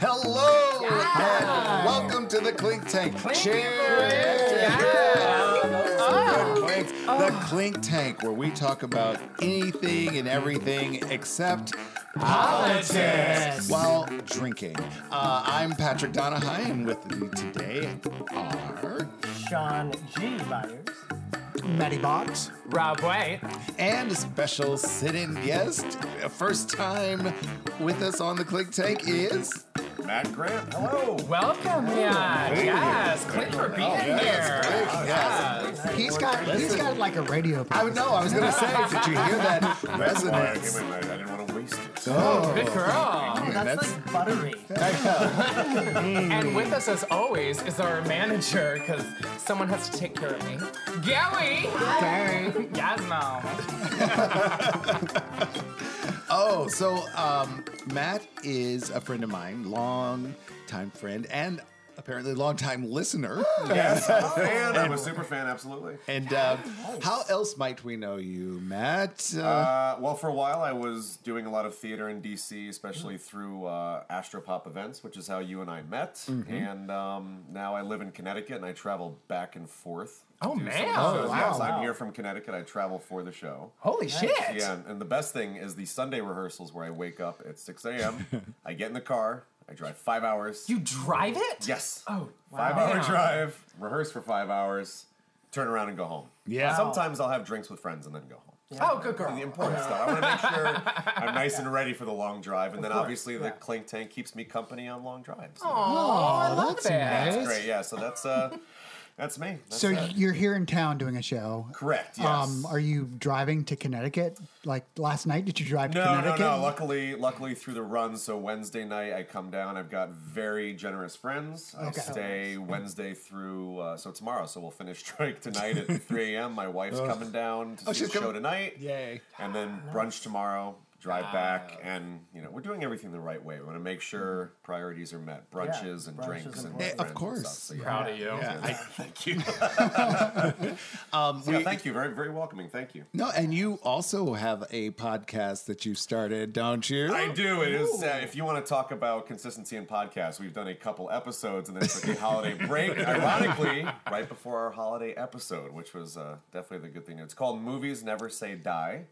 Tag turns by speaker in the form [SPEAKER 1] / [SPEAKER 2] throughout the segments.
[SPEAKER 1] Hello and welcome to the Clink Tank. Cheers! Good clinks. The Clink Tank, where we talk about anything and everything except politics while drinking. Uh, I'm Patrick Donahue, and with me today are
[SPEAKER 2] Sean G. Myers.
[SPEAKER 3] Matty Box.
[SPEAKER 2] Rob White.
[SPEAKER 1] and a special sit-in guest. First time with us on the Clink Tank is
[SPEAKER 4] Matt Grant, hello.
[SPEAKER 2] Welcome, yeah. Yes, Clint for being here.
[SPEAKER 1] Yes.
[SPEAKER 3] He's got he's got like a radio.
[SPEAKER 1] I would know. I was gonna say, did you hear that
[SPEAKER 4] That's why I
[SPEAKER 1] resonance?
[SPEAKER 4] came in. I I didn't want to waste it.
[SPEAKER 1] Oh,
[SPEAKER 2] Good girl.
[SPEAKER 1] man,
[SPEAKER 2] That's,
[SPEAKER 1] that's
[SPEAKER 2] like buttery.
[SPEAKER 5] And with us, as always, is our manager, because someone has to take care of me. Gally! Okay. Yasmo.
[SPEAKER 1] oh. So um, Matt is a friend of mine, long time friend, and apparently long time listener.
[SPEAKER 4] Yes, I'm a fan. I'm a super fan, absolutely.
[SPEAKER 1] And uh, how else might we know you, Matt? Uh,
[SPEAKER 4] Uh, well, for a while, I was doing a lot of theater in DC, especially
[SPEAKER 5] Mm.
[SPEAKER 4] through uh, Astropop events, which is how you and I met.
[SPEAKER 5] Mm-hmm.
[SPEAKER 4] And um, now I live in Connecticut, and I travel back and forth. to
[SPEAKER 5] Oh,
[SPEAKER 4] do some
[SPEAKER 5] man.
[SPEAKER 4] shows.
[SPEAKER 5] Oh,
[SPEAKER 4] Yes,
[SPEAKER 5] wow.
[SPEAKER 4] I'm here from Connecticut. I travel for the show.
[SPEAKER 5] Holy shit.
[SPEAKER 4] Yeah, and- and the best thing is the Sunday rehearsals where I wake up at 6 a.m. I get in the car, I drive five hours.
[SPEAKER 5] You drive it?
[SPEAKER 4] Yes.
[SPEAKER 5] Oh, wow.
[SPEAKER 4] Five hour
[SPEAKER 5] Yeah.
[SPEAKER 4] drive, rehearse for five hours, turn around and go home.
[SPEAKER 1] Yeah.
[SPEAKER 4] Sometimes I'll have drinks with friends and then go home.
[SPEAKER 5] Oh, good
[SPEAKER 4] The
[SPEAKER 5] girl.
[SPEAKER 4] important stuff. I want to make sure I'm nice and ready for the long drive. And then obviously the clink tank keeps me company on long drives.
[SPEAKER 5] Oh, I love
[SPEAKER 3] that's
[SPEAKER 5] that.
[SPEAKER 4] That's great. Yeah. So that's uh, that's me. That's
[SPEAKER 3] So
[SPEAKER 4] it.
[SPEAKER 3] you're here in town doing a show.
[SPEAKER 4] correct. Yes.
[SPEAKER 3] Um, are you driving to Connecticut? Like last night, did you drive to
[SPEAKER 4] No, no,
[SPEAKER 3] Connecticut?
[SPEAKER 4] no. Luckily, luckily through the run. So Wednesday night, I come down. I've got very generous friends. I
[SPEAKER 3] Okay.
[SPEAKER 4] stay Wednesday through. Uh, so tomorrow. So we'll finish strike tonight at 3 a.m. My wife's coming down to see
[SPEAKER 1] she's
[SPEAKER 4] the show
[SPEAKER 1] coming-
[SPEAKER 4] tonight.
[SPEAKER 1] Yay.
[SPEAKER 4] And then brunch tomorrow. Drive back, and you know we're doing everything the right way. We want to make sure priorities are met. Brunches and
[SPEAKER 2] brunch is
[SPEAKER 4] drinks and
[SPEAKER 2] important.
[SPEAKER 1] Eh, of
[SPEAKER 4] friends and
[SPEAKER 1] course.
[SPEAKER 4] stuff. So, yeah.
[SPEAKER 5] Proud of you.
[SPEAKER 1] yeah, I-
[SPEAKER 4] Thank you. um, thank you. Very, very welcoming. Thank you.
[SPEAKER 1] no, and you also have a podcast that you started, don't you?
[SPEAKER 4] I do. It is. Uh, if you want to talk about consistency in podcasts, we've done a couple episodes and then took a holiday break, ironically, right before our holiday episode, which was uh, definitely the good thing. It's called Movies Never Say Die.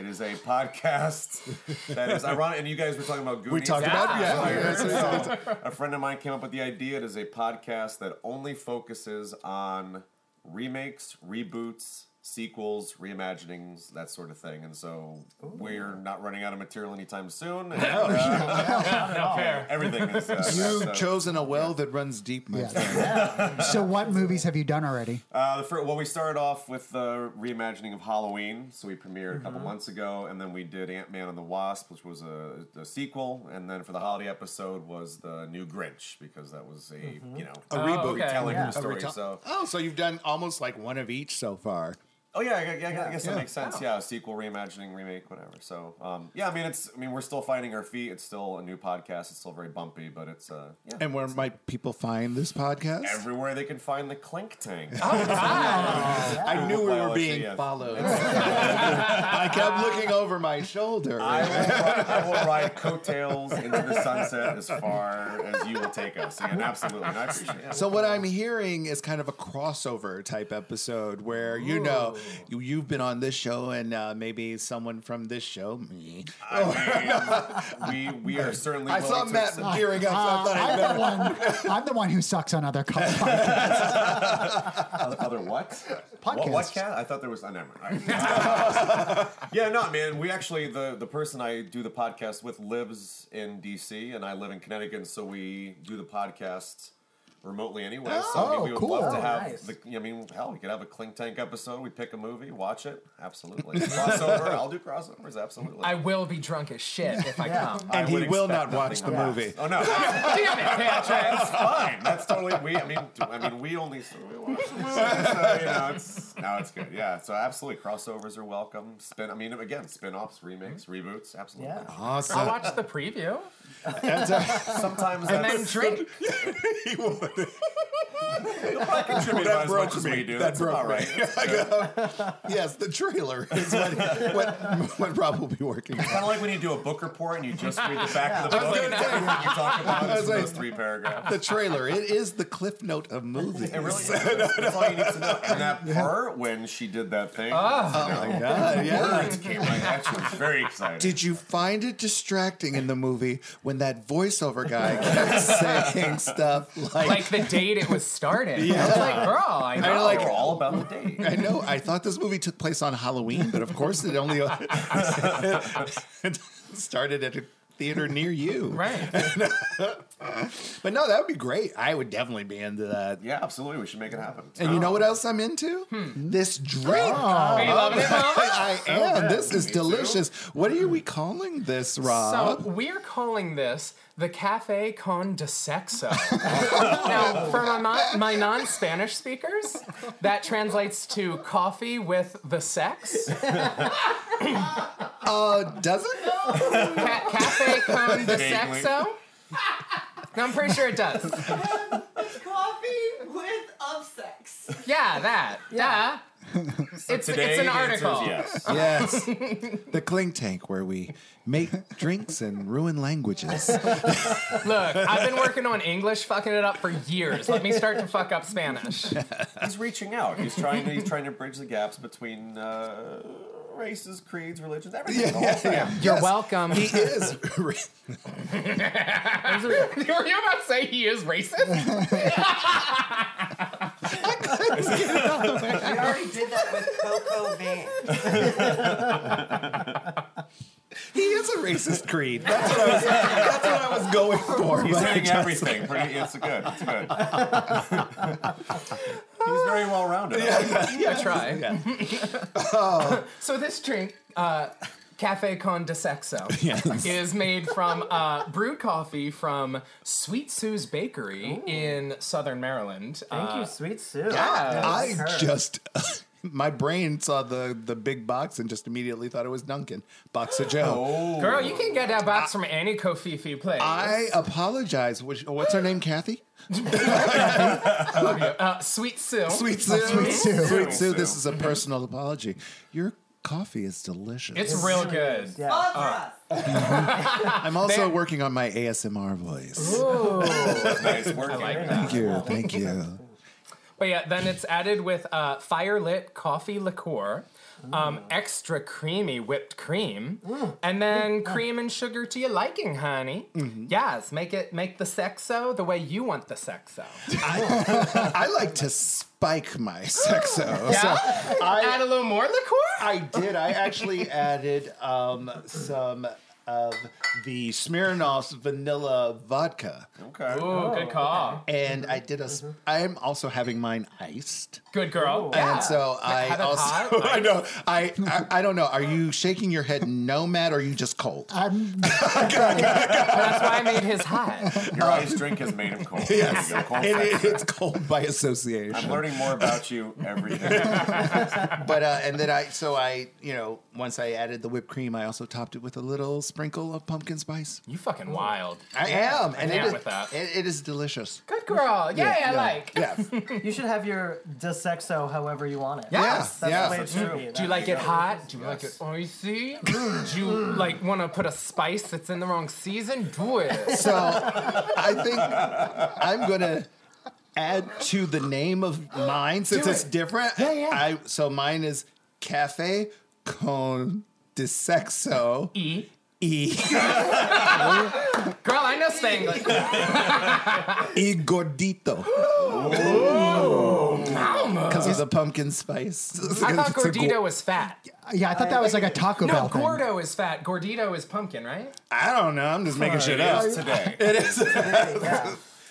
[SPEAKER 4] It is a podcast that is ironic. And you guys were talking about Goonies.
[SPEAKER 1] We talked
[SPEAKER 5] Yeah.
[SPEAKER 1] about Oh, yeah.
[SPEAKER 4] earlier,
[SPEAKER 1] yes, yes.
[SPEAKER 4] so a friend of mine came up with the idea. It is a podcast that only focuses on remakes, reboots, sequels, reimaginings, that sort of thing. And so we're not running out of material anytime soon. And, uh,
[SPEAKER 5] No fair.
[SPEAKER 4] everything is. Uh,
[SPEAKER 1] You've
[SPEAKER 4] so-
[SPEAKER 1] chosen a well that runs deep, my friend.
[SPEAKER 3] So what movies have you done already?
[SPEAKER 4] Uh, the fir- well, we started off with the reimagining of Halloween, so we premiered a couple months ago, and then we did Ant Man and the Wasp, which was a, a sequel, and then for the holiday episode was the new Grinch because that was a you know a
[SPEAKER 1] reboot.
[SPEAKER 5] okay.
[SPEAKER 4] telling
[SPEAKER 2] Yeah.
[SPEAKER 4] the story.
[SPEAKER 1] Reta-
[SPEAKER 4] so
[SPEAKER 1] Oh, so you've done almost like one of each so far.
[SPEAKER 4] oh yeah, I, gu- yeah, I guess
[SPEAKER 1] Yeah.
[SPEAKER 4] that makes sense. Yeah, sequel, reimagining, remake, whatever. So um, yeah, I mean it's I mean we're still finding our feet. It's still a new podcast. It's still very bumpy, but it's uh, yeah.
[SPEAKER 1] And where might people find this podcast?
[SPEAKER 4] Everywhere they can find the Clink Tank.
[SPEAKER 1] Oh. I knew we were
[SPEAKER 4] Well,
[SPEAKER 1] being
[SPEAKER 4] yes.
[SPEAKER 1] followed. I kept looking over my shoulder.
[SPEAKER 4] I will, ride, I will ride coattails into the sunset as far as you will take us. And absolutely, and I appreciate it.
[SPEAKER 1] so what I'm hearing is kind of a crossover type episode where you know you, you've been on this show and uh, maybe someone from this show me.
[SPEAKER 4] I mean, we we are certainly.
[SPEAKER 1] I saw
[SPEAKER 4] willing to
[SPEAKER 1] Matt
[SPEAKER 4] accept-
[SPEAKER 1] gearing up. So I thought I'd
[SPEAKER 3] I'm
[SPEAKER 1] better.
[SPEAKER 3] the one. I'm the one who sucks on other podcasts.
[SPEAKER 4] other, other what?
[SPEAKER 3] Podcast.
[SPEAKER 4] What, what cat? I thought there was. Oh, never mind. All right. yeah, no, man. We actually the the person I do the podcast with lives in D.C. and I live in Connecticut, and so we do the podcast remotely anyway. so I mean,
[SPEAKER 3] Oh,
[SPEAKER 4] we would
[SPEAKER 3] cool.
[SPEAKER 4] love to
[SPEAKER 3] Oh,
[SPEAKER 4] have.
[SPEAKER 2] nice.
[SPEAKER 4] The, I mean, hell, we could have a Clink Tank episode. We pick a movie, watch it. Absolutely. crossover. I'll do crossovers. Absolutely.
[SPEAKER 5] I will be drunk as shit if I
[SPEAKER 2] Yeah.
[SPEAKER 5] come.
[SPEAKER 1] And
[SPEAKER 4] I would
[SPEAKER 1] he will
[SPEAKER 4] expect
[SPEAKER 1] not watch the
[SPEAKER 4] nothing less.
[SPEAKER 1] movie.
[SPEAKER 4] Oh no. That's
[SPEAKER 5] Damn it, Patrick.
[SPEAKER 4] fine. That's totally. We. I mean. do- I mean. We only. So, we watch the movie, so, you know. It's now. It's good. Yeah. So absolutely, crossovers are welcome. Spin. I mean, again, spin-offs, remakes, reboots. Absolutely.
[SPEAKER 2] Yeah.
[SPEAKER 5] I'll
[SPEAKER 1] Awesome.
[SPEAKER 5] watch the preview
[SPEAKER 4] Sometimes
[SPEAKER 5] and then
[SPEAKER 4] that's.
[SPEAKER 5] drink.
[SPEAKER 4] I contribute about as much as we do.
[SPEAKER 1] That
[SPEAKER 4] That's
[SPEAKER 1] broke
[SPEAKER 4] about
[SPEAKER 1] me.
[SPEAKER 4] right. kind
[SPEAKER 1] Yes, the trailer is what, what, what Rob will be working on.
[SPEAKER 4] of like when you do a book report and you just read the back of the book and
[SPEAKER 1] gonna say-
[SPEAKER 4] everything you talk about
[SPEAKER 1] was
[SPEAKER 4] is
[SPEAKER 1] like-
[SPEAKER 4] those three paragraphs.
[SPEAKER 1] The trailer. It is the cliff note of movies.
[SPEAKER 4] It really is. That's all you need to know. And that part when she did that thing,
[SPEAKER 1] Yeah, yeah.
[SPEAKER 4] words came right at you. It's very exciting.
[SPEAKER 1] Did you find it distracting in the movie when that voiceover guy kept saying stuff like,
[SPEAKER 5] Like the date it was started. I was like, girl, I know.
[SPEAKER 1] I
[SPEAKER 4] Like,
[SPEAKER 1] like
[SPEAKER 4] We're all about the date.
[SPEAKER 1] I know. I thought this movie took place on Halloween, but of course it only it started at a theater near you.
[SPEAKER 5] Right.
[SPEAKER 1] But no, that would be great. I would definitely be into that.
[SPEAKER 4] Yeah, absolutely. We should make it happen.
[SPEAKER 1] And you know
[SPEAKER 5] Oh.
[SPEAKER 1] what else I'm into?
[SPEAKER 5] Hmm.
[SPEAKER 1] This drink.
[SPEAKER 5] Are you loving it, Mom?
[SPEAKER 1] I am. This is
[SPEAKER 4] Me too.
[SPEAKER 1] delicious. What are we calling this, Rob?
[SPEAKER 5] So we're calling this the Cafe Con de Sexo. now, for my, non- my non-Spanish speakers, that translates to coffee with the sex.
[SPEAKER 1] uh, does it?
[SPEAKER 5] Ca- Cafe Con de
[SPEAKER 4] Vaguely.
[SPEAKER 5] Sexo. No, I'm pretty sure it does.
[SPEAKER 6] Coffee with of sex.
[SPEAKER 5] Yeah, that. Yeah. It's, it's an
[SPEAKER 4] the answer is
[SPEAKER 5] article.
[SPEAKER 4] Yes.
[SPEAKER 1] Yes. the Cling Tank, where we make drinks and ruin languages.
[SPEAKER 5] Look, I've been working on English, fucking it up for years. Let me start to fuck up Spanish.
[SPEAKER 4] he's reaching out. He's trying to he's trying to bridge the gaps between uh, races, creeds, religions, everything. the whole thing.
[SPEAKER 5] You're welcome.
[SPEAKER 1] He is. re-
[SPEAKER 5] Were you about to say he is racist?
[SPEAKER 6] We already did that with Coco Van.
[SPEAKER 1] He is a racist creed. That's what I was, that's what I was going for.
[SPEAKER 4] He's
[SPEAKER 1] but I
[SPEAKER 4] hitting
[SPEAKER 1] just-
[SPEAKER 4] everything. Pretty, it's good. It's good. he's very well rounded.
[SPEAKER 5] I try. so this drink, uh, Cafe Con de Sexo, is made from uh, brewed coffee from Sweet Sue's Bakery in Southern Maryland.
[SPEAKER 2] Thank
[SPEAKER 5] Uh,
[SPEAKER 2] you, sweet Sue.
[SPEAKER 1] I just. My brain saw the, the big box and just immediately thought it was Duncan. Box of Joe.
[SPEAKER 5] Girl, you can get that box from any Kofifi place.
[SPEAKER 1] I apologize. Which, what's her name? Kathy?
[SPEAKER 5] uh, Sweet Sue.
[SPEAKER 1] Sweet Sue.
[SPEAKER 3] Sweet Sue.
[SPEAKER 1] Sweet Sue, this is a personal apology. Your coffee is delicious.
[SPEAKER 5] It's real good.
[SPEAKER 2] Yeah.
[SPEAKER 6] Love for us.
[SPEAKER 1] I'm also working on my ASMR voice.
[SPEAKER 4] Nice work. Aaron.
[SPEAKER 1] Thank you. Thank you.
[SPEAKER 5] But yeah, then it's added with uh, fire lit coffee liqueur,
[SPEAKER 1] Mm.
[SPEAKER 5] um, extra creamy whipped cream, and
[SPEAKER 1] Mm.
[SPEAKER 5] then cream and sugar to your liking, honey.
[SPEAKER 1] Mm-hmm.
[SPEAKER 5] Yes, make it make the sexo the way you want the sexo.
[SPEAKER 1] I like to spike my sexo.
[SPEAKER 5] Yeah?
[SPEAKER 1] So I,
[SPEAKER 5] Add a little more liqueur.
[SPEAKER 1] I did. I actually added um, some of the Smirnoff's vanilla vodka.
[SPEAKER 4] Okay.
[SPEAKER 5] Ooh, good call.
[SPEAKER 1] And I did a. s- I'm also having mine iced.
[SPEAKER 5] Good girl.
[SPEAKER 1] And so I
[SPEAKER 5] have it
[SPEAKER 1] also.
[SPEAKER 5] hot,
[SPEAKER 1] I know. I, I I don't know. Are you shaking your head no, Matt, or are you just cold?
[SPEAKER 3] I'm
[SPEAKER 5] That's why I made his hot.
[SPEAKER 4] Your iced drink has made him cold. Yes. cold
[SPEAKER 1] It-
[SPEAKER 4] sex.
[SPEAKER 1] it's cold by association.
[SPEAKER 4] I'm learning more about you every day.
[SPEAKER 1] But uh, and then I so I you know once I added the whipped cream, I also topped it with a little sprinkle of pumpkin spice.
[SPEAKER 5] You fucking wild.
[SPEAKER 1] I am, and it
[SPEAKER 5] down
[SPEAKER 1] is
[SPEAKER 5] with that.
[SPEAKER 1] It, it is delicious.
[SPEAKER 5] Good girl. Yay, I like.
[SPEAKER 1] Yeah,
[SPEAKER 2] You should have your desexo however you want it.
[SPEAKER 5] Yes.
[SPEAKER 2] That's
[SPEAKER 1] yeah,
[SPEAKER 2] the way
[SPEAKER 1] yeah.
[SPEAKER 2] it should be.
[SPEAKER 5] Do you like it hot? Do you like it icy? Do you like want to put a spice that's in the wrong season? Do it.
[SPEAKER 1] So I think I'm gonna add to the name of mine since it's different. Yeah,
[SPEAKER 5] yeah.
[SPEAKER 1] I, so mine is Cafe Con de Sexo
[SPEAKER 5] E.
[SPEAKER 1] e
[SPEAKER 5] Girl, I know Spanglish.
[SPEAKER 1] e Gordito because of the pumpkin spice.
[SPEAKER 5] I thought
[SPEAKER 1] It's a
[SPEAKER 5] Gordito
[SPEAKER 1] gor-
[SPEAKER 5] was fat.
[SPEAKER 3] yeah. I thought that was like a Taco
[SPEAKER 5] No,
[SPEAKER 3] Bell thing.
[SPEAKER 5] Gordo is fat. Gordito is pumpkin, right?
[SPEAKER 1] I don't know. I'm just making shit
[SPEAKER 4] It
[SPEAKER 1] up.
[SPEAKER 4] is today.
[SPEAKER 1] It is.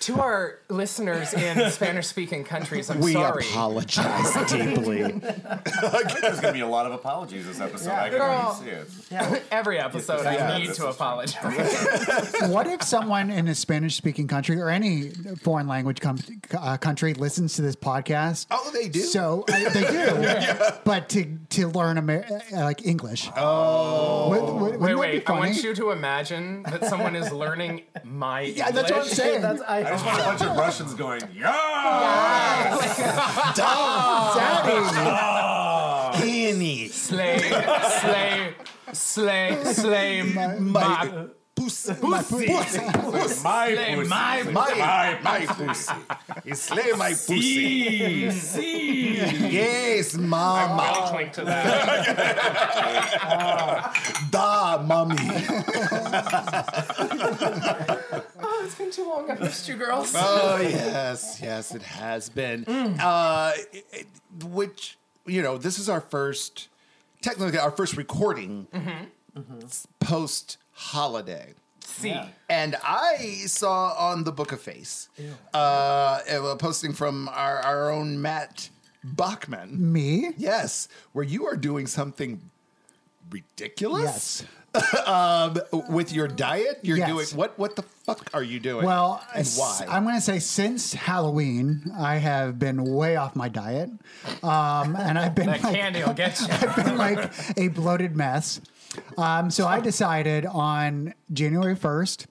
[SPEAKER 5] To our listeners in Spanish-speaking countries, I'm
[SPEAKER 1] We
[SPEAKER 5] sorry.
[SPEAKER 1] apologize deeply.
[SPEAKER 4] There's going to be a lot of apologies this episode. I can
[SPEAKER 5] Girl.
[SPEAKER 4] already see it.
[SPEAKER 5] Every episode,
[SPEAKER 4] Yeah,
[SPEAKER 5] I need
[SPEAKER 4] this
[SPEAKER 5] to
[SPEAKER 4] is-
[SPEAKER 5] apologize.
[SPEAKER 3] What if someone in a Spanish-speaking country or any foreign language com- uh, country listens to this podcast?
[SPEAKER 1] oh, they do.
[SPEAKER 3] So I, they do, but to to learn Amer- uh, like English. Oh,
[SPEAKER 5] Wait, wait. I want you to imagine that someone is learning my.
[SPEAKER 3] Yeah, that's what I'm
[SPEAKER 5] English.
[SPEAKER 3] saying.
[SPEAKER 2] That's, I,
[SPEAKER 4] I just want a bunch of Russians going, yeah! Oh.
[SPEAKER 1] Peony.
[SPEAKER 5] Slay, slay, slay, slay my,
[SPEAKER 1] My pussy. My pussy.
[SPEAKER 4] My
[SPEAKER 5] Slay
[SPEAKER 4] pussy.
[SPEAKER 5] my
[SPEAKER 1] My, my pussy. He slay my pussy.
[SPEAKER 4] pussy.
[SPEAKER 1] Yes, mama.
[SPEAKER 2] twink to that.
[SPEAKER 1] Da, mommy.
[SPEAKER 5] Oh, it's been too long. I've missed you girls.
[SPEAKER 1] Oh yes, yes, it has been. Uh, it- it- which you know, this is our first, technically our first recording Mm-hmm. post holiday.
[SPEAKER 5] See.
[SPEAKER 1] And I saw on the Book of Face uh, a posting from our, our own Matt Bachman.
[SPEAKER 3] Me?
[SPEAKER 1] Yes, where you are doing something ridiculous um, with your diet. You're
[SPEAKER 3] Yes.
[SPEAKER 1] doing what? What the fuck are you doing?
[SPEAKER 3] Well,
[SPEAKER 1] and
[SPEAKER 3] s-
[SPEAKER 1] why?
[SPEAKER 3] I'm going to say since Halloween, I have been way off my diet, um, and I've been
[SPEAKER 5] That
[SPEAKER 3] like,
[SPEAKER 5] candy will get you.
[SPEAKER 3] been like a bloated mess. Um, so I decided on January 1st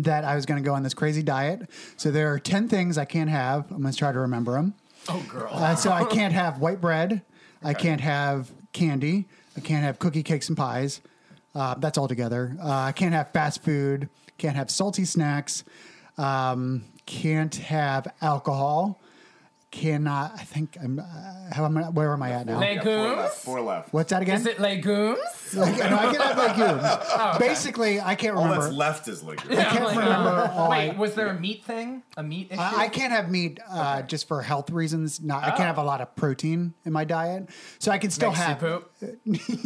[SPEAKER 3] that I was going to go on this crazy diet. So there are 10 things I can't have. I'm going to try to remember them.
[SPEAKER 5] Oh, girl.
[SPEAKER 3] Uh, so I can't have white bread. I can't have candy. I can't have cookie cakes and pies. Uh, that's all together. Uh, I can't have fast food. Can't have salty snacks. Um, can't have alcohol. Cannot. I think I'm. Uh, how am I? Where am I at now?
[SPEAKER 4] Yeah, four left.
[SPEAKER 5] Legumes?
[SPEAKER 4] Four left.
[SPEAKER 3] What's that again?
[SPEAKER 5] Is it legumes?
[SPEAKER 3] Like, no, I can have legumes.
[SPEAKER 5] Oh,
[SPEAKER 3] Basically, I can't
[SPEAKER 4] All
[SPEAKER 3] remember.
[SPEAKER 4] that's left is like
[SPEAKER 5] Yeah,
[SPEAKER 3] can't
[SPEAKER 5] like,
[SPEAKER 3] remember
[SPEAKER 5] uh,
[SPEAKER 3] all
[SPEAKER 5] Oh,
[SPEAKER 3] I-
[SPEAKER 5] Wait, was there a meat thing? A meat issue?
[SPEAKER 3] I I can't have meat uh, just for health reasons. Not, I can't have a lot of protein in my diet, so I can still
[SPEAKER 5] Oh. Makes you
[SPEAKER 3] have.
[SPEAKER 5] poop.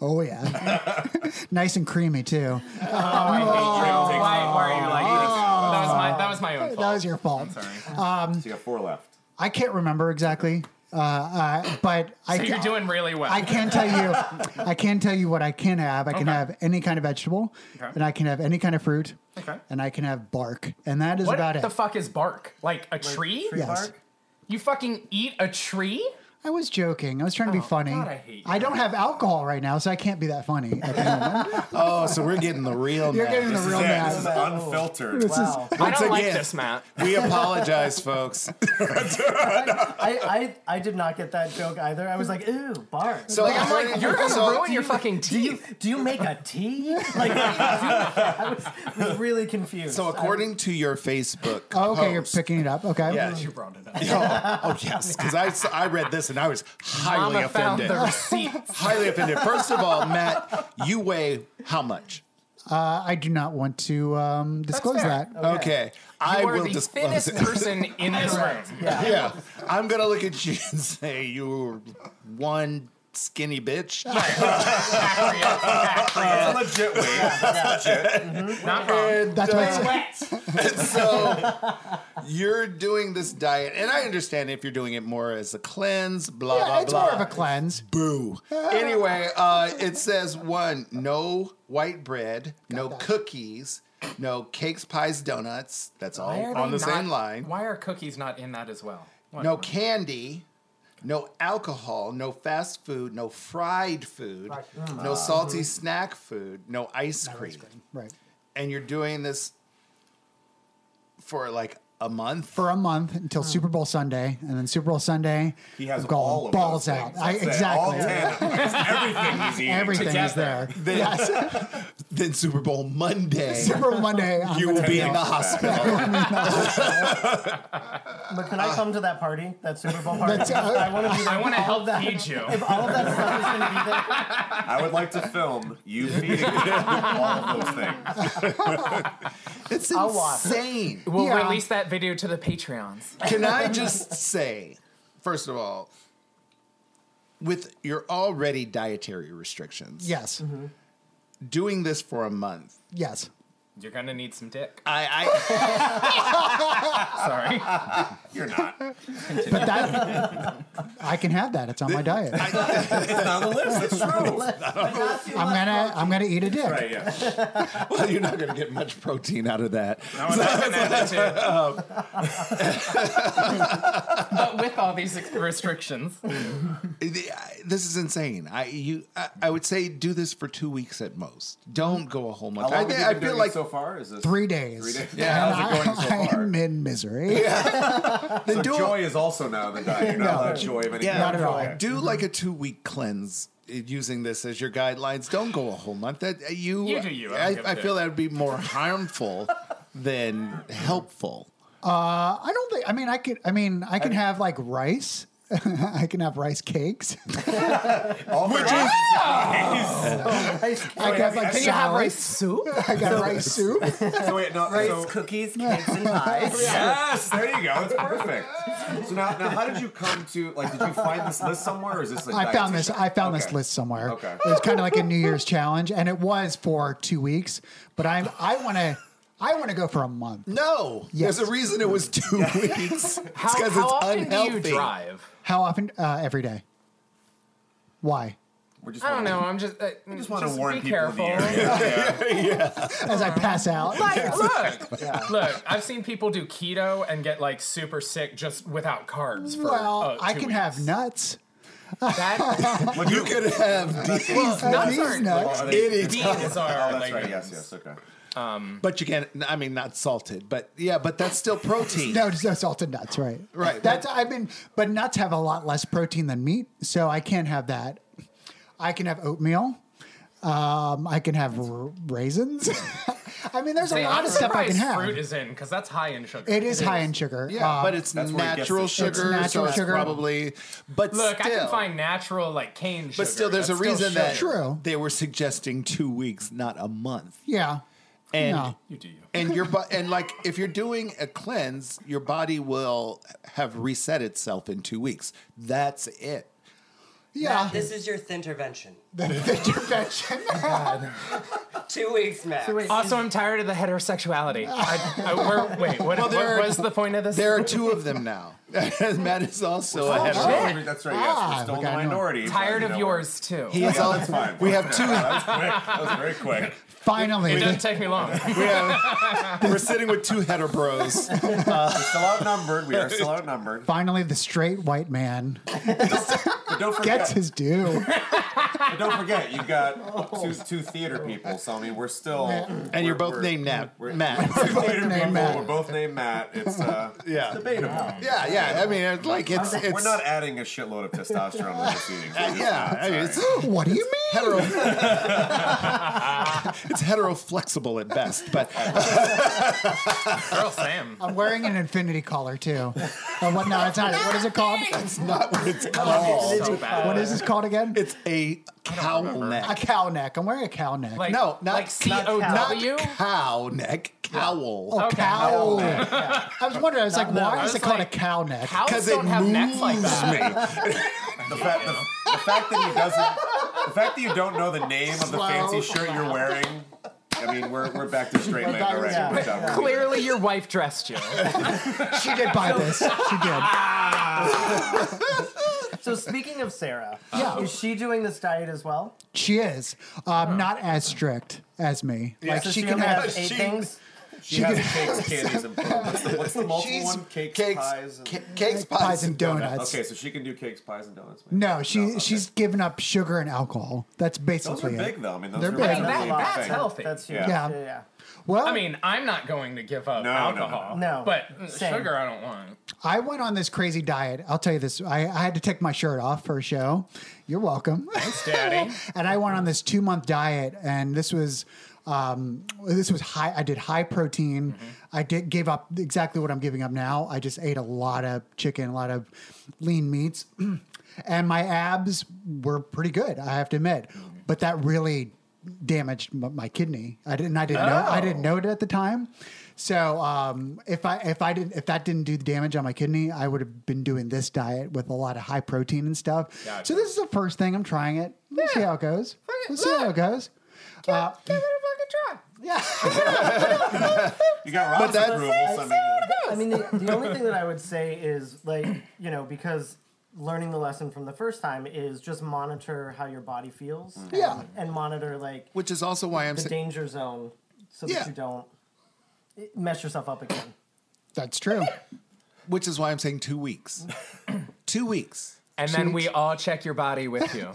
[SPEAKER 3] Oh yeah, nice and creamy
[SPEAKER 4] Oh.
[SPEAKER 3] too.
[SPEAKER 5] Why why are you like that? That was my that was my own fault.
[SPEAKER 3] That was your fault.
[SPEAKER 4] So you got four left.
[SPEAKER 3] I can't remember exactly, uh, uh, but I
[SPEAKER 5] So
[SPEAKER 3] ca-
[SPEAKER 5] you're doing really well.
[SPEAKER 3] I can tell you, I can tell you what I can have. I can
[SPEAKER 5] Okay.
[SPEAKER 3] have any kind of vegetable, and I can have any kind of fruit,
[SPEAKER 5] Okay.
[SPEAKER 3] and I can have bark, and that is
[SPEAKER 5] what
[SPEAKER 3] about
[SPEAKER 5] the
[SPEAKER 3] it.
[SPEAKER 5] fuck is bark? Like a tree?
[SPEAKER 3] Yes.
[SPEAKER 5] You fucking eat a tree?
[SPEAKER 3] I was joking. I was trying to be funny.
[SPEAKER 5] God, I hate you.
[SPEAKER 3] don't have alcohol right now, so I can't be that funny. At the moment.
[SPEAKER 1] oh, so we're getting the real.
[SPEAKER 3] You're
[SPEAKER 1] Matt.
[SPEAKER 3] getting the
[SPEAKER 4] This is
[SPEAKER 3] real
[SPEAKER 4] it. This is
[SPEAKER 3] mad.
[SPEAKER 4] unfiltered.
[SPEAKER 6] Wow.
[SPEAKER 5] I don't like
[SPEAKER 1] again.
[SPEAKER 5] this, Matt.
[SPEAKER 1] We apologize, folks.
[SPEAKER 7] I, I, I did not get that joke either. I was like, ooh, bark.
[SPEAKER 1] So
[SPEAKER 5] I'm like, you're gonna
[SPEAKER 1] so-
[SPEAKER 5] ruin your fucking
[SPEAKER 7] do you
[SPEAKER 5] teeth.
[SPEAKER 7] do you make a tea? Like, do you- I was, was really confused.
[SPEAKER 1] So according to your Facebook,
[SPEAKER 3] Oh, okay, you're
[SPEAKER 1] post-
[SPEAKER 3] picking it up. Okay.
[SPEAKER 1] Yeah, you-
[SPEAKER 5] brought it up.
[SPEAKER 1] oh, oh, yes, because I, s- I read this and I was highly
[SPEAKER 5] Mama found
[SPEAKER 1] offended.
[SPEAKER 5] the receipts.
[SPEAKER 1] Highly offended. First of all, Matt, you weigh how much?
[SPEAKER 3] Uh, I I do not want to um, disclose
[SPEAKER 5] fair.
[SPEAKER 3] that.
[SPEAKER 1] Okay, I
[SPEAKER 5] You are
[SPEAKER 1] will
[SPEAKER 5] the
[SPEAKER 1] disclose
[SPEAKER 5] thinnest
[SPEAKER 1] it.
[SPEAKER 5] person in this room.
[SPEAKER 1] yeah, I'm gonna look at you and say you're one skinny bitch.
[SPEAKER 4] It's a legit weight.
[SPEAKER 5] Not wrong.
[SPEAKER 1] And,
[SPEAKER 3] That's why it's-
[SPEAKER 1] uh, so you're doing this diet, and I understand if you're doing it more as a cleanse, blah
[SPEAKER 3] Yeah,
[SPEAKER 1] blah
[SPEAKER 3] it's
[SPEAKER 1] blah.
[SPEAKER 3] more of a cleanse.
[SPEAKER 1] Boo. Anyway, uh, it says one, no white bread, no cookies, no cakes, pies, donuts. That's all
[SPEAKER 5] Why are
[SPEAKER 1] on
[SPEAKER 5] they
[SPEAKER 1] the same
[SPEAKER 5] not-
[SPEAKER 1] line.
[SPEAKER 5] Why are cookies not in that as well? What-
[SPEAKER 1] No candy, no alcohol, no fast food, no fried food, no salty snack food, no ice cream.
[SPEAKER 3] Right.
[SPEAKER 1] And you're doing this for like a month.
[SPEAKER 3] For a month until Super Bowl Sunday, and then Super Bowl Sunday,
[SPEAKER 4] He has
[SPEAKER 3] I've gone
[SPEAKER 4] all of
[SPEAKER 3] balls
[SPEAKER 4] those
[SPEAKER 3] out.
[SPEAKER 4] things.
[SPEAKER 3] I,
[SPEAKER 4] That's it. All
[SPEAKER 3] exactly.
[SPEAKER 4] ten. It's everything he's eating.
[SPEAKER 3] Everything is
[SPEAKER 5] Together.
[SPEAKER 3] there. yes.
[SPEAKER 1] then Super Bowl Monday,
[SPEAKER 3] Super Bowl Monday. I'm
[SPEAKER 1] you will
[SPEAKER 3] gonna
[SPEAKER 1] be in the hospital.
[SPEAKER 7] but can I come to that party? That Super Bowl party?
[SPEAKER 3] Uh, That's- uh,
[SPEAKER 7] I want to be there.
[SPEAKER 5] I want to
[SPEAKER 7] All
[SPEAKER 5] help
[SPEAKER 7] that-
[SPEAKER 5] feed you.
[SPEAKER 7] If all of that stuff is going to be there,
[SPEAKER 4] I would like to film you feeding all of those things.
[SPEAKER 1] It's
[SPEAKER 7] I'll watch.
[SPEAKER 1] insane.
[SPEAKER 5] We'll
[SPEAKER 3] Yeah.
[SPEAKER 5] release that video to the Patreons.
[SPEAKER 1] Can I just say, first of all, with your already dietary restrictions,
[SPEAKER 3] Yes.
[SPEAKER 1] doing this for a month,
[SPEAKER 3] Yes.
[SPEAKER 5] You're gonna need some dick.
[SPEAKER 1] I, I
[SPEAKER 5] Sorry.
[SPEAKER 4] You're not.
[SPEAKER 3] But that I can have that. It's on my diet. I,
[SPEAKER 4] It's not on the list. It's true.
[SPEAKER 3] am gonna I'm gonna eat a dick.
[SPEAKER 4] Right, yeah.
[SPEAKER 1] well, you're not going to get much protein out of that.
[SPEAKER 5] I was looking at it too. Um. but with all these ex- restrictions,
[SPEAKER 1] The- I- This is insane. I you I, I would say do this for two weeks at most. Don't go a whole month. I,
[SPEAKER 4] How long have
[SPEAKER 1] think-
[SPEAKER 4] you
[SPEAKER 1] I
[SPEAKER 4] been
[SPEAKER 1] feel
[SPEAKER 4] doing
[SPEAKER 1] like
[SPEAKER 4] it so so far? Is this
[SPEAKER 3] Three days.
[SPEAKER 4] Three days.
[SPEAKER 1] Yeah, how's it going so
[SPEAKER 3] I
[SPEAKER 1] far?
[SPEAKER 3] am in misery.
[SPEAKER 1] Then
[SPEAKER 4] So
[SPEAKER 1] do a-
[SPEAKER 4] joy is also now the diet. You're not allowed joy of any
[SPEAKER 1] Yeah,
[SPEAKER 3] Not at all.
[SPEAKER 4] Okay.
[SPEAKER 1] Do like a two week cleanse uh, using this as your guidelines. Don't go a whole month. That uh, you,
[SPEAKER 5] You do you.
[SPEAKER 1] I,
[SPEAKER 5] I don't give a
[SPEAKER 1] I
[SPEAKER 5] shit.
[SPEAKER 1] feel that would be more harmful than helpful.
[SPEAKER 3] I don't think. I mean, I could. I mean, I can have like rice. I can have rice cakes.
[SPEAKER 4] All Which is
[SPEAKER 7] Rice,
[SPEAKER 3] I can have like
[SPEAKER 4] Can
[SPEAKER 3] salads.
[SPEAKER 4] you
[SPEAKER 7] soup?
[SPEAKER 3] I got rice soup.
[SPEAKER 4] so wait, no,
[SPEAKER 7] Rice
[SPEAKER 4] so,
[SPEAKER 7] cookies, cakes, and pies.
[SPEAKER 4] Yes, there you go. It's perfect. So now, now, how did you come to like? Did you find this list somewhere, or is this? Like
[SPEAKER 3] I found this.
[SPEAKER 4] dietitian?
[SPEAKER 3] I found this
[SPEAKER 4] Okay.
[SPEAKER 3] list somewhere.
[SPEAKER 4] Okay.
[SPEAKER 3] It was kind of like a New Year's challenge, and it was for two weeks. But I'm. I want to. I want to go for a month.
[SPEAKER 1] No,
[SPEAKER 3] Yes.
[SPEAKER 1] there's a reason it was two weeks.
[SPEAKER 5] How,
[SPEAKER 1] because
[SPEAKER 5] how
[SPEAKER 1] it's
[SPEAKER 5] often
[SPEAKER 1] unhealthy.
[SPEAKER 5] do you drive?
[SPEAKER 3] How often? Uh, every day. Why?
[SPEAKER 4] We're just
[SPEAKER 5] I don't know. I'm just. Uh,
[SPEAKER 4] I
[SPEAKER 5] just
[SPEAKER 4] just want to warn
[SPEAKER 5] be
[SPEAKER 4] people
[SPEAKER 5] careful.
[SPEAKER 4] in the area. Yeah.
[SPEAKER 3] As I pass out.
[SPEAKER 5] Like, look, look. I've seen people do keto and get like super sick just without carbs. For,
[SPEAKER 3] Well,
[SPEAKER 5] uh,
[SPEAKER 3] I
[SPEAKER 5] two
[SPEAKER 3] can
[SPEAKER 5] weeks.
[SPEAKER 3] have nuts.
[SPEAKER 5] That,
[SPEAKER 1] You could have these,
[SPEAKER 3] Uh,
[SPEAKER 5] nuts
[SPEAKER 3] these
[SPEAKER 5] aren't
[SPEAKER 3] nuts.
[SPEAKER 4] Are they-
[SPEAKER 1] any
[SPEAKER 5] these
[SPEAKER 1] time.
[SPEAKER 5] are
[SPEAKER 4] Oh, that's
[SPEAKER 5] like
[SPEAKER 4] right. Yes, yes. Okay.
[SPEAKER 1] but you can't. I mean, not salted, but yeah, but that's still protein.
[SPEAKER 3] No, just no salted nuts, right?
[SPEAKER 1] Right.
[SPEAKER 3] That's I've been, but nuts have a lot less protein than meat, so I can't have that. I can have oatmeal. Um, I can have r- raisins. I mean, there's a
[SPEAKER 5] See,
[SPEAKER 3] lot
[SPEAKER 5] I'm
[SPEAKER 3] of stuff I can
[SPEAKER 5] surprised
[SPEAKER 3] have.
[SPEAKER 5] Fruit is in because that's high in sugar.
[SPEAKER 3] it is high in sugar.
[SPEAKER 1] Yeah,
[SPEAKER 3] Um,
[SPEAKER 1] but it's
[SPEAKER 4] That's where it gets
[SPEAKER 1] natural
[SPEAKER 4] its
[SPEAKER 1] sugar,
[SPEAKER 4] sugar.
[SPEAKER 3] It's natural
[SPEAKER 1] so it's
[SPEAKER 3] sugar.
[SPEAKER 1] probably. But
[SPEAKER 5] Look, I
[SPEAKER 1] still-
[SPEAKER 5] can find natural like cane sugar.
[SPEAKER 1] But still, there's a
[SPEAKER 5] That's still
[SPEAKER 1] reason that
[SPEAKER 5] sugar.
[SPEAKER 3] True.
[SPEAKER 1] they were suggesting two weeks, not a month.
[SPEAKER 3] yeah.
[SPEAKER 1] And
[SPEAKER 3] No.
[SPEAKER 5] You do you.
[SPEAKER 1] and your bo- and like if you're doing a cleanse, your body will have reset itself in two weeks. That's it.
[SPEAKER 3] Yeah.
[SPEAKER 6] Matt, this is your thin intervention.
[SPEAKER 3] intervention.
[SPEAKER 6] Two weeks, Matt.
[SPEAKER 7] wait,
[SPEAKER 5] Also, I'm tired of the heterosexuality. I, I, we're, wait, what, what,
[SPEAKER 1] there-
[SPEAKER 5] was the point of this?
[SPEAKER 1] There are two of them now. Matt is also a
[SPEAKER 4] Oh,
[SPEAKER 1] hetero.
[SPEAKER 4] maybe that's right. Yes,
[SPEAKER 3] Ah,
[SPEAKER 4] we're still in
[SPEAKER 3] we
[SPEAKER 4] the
[SPEAKER 3] got a new one.
[SPEAKER 4] minority. but,
[SPEAKER 5] tired
[SPEAKER 4] you
[SPEAKER 5] of
[SPEAKER 4] know,
[SPEAKER 5] yours too.
[SPEAKER 1] He is all,
[SPEAKER 4] That's fine.
[SPEAKER 1] we have two.
[SPEAKER 4] That was quick. That was very quick.
[SPEAKER 3] Finally,
[SPEAKER 5] It doesn't take me long.
[SPEAKER 1] We have, we're sitting with two hetero bros.
[SPEAKER 4] We're still outnumbered. We are still outnumbered.
[SPEAKER 3] finally, the straight white man
[SPEAKER 4] But don't forget.
[SPEAKER 3] gets his due.
[SPEAKER 4] But don't forget, you've got
[SPEAKER 3] Oh.
[SPEAKER 4] two, two theater people. So I mean, we're still
[SPEAKER 1] And you're both named Nat, Matt.
[SPEAKER 4] We're, theater
[SPEAKER 3] named
[SPEAKER 4] people,
[SPEAKER 3] Matt.
[SPEAKER 4] We're both named Matt. It's uh,
[SPEAKER 1] Yeah.
[SPEAKER 4] it's debatable.
[SPEAKER 1] Yeah, yeah. I mean, it's like it's it's.
[SPEAKER 4] We're not adding a shitload of testosterone to the proceedings. We're just
[SPEAKER 1] yeah, I mean,
[SPEAKER 4] not.
[SPEAKER 1] it's
[SPEAKER 4] Sorry.
[SPEAKER 3] What do you mean?
[SPEAKER 1] hetero. it's hetero flexible at best, but
[SPEAKER 5] Girl, Sam.
[SPEAKER 3] I'm wearing an infinity collar too. Or what? No, it's not. What is it called?
[SPEAKER 1] it's called.
[SPEAKER 5] So bad.
[SPEAKER 3] What is this called again?
[SPEAKER 1] It's a cowl neck.
[SPEAKER 3] a cow neck. I'm wearing a cow neck.
[SPEAKER 5] Like,
[SPEAKER 1] No, not-
[SPEAKER 5] like C
[SPEAKER 1] not-
[SPEAKER 5] O
[SPEAKER 1] Not
[SPEAKER 5] W.
[SPEAKER 1] cow neck, cowl.
[SPEAKER 3] Oh,
[SPEAKER 5] Okay.
[SPEAKER 3] cow. I was wondering, I was like, why is
[SPEAKER 5] was
[SPEAKER 3] it called
[SPEAKER 5] like,
[SPEAKER 3] a cow neck?
[SPEAKER 5] Cows
[SPEAKER 1] Because it
[SPEAKER 5] don't have necks like
[SPEAKER 1] moves
[SPEAKER 5] that.
[SPEAKER 1] me.
[SPEAKER 4] The fact, the, the fact that he doesn't, the fact that you don't know the name of the fancy shirt you're wearing. I mean, we're, we're back to straight man
[SPEAKER 7] back-
[SPEAKER 4] already.
[SPEAKER 7] yeah.
[SPEAKER 4] We're done.
[SPEAKER 5] Clearly, your wife dressed you.
[SPEAKER 3] she did buy this. She did.
[SPEAKER 7] So speaking of Sarah,
[SPEAKER 3] Yeah.
[SPEAKER 7] is she doing this diet as well?
[SPEAKER 3] She is um, not as strict as me. Like
[SPEAKER 7] So
[SPEAKER 3] she
[SPEAKER 7] she,
[SPEAKER 3] can
[SPEAKER 7] only
[SPEAKER 3] have.
[SPEAKER 7] has eight
[SPEAKER 1] she-
[SPEAKER 7] things.
[SPEAKER 4] She has cakes, candies, and what's the, what's the multiple
[SPEAKER 1] She's-
[SPEAKER 4] one? Cakes, pies, and,
[SPEAKER 1] ca- cakes, pies,
[SPEAKER 3] Pies and donuts.
[SPEAKER 4] Okay, so she can do cakes, pies, and donuts. maybe?
[SPEAKER 3] No, she
[SPEAKER 4] okay.
[SPEAKER 3] she's given up sugar and alcohol. That's
[SPEAKER 4] Those are
[SPEAKER 3] basically it.
[SPEAKER 4] big though. I mean, those
[SPEAKER 3] They're
[SPEAKER 4] are
[SPEAKER 3] big.
[SPEAKER 4] really
[SPEAKER 5] That-
[SPEAKER 4] big
[SPEAKER 5] that's
[SPEAKER 4] things.
[SPEAKER 5] healthy.
[SPEAKER 7] That's huge.
[SPEAKER 4] Yeah.
[SPEAKER 7] Yeah.
[SPEAKER 3] Yeah.
[SPEAKER 7] yeah, yeah.
[SPEAKER 3] Well,
[SPEAKER 5] I mean, I'm not going to give up
[SPEAKER 4] No, no, no,
[SPEAKER 5] alcohol.
[SPEAKER 7] no.
[SPEAKER 5] But uh,
[SPEAKER 7] Same.
[SPEAKER 5] sugar, I don't want.
[SPEAKER 3] I went on this crazy diet. I'll tell you this. I, I had to take my shirt off for a show. You're welcome.
[SPEAKER 5] Daddy.
[SPEAKER 3] and I went on this two month diet, and this was um, this was high. I did high protein. I did gave up exactly what I'm giving up now. I just ate a lot of chicken, a lot of lean meats, and my abs were pretty good. I have to admit, but that really damaged m- my kidney. I didn't. I didn't know. I didn't know it at the time. So um, if I if I didn't if that didn't do the damage on my kidney, I would have been doing this diet with a lot of high protein and stuff. So this is the first thing I'm trying it. We'll see how it goes. We'll see how it goes. Uh,
[SPEAKER 5] Give it a fucking try.
[SPEAKER 4] You got Rob's
[SPEAKER 1] that's-
[SPEAKER 4] approval. So
[SPEAKER 7] I
[SPEAKER 4] I mean,
[SPEAKER 7] mean, the, the only thing that I would say is like you know because learning the lesson from the first time is just monitor how your body feels.
[SPEAKER 4] Mm-hmm.
[SPEAKER 3] Yeah.
[SPEAKER 7] and, and monitor like
[SPEAKER 1] Which is also why I'm
[SPEAKER 7] the
[SPEAKER 1] saying
[SPEAKER 7] danger zone so
[SPEAKER 1] Yeah.
[SPEAKER 7] that you don't mess yourself up again.
[SPEAKER 3] that's true.
[SPEAKER 1] which is why I'm saying two weeks. two weeks.
[SPEAKER 5] And then we all check your body with you.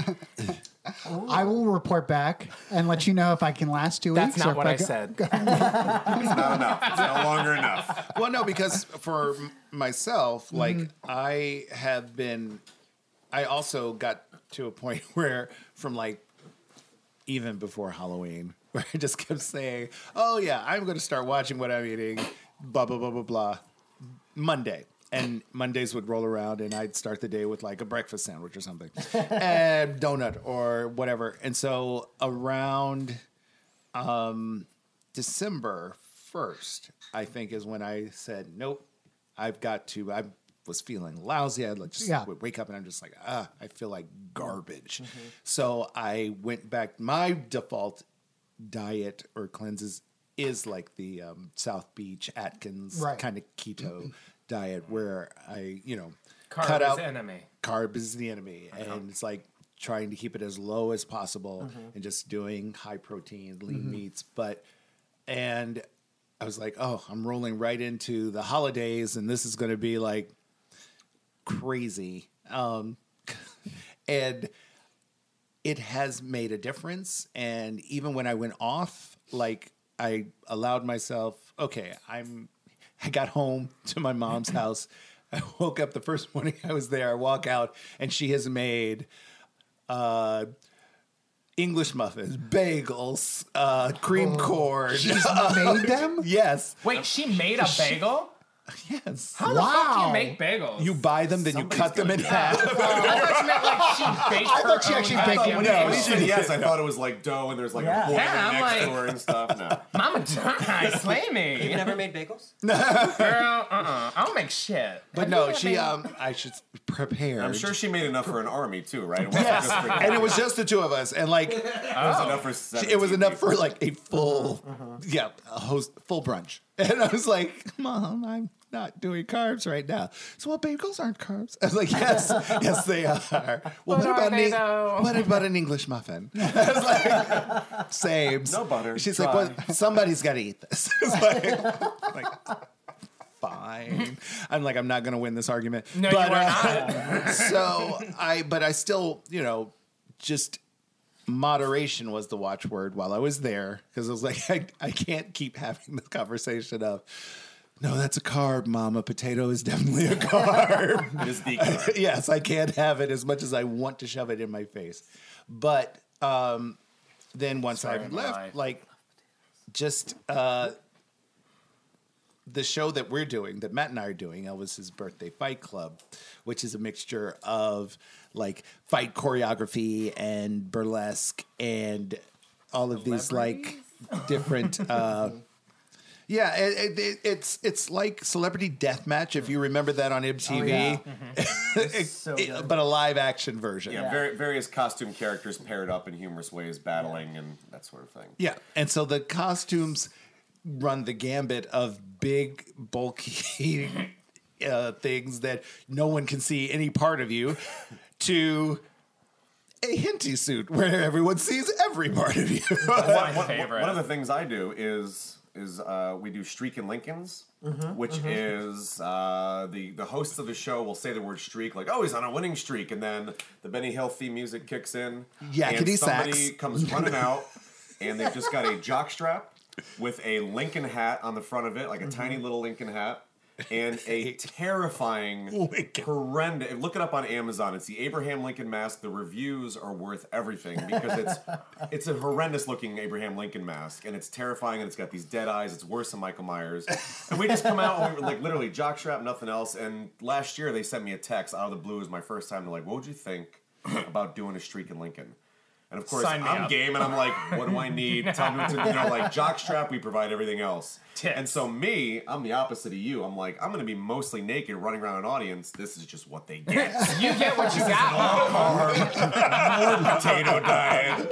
[SPEAKER 3] I will report back and let you know if I can last two
[SPEAKER 5] That's
[SPEAKER 3] weeks. or
[SPEAKER 5] not
[SPEAKER 3] if
[SPEAKER 5] what I
[SPEAKER 3] go-
[SPEAKER 5] said.
[SPEAKER 4] Not enough. It's no longer enough.
[SPEAKER 1] well, no, because for m- myself, like I have been, I also got to a point where from like even before Halloween, where I just kept saying, "Oh yeah, I'm going to start watching what I'm eating," blah blah blah blah blah. Monday. And Mondays would roll around, and I'd start the day with like a breakfast sandwich or something, and donut or whatever. And so around um, December 1st, I think, is when I said, nope, I've got to. I was feeling lousy. I like, just
[SPEAKER 3] Yeah.
[SPEAKER 1] would wake up and I'm just like, ah, I feel like garbage. So I went back. My default diet or cleanses is like the um, South Beach Atkins
[SPEAKER 3] Right.
[SPEAKER 1] kind of keto diet where I, you know,
[SPEAKER 5] Mm-hmm. Carb
[SPEAKER 1] cut
[SPEAKER 5] is
[SPEAKER 1] out
[SPEAKER 5] enemy.
[SPEAKER 1] carb is the enemy and it's like trying to keep it as low as possible and just doing high protein lean meats but and i was like oh i'm rolling right into the holidays and this is going to be like crazy um and it has made a difference and even when i went off like i allowed myself okay i'm i got home to my mom's house i woke up the first morning i was there i walk out and she has made uh english muffins bagels uh cream
[SPEAKER 4] Oh,
[SPEAKER 1] corn
[SPEAKER 3] She's made them.
[SPEAKER 1] yes
[SPEAKER 5] Wait, she made a bagel?
[SPEAKER 1] yes
[SPEAKER 5] How the fuck do
[SPEAKER 3] Wow.
[SPEAKER 5] you make bagels?
[SPEAKER 1] you buy them then you cut them in half
[SPEAKER 5] I thought you meant like she baked
[SPEAKER 3] I
[SPEAKER 5] her
[SPEAKER 3] thought she
[SPEAKER 5] own
[SPEAKER 3] actually
[SPEAKER 5] goddamn
[SPEAKER 3] baked them.
[SPEAKER 4] When he
[SPEAKER 5] bagel.
[SPEAKER 4] said yes, I thought it was like dough and there's like
[SPEAKER 7] Yeah.
[SPEAKER 4] a boiler
[SPEAKER 5] Yeah, I'm
[SPEAKER 4] next
[SPEAKER 5] like-
[SPEAKER 4] door and stuff. No.
[SPEAKER 5] Mama Di, slay me.
[SPEAKER 6] Never made bagels?
[SPEAKER 5] Girl, uh-uh. I don't make shit.
[SPEAKER 1] but no she um i should prepare
[SPEAKER 4] I'm sure she made enough for an army too, right? It wasn't
[SPEAKER 1] Yes,
[SPEAKER 4] just for-
[SPEAKER 1] and it was just the two of us, and like
[SPEAKER 4] it was enough for 17
[SPEAKER 1] it was enough
[SPEAKER 4] people.
[SPEAKER 1] for like a full,
[SPEAKER 5] Uh-huh.
[SPEAKER 1] yeah, a host full brunch. And I was like, "Mom, I'm not doing carbs right now." So, well, bagels aren't carbs. I was like, "Yes, yes, they are." Well,
[SPEAKER 5] But
[SPEAKER 1] what
[SPEAKER 5] are
[SPEAKER 1] about an,
[SPEAKER 5] they,
[SPEAKER 1] Eng-
[SPEAKER 5] though?
[SPEAKER 1] what about an English muffin? I was like, "Same."
[SPEAKER 4] No butter,
[SPEAKER 1] She's
[SPEAKER 4] dry.
[SPEAKER 1] like, well, "Somebody's got to eat this." It's like, like, fine. I'm like, I'm not going to win this argument.
[SPEAKER 5] No,
[SPEAKER 1] but,
[SPEAKER 5] you are
[SPEAKER 1] uh,
[SPEAKER 5] not.
[SPEAKER 1] so I, but I still, you know, just moderation was the watchword while I was there because I was like, I, I can't keep having the conversation of, no, that's a carb, mom. A potato is definitely a carb.
[SPEAKER 4] It is the carb.
[SPEAKER 1] yes, I can't have it as much as I want to shove it in my face. But um, then once
[SPEAKER 5] Sorry,
[SPEAKER 1] I
[SPEAKER 5] my
[SPEAKER 1] left,
[SPEAKER 5] life.
[SPEAKER 1] like, just uh, the show that we're doing, that Matt and I are doing, Elvis's Birthday Fight Club, which is a mixture of like fight choreography and burlesque and all of these like different. Uh, yeah, it, it- it, it's it's like Celebrity Deathmatch if you remember that on
[SPEAKER 5] Oh,
[SPEAKER 1] MTV,
[SPEAKER 7] yeah.
[SPEAKER 1] It-
[SPEAKER 7] So
[SPEAKER 1] it-
[SPEAKER 7] good.
[SPEAKER 1] but a live action version.
[SPEAKER 4] Yeah, var- various costume characters paired up in humorous ways, battling and that sort of thing.
[SPEAKER 1] Yeah, and so the costumes run the gambit of big, bulky uh, things that no one can see any part of you, to a hinty suit where everyone sees every part of you.
[SPEAKER 5] That's my
[SPEAKER 4] One- one-
[SPEAKER 5] favorite.
[SPEAKER 4] One of the things I do is is uh, we do streak and Lincolns, which is uh, the the hosts of the show will say the word streak like, oh, he's on a winning streak, and then the Benny Hill theme music kicks in.
[SPEAKER 1] Yakety
[SPEAKER 4] and somebody
[SPEAKER 1] sax.
[SPEAKER 4] comes running out, and they've just got a jock strap with a Lincoln hat on the front of it, like a tiny little Lincoln hat. And a terrifying,
[SPEAKER 1] Lincoln.
[SPEAKER 4] horrendous. Look it up on Amazon. It's the Abraham Lincoln mask. The reviews are worth everything because it's it's a horrendous looking Abraham Lincoln mask, and it's terrifying, and it's got these dead eyes. It's worse than Michael Myers. And we just come out and we were like literally jockstrap, nothing else. And last year they sent me a text out of the blue. It was my first time. They're like, "What would you think about doing a streak in Lincoln?" And of course,
[SPEAKER 5] Sign me
[SPEAKER 4] I'm
[SPEAKER 5] up.
[SPEAKER 4] game, and I'm like, "What do I need? Tell me what to." do." They're like, "Jockstrap, we provide everything else."
[SPEAKER 5] Tits.
[SPEAKER 4] And so me, I'm the opposite of you. I'm like, I'm gonna be mostly naked, running around an audience. This is just what they get.
[SPEAKER 5] you get what you got.
[SPEAKER 4] potato diet.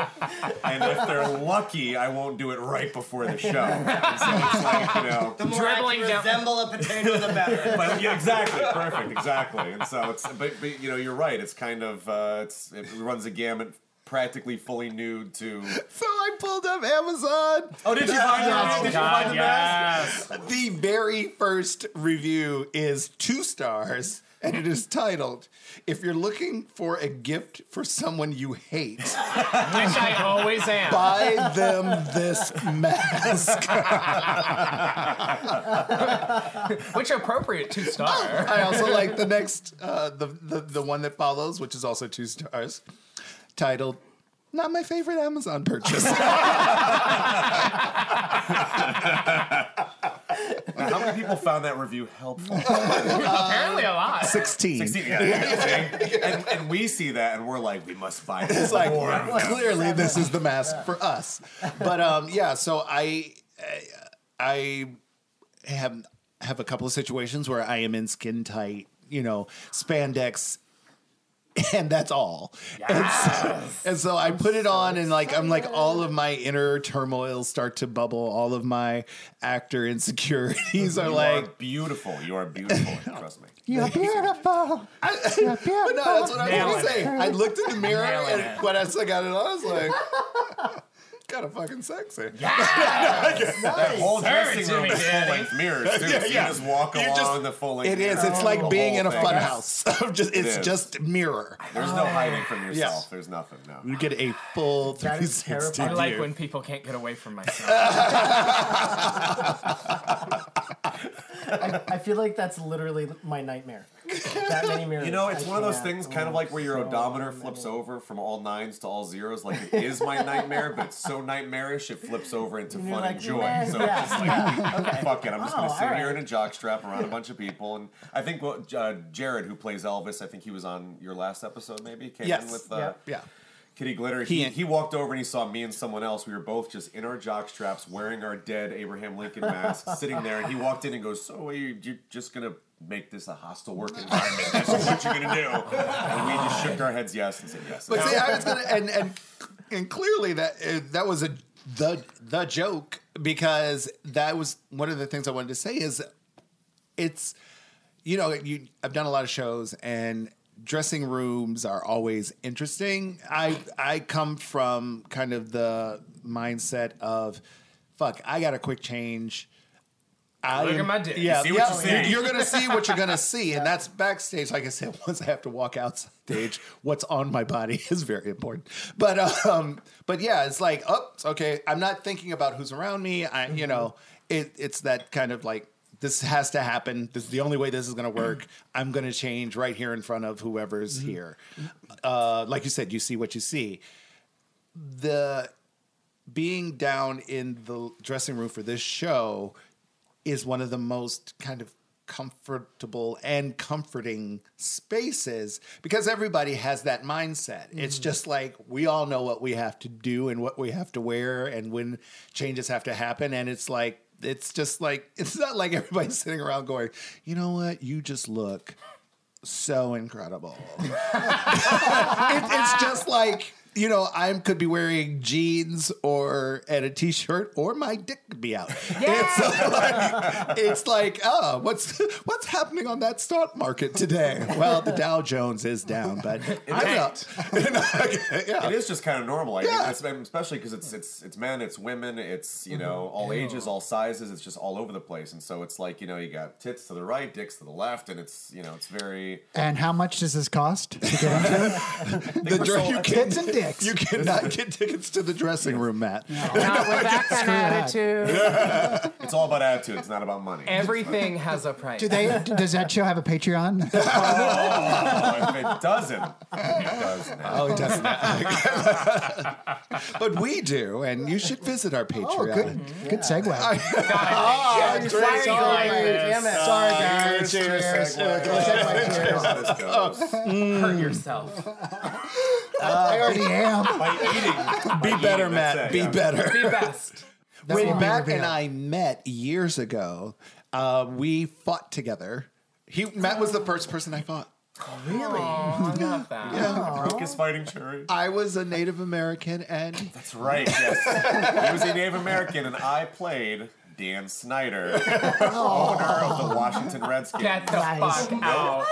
[SPEAKER 4] And if they're lucky, I won't do it right before the show. And so it's like, you know.
[SPEAKER 6] The more
[SPEAKER 5] Dribbling
[SPEAKER 6] I can
[SPEAKER 5] down-
[SPEAKER 6] resemble a potato, the better.
[SPEAKER 4] But yeah, exactly, perfect, exactly. And so it's, but, but you know, you're right. It's kind of, uh, it's, it runs a gamut, practically fully nude to.
[SPEAKER 1] so I pulled up Amazon.
[SPEAKER 4] Oh, did you find that? Did you find the mask?
[SPEAKER 5] yes.
[SPEAKER 1] The very first review is two stars. and it is titled If You're Looking for a Gift for Someone You Hate,
[SPEAKER 5] Which I always am.
[SPEAKER 1] Buy Them This Mask.
[SPEAKER 5] Which appropriate two
[SPEAKER 3] Uh,
[SPEAKER 5] star.
[SPEAKER 1] I also like the next, uh, the, the, the one that follows, which is also two stars, titled Not My Favorite Amazon Purchase.
[SPEAKER 4] Like, how many people found that review helpful?
[SPEAKER 5] Apparently a lot.
[SPEAKER 1] 16.
[SPEAKER 4] 16, yeah, yeah, yeah. and, and we see that and we're like, we must buy this.
[SPEAKER 1] It's like
[SPEAKER 4] more.
[SPEAKER 1] clearly this is the mask for us. But um, yeah, so I I I have have a couple of situations where I am in skin tight, you know, spandex. And that's all. And, so, and so I put it on, and like I'm like all of my inner turmoils start to bubble. All of my actor insecurities are
[SPEAKER 4] You
[SPEAKER 1] like
[SPEAKER 4] are beautiful. You are beautiful. Trust me.
[SPEAKER 3] You're beautiful. You're beautiful.
[SPEAKER 1] But no, that's what I was
[SPEAKER 5] Nailing
[SPEAKER 1] gonna say. I looked in the mirror
[SPEAKER 5] Nailing
[SPEAKER 1] and
[SPEAKER 5] it.
[SPEAKER 1] when I still got it on, I was like, kind of fucking sexy.
[SPEAKER 4] That whole dressing
[SPEAKER 5] Jimmy
[SPEAKER 4] room is full
[SPEAKER 5] Daddy.
[SPEAKER 4] length mirrors too. so
[SPEAKER 1] yeah.
[SPEAKER 4] you just Oh, walk
[SPEAKER 1] You
[SPEAKER 4] along
[SPEAKER 1] just-
[SPEAKER 4] the full length.
[SPEAKER 1] It is. It's like being in a fun house. just, it's
[SPEAKER 4] is.
[SPEAKER 1] just mirror.
[SPEAKER 4] There's no hiding from yourself.
[SPEAKER 1] Yes.
[SPEAKER 4] There's nothing. No.
[SPEAKER 1] You get a full
[SPEAKER 7] That is
[SPEAKER 1] 360
[SPEAKER 5] I
[SPEAKER 7] terrifying.
[SPEAKER 5] like
[SPEAKER 1] view.
[SPEAKER 5] when people can't get away from myself.
[SPEAKER 7] I, I feel like that's literally my nightmare. That many mirrors.
[SPEAKER 4] You know, it's
[SPEAKER 7] I
[SPEAKER 4] one of those
[SPEAKER 7] can't.
[SPEAKER 4] things, kind of like where your
[SPEAKER 7] so
[SPEAKER 4] odometer flips over from all nines to all zeros. Like it is my nightmare, but it's so nightmarish it flips over into
[SPEAKER 7] you're
[SPEAKER 4] fun
[SPEAKER 7] like,
[SPEAKER 4] and joy.
[SPEAKER 7] "Meh,
[SPEAKER 4] So
[SPEAKER 7] yeah,
[SPEAKER 4] it's like, fuck it, I'm just
[SPEAKER 7] Oh,
[SPEAKER 4] gonna sit
[SPEAKER 7] all
[SPEAKER 4] here in
[SPEAKER 7] right.
[SPEAKER 4] a jockstrap around a bunch of people. And I think what uh, Jared, who plays Elvis, I think he was on your last episode, maybe came
[SPEAKER 1] Yes.
[SPEAKER 4] in with uh,
[SPEAKER 7] Yep.
[SPEAKER 1] Yeah.
[SPEAKER 4] Kitty Glitter.
[SPEAKER 1] He-
[SPEAKER 4] He, he walked over and he saw me and someone else. We were both just in our jock straps, wearing our dead Abraham Lincoln masks, sitting there. And he walked in and goes, "So are you, you're just gonna make this a hostile work environment? That's what you're gonna do?" And we just shook our heads yes and said yes.
[SPEAKER 1] But
[SPEAKER 4] Now,
[SPEAKER 1] see, I was gonna, and and and clearly that uh, that was a the the joke because that was one of the things I wanted to say is it's you know you I've done a lot of shows and dressing rooms are always interesting. I I come from kind of the mindset of fuck, I got a quick change. I
[SPEAKER 5] Look
[SPEAKER 1] am-
[SPEAKER 5] at my dick.
[SPEAKER 1] Yeah,
[SPEAKER 4] See what
[SPEAKER 1] yeah,
[SPEAKER 4] you see.
[SPEAKER 1] you're gonna see what you're gonna see, and that's backstage. Like I said, once I have to walk out stage, what's on my body is very important. But um, but yeah, it's like, oh, it's okay. I'm not thinking about who's around me. I, you know, it, it's that kind of like this has to happen. This is the only way this is gonna work. I'm gonna change right here in front of whoever's here. Uh, like you said, you see what you see. The being down in the dressing room for this show is one of the most kind of comfortable and comforting spaces because everybody has that mindset. It's just like we all know what we have to do and what we have to wear and when changes have to happen. And it's like, it's just like, it's not like everybody's sitting around going, you know what? You just look so incredible. it, it's just like you know i could be wearing jeans or and a t-shirt or my dick could be out it's like it's like oh what's what's happening on that stock market today well the dow jones is down but i'm up
[SPEAKER 4] it is just kind of normal, I
[SPEAKER 1] Yeah.
[SPEAKER 4] think, It's- especially because it's it's it's men, it's women, it's you know all ages, all sizes. It's just all over the place, and so it's like you know you got tits to the right, dicks to the left, and it's you know it's very.
[SPEAKER 3] And how much does this cost to get into?
[SPEAKER 1] the dr- you
[SPEAKER 3] Tits
[SPEAKER 1] can
[SPEAKER 3] and dicks.
[SPEAKER 1] you cannot get tickets to the dressing room matt
[SPEAKER 5] Not with that kind of attitude.
[SPEAKER 4] It's all about attitude. It's not about money.
[SPEAKER 5] Everything has a price.
[SPEAKER 3] Do they? Does that show have a Patreon?
[SPEAKER 4] Oh, if it doesn't, it doesn't.
[SPEAKER 1] oh it doesn't but we do and you should visit our patreon
[SPEAKER 3] Oh, good, good segue.
[SPEAKER 5] God,
[SPEAKER 1] Cheers,
[SPEAKER 5] why are
[SPEAKER 1] sorry.
[SPEAKER 5] you like this?
[SPEAKER 7] Damn it.
[SPEAKER 3] Sorry, guys.
[SPEAKER 4] Cheers. Oh, This goes.
[SPEAKER 5] Hurt yourself.
[SPEAKER 3] I already am.
[SPEAKER 4] By eating.
[SPEAKER 1] be
[SPEAKER 4] By
[SPEAKER 1] better
[SPEAKER 4] eating,
[SPEAKER 1] matt
[SPEAKER 4] that's it,
[SPEAKER 1] be
[SPEAKER 4] yeah.
[SPEAKER 1] better
[SPEAKER 5] Be best.
[SPEAKER 1] when
[SPEAKER 3] what
[SPEAKER 1] Matt
[SPEAKER 3] we
[SPEAKER 1] and
[SPEAKER 3] reveal.
[SPEAKER 1] I met years ago, uh, we fought together. He Matt was the first person I fought.
[SPEAKER 5] Really? Oh, I love that.
[SPEAKER 4] Broke his fighting cherry.
[SPEAKER 1] I was a Native American, and
[SPEAKER 4] That's right, yes. he was a Native American, and I played Dan Snyder, owner of the Washington Redskins.
[SPEAKER 5] Get the
[SPEAKER 3] Nice.
[SPEAKER 5] fuck out.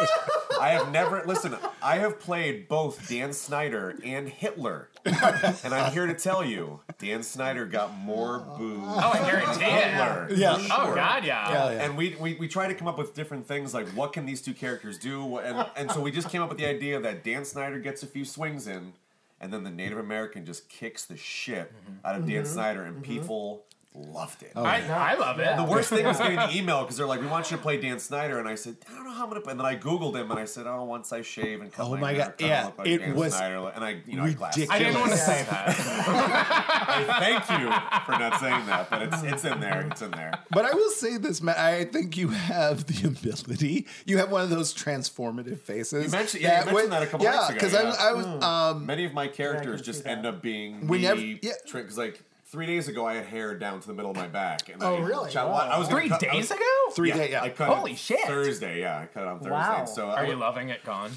[SPEAKER 4] I have never listen. I have played both Dan Snyder and Hitler, and I'm here to tell you, Dan Snyder got more booze.
[SPEAKER 5] Oh, I guarantee it.
[SPEAKER 4] Hitler.
[SPEAKER 1] Yeah.
[SPEAKER 4] for
[SPEAKER 5] Oh
[SPEAKER 4] sure.
[SPEAKER 5] God, yeah.
[SPEAKER 1] Yeah, yeah.
[SPEAKER 4] And we, we we try to come up with different things like what can these two characters do, What- and and so we just came up with the idea that Dan Snyder gets a few swings in, and then the Native American just kicks the shit
[SPEAKER 1] Mm-hmm.
[SPEAKER 4] out of Dan Snyder, and people loved it.
[SPEAKER 1] Oh.
[SPEAKER 5] I, I love it.
[SPEAKER 4] The worst thing was getting the email because they're like, "We want you to play Dan Snyder," and I said, "I don't know how I'm gonna." play." And then I googled him and I said, "Oh, once I shave and cut
[SPEAKER 1] Oh
[SPEAKER 4] my,
[SPEAKER 1] my
[SPEAKER 4] hair,
[SPEAKER 1] God,
[SPEAKER 4] kinda
[SPEAKER 1] yeah,
[SPEAKER 4] look like
[SPEAKER 1] it
[SPEAKER 4] Dan
[SPEAKER 1] was
[SPEAKER 4] Snyder," and I, you know, I glassed.
[SPEAKER 5] I
[SPEAKER 1] ridiculous.
[SPEAKER 5] didn't want to say that.
[SPEAKER 4] Thank you for not saying that, but it's it's in there. It's in there.
[SPEAKER 1] But I will say this, Matt. I think you have the ability. You have one of those transformative faces.
[SPEAKER 4] You mentioned- yeah, you mentioned
[SPEAKER 1] when-
[SPEAKER 4] that a couple
[SPEAKER 1] yeah,
[SPEAKER 4] weeks ago,
[SPEAKER 1] Because
[SPEAKER 4] yeah. Mm.
[SPEAKER 1] I, was, um,
[SPEAKER 4] Many of my characters
[SPEAKER 7] see
[SPEAKER 4] just
[SPEAKER 7] that.
[SPEAKER 4] end up being
[SPEAKER 1] We
[SPEAKER 4] we
[SPEAKER 1] never-
[SPEAKER 4] the
[SPEAKER 1] yeah.
[SPEAKER 4] trick. 'cause, like three days ago, I had hair down to the middle of my back. And
[SPEAKER 3] Oh,
[SPEAKER 4] I,
[SPEAKER 3] really?
[SPEAKER 4] I, I was gonna
[SPEAKER 5] Three
[SPEAKER 4] cut- I was-
[SPEAKER 5] days ago?
[SPEAKER 1] three day. Yeah,
[SPEAKER 4] I cut
[SPEAKER 5] Holy
[SPEAKER 4] it
[SPEAKER 5] shit.
[SPEAKER 4] Thursday, yeah, I cut it on Thursday.
[SPEAKER 7] Wow.
[SPEAKER 4] and So
[SPEAKER 5] Are
[SPEAKER 4] I,
[SPEAKER 5] you loving it, Gone?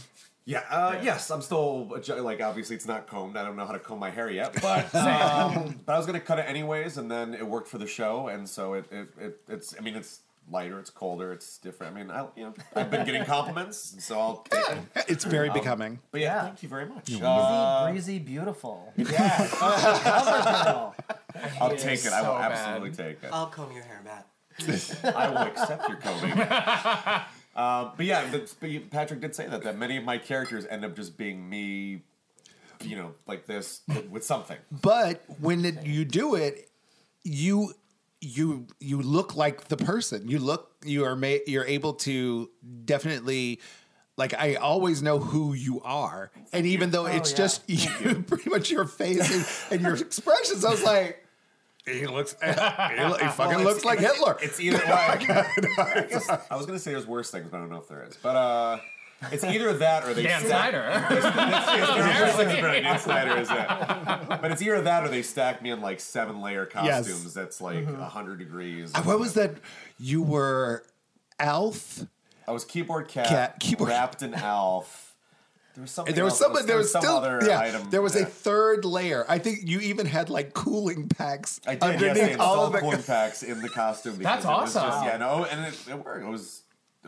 [SPEAKER 4] Yeah, uh, yes, I'm still adju- like obviously it's not combed. I don't know how to comb my hair yet, but um, but I was gonna cut it anyways, and then it worked for the show, and so it, it, it it's I mean it's lighter, it's colder, it's different. I mean I you know I've been getting compliments, and so I'll take it.
[SPEAKER 1] it's
[SPEAKER 4] um,
[SPEAKER 1] very becoming.
[SPEAKER 4] But yeah,
[SPEAKER 7] Yeah.
[SPEAKER 4] thank you very much.
[SPEAKER 7] Breezy,
[SPEAKER 4] Uh,
[SPEAKER 7] breezy, beautiful. Yeah. Cover girl.
[SPEAKER 4] I'll take it. I
[SPEAKER 5] so
[SPEAKER 4] will
[SPEAKER 5] bad.
[SPEAKER 4] absolutely take it.
[SPEAKER 6] I'll comb your hair, Matt.
[SPEAKER 4] I will accept your combing. Uh, but yeah, but, but you- Patrick did say that that many of my characters end up just being me, you know, like this with something.
[SPEAKER 1] But when it, you do it, you you you look like the person. You look. You are ma- You're able to definitely. Like I always know who you are, and even though
[SPEAKER 4] Oh,
[SPEAKER 1] it's
[SPEAKER 7] yeah.
[SPEAKER 1] just you, pretty much your face and, and your expressions, I was like, he looks, he, lo- he fucking
[SPEAKER 4] Well,
[SPEAKER 1] looks
[SPEAKER 4] it's-
[SPEAKER 1] like
[SPEAKER 4] it's-
[SPEAKER 1] Hitler.
[SPEAKER 4] It's either way. I, guess, I was gonna say there's worse things, but I don't know if there is. But uh, it's either that or they
[SPEAKER 5] Dan
[SPEAKER 4] stack.
[SPEAKER 5] Snyder.
[SPEAKER 4] There's worse things, but Dan Snyder is it. But it's either that or they stack me in like seven layer
[SPEAKER 1] Yes.
[SPEAKER 4] costumes. That's like a hundred degrees.
[SPEAKER 1] What was that? You were Alf.
[SPEAKER 4] I was keyboard cat,
[SPEAKER 1] Cat, keyboard-
[SPEAKER 4] wrapped in Alf. There was something.
[SPEAKER 1] There was
[SPEAKER 4] else.
[SPEAKER 1] someone. There was
[SPEAKER 4] some
[SPEAKER 1] still
[SPEAKER 4] other
[SPEAKER 1] yeah.
[SPEAKER 4] item.
[SPEAKER 1] There was a
[SPEAKER 4] Yeah.
[SPEAKER 1] third layer. I think you even had like cooling packs
[SPEAKER 4] I did, yes,
[SPEAKER 1] underneath
[SPEAKER 4] they
[SPEAKER 1] all
[SPEAKER 4] installed
[SPEAKER 1] of the.
[SPEAKER 4] corn packs in the costume.
[SPEAKER 5] That's
[SPEAKER 4] Because it was
[SPEAKER 5] awesome.
[SPEAKER 4] Just, yeah, no, and it, it worked. It was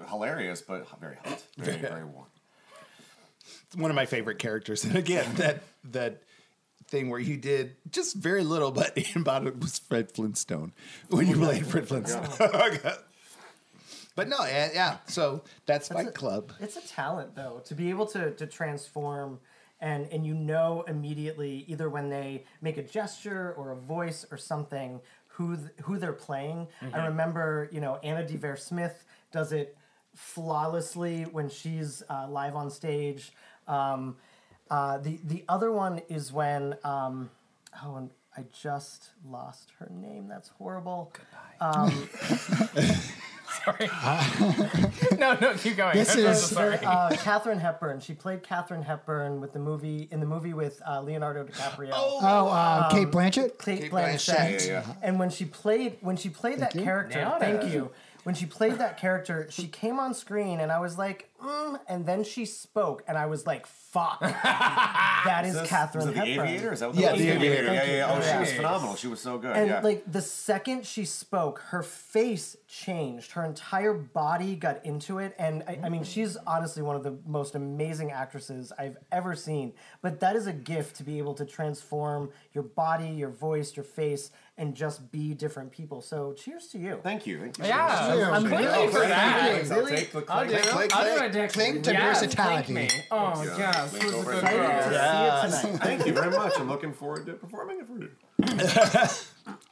[SPEAKER 4] hilarious, but very hot, very very warm.
[SPEAKER 1] One of my favorite characters, and again that that thing where he did just very little, but about it was Fred Flintstone when
[SPEAKER 4] Oh,
[SPEAKER 1] you played Fred Flintstone. but no, yeah, yeah. So that's, Fight
[SPEAKER 7] it.
[SPEAKER 1] Club.
[SPEAKER 7] It's a talent though to be able to to transform and and you know immediately either when they make a gesture or a voice or something who th- who they're playing. I remember you know Anna DeVere Smith does it flawlessly when she's uh, live on stage. Um, uh, the the other one is when um, oh and I just lost her name. That's horrible.
[SPEAKER 5] no, no, keep going.
[SPEAKER 3] This
[SPEAKER 5] I'm
[SPEAKER 3] is-
[SPEAKER 5] so sorry.
[SPEAKER 7] uh, Catherine Hepburn. She played Catherine Hepburn with the movie in the movie with uh, Leonardo DiCaprio. Oh,
[SPEAKER 3] Oh, uh, Kate Blanchett.
[SPEAKER 7] Kate
[SPEAKER 1] Blanchett.
[SPEAKER 7] Blanchett.
[SPEAKER 4] Yeah, yeah.
[SPEAKER 7] And when she played when she played that
[SPEAKER 3] you.
[SPEAKER 7] character, thank you. When she played that character, she came on screen and I was like, mm, and then she spoke and I was like, fuck. that is
[SPEAKER 4] This-
[SPEAKER 7] Catherine
[SPEAKER 4] was it the
[SPEAKER 7] Hepburn.
[SPEAKER 4] Aviator? Is that what that
[SPEAKER 1] Yeah,
[SPEAKER 4] was?
[SPEAKER 1] The Aviator.
[SPEAKER 4] Yeah, yeah, yeah. Oh, she was
[SPEAKER 5] Nice.
[SPEAKER 4] phenomenal. She was so good.
[SPEAKER 7] And
[SPEAKER 4] yeah.
[SPEAKER 7] like the second she spoke, her face changed. Her entire body got into it. And I, I mean, she's honestly one of the most amazing actresses I've ever seen. But that is a gift to be able to transform your body, your voice, your face, and just be different people. So cheers to you.
[SPEAKER 4] thank you. Thank you.
[SPEAKER 5] yeah,
[SPEAKER 3] I'm
[SPEAKER 5] thank
[SPEAKER 3] really
[SPEAKER 5] you for
[SPEAKER 3] thank
[SPEAKER 5] that.
[SPEAKER 4] I'll take the
[SPEAKER 7] Oh,
[SPEAKER 4] clay.
[SPEAKER 5] I'll do
[SPEAKER 1] Clay,
[SPEAKER 5] it.
[SPEAKER 1] clay.
[SPEAKER 5] I'll do it.
[SPEAKER 3] Cling to
[SPEAKER 5] yes,
[SPEAKER 3] versatility.
[SPEAKER 5] thank me. Oh,
[SPEAKER 4] Yeah,
[SPEAKER 5] yes.
[SPEAKER 4] link
[SPEAKER 5] This is a
[SPEAKER 4] over
[SPEAKER 5] good
[SPEAKER 4] to
[SPEAKER 5] girl.
[SPEAKER 7] See
[SPEAKER 4] Twitter.
[SPEAKER 7] you tonight.
[SPEAKER 4] Thank you very much. I'm looking forward to performing it for you.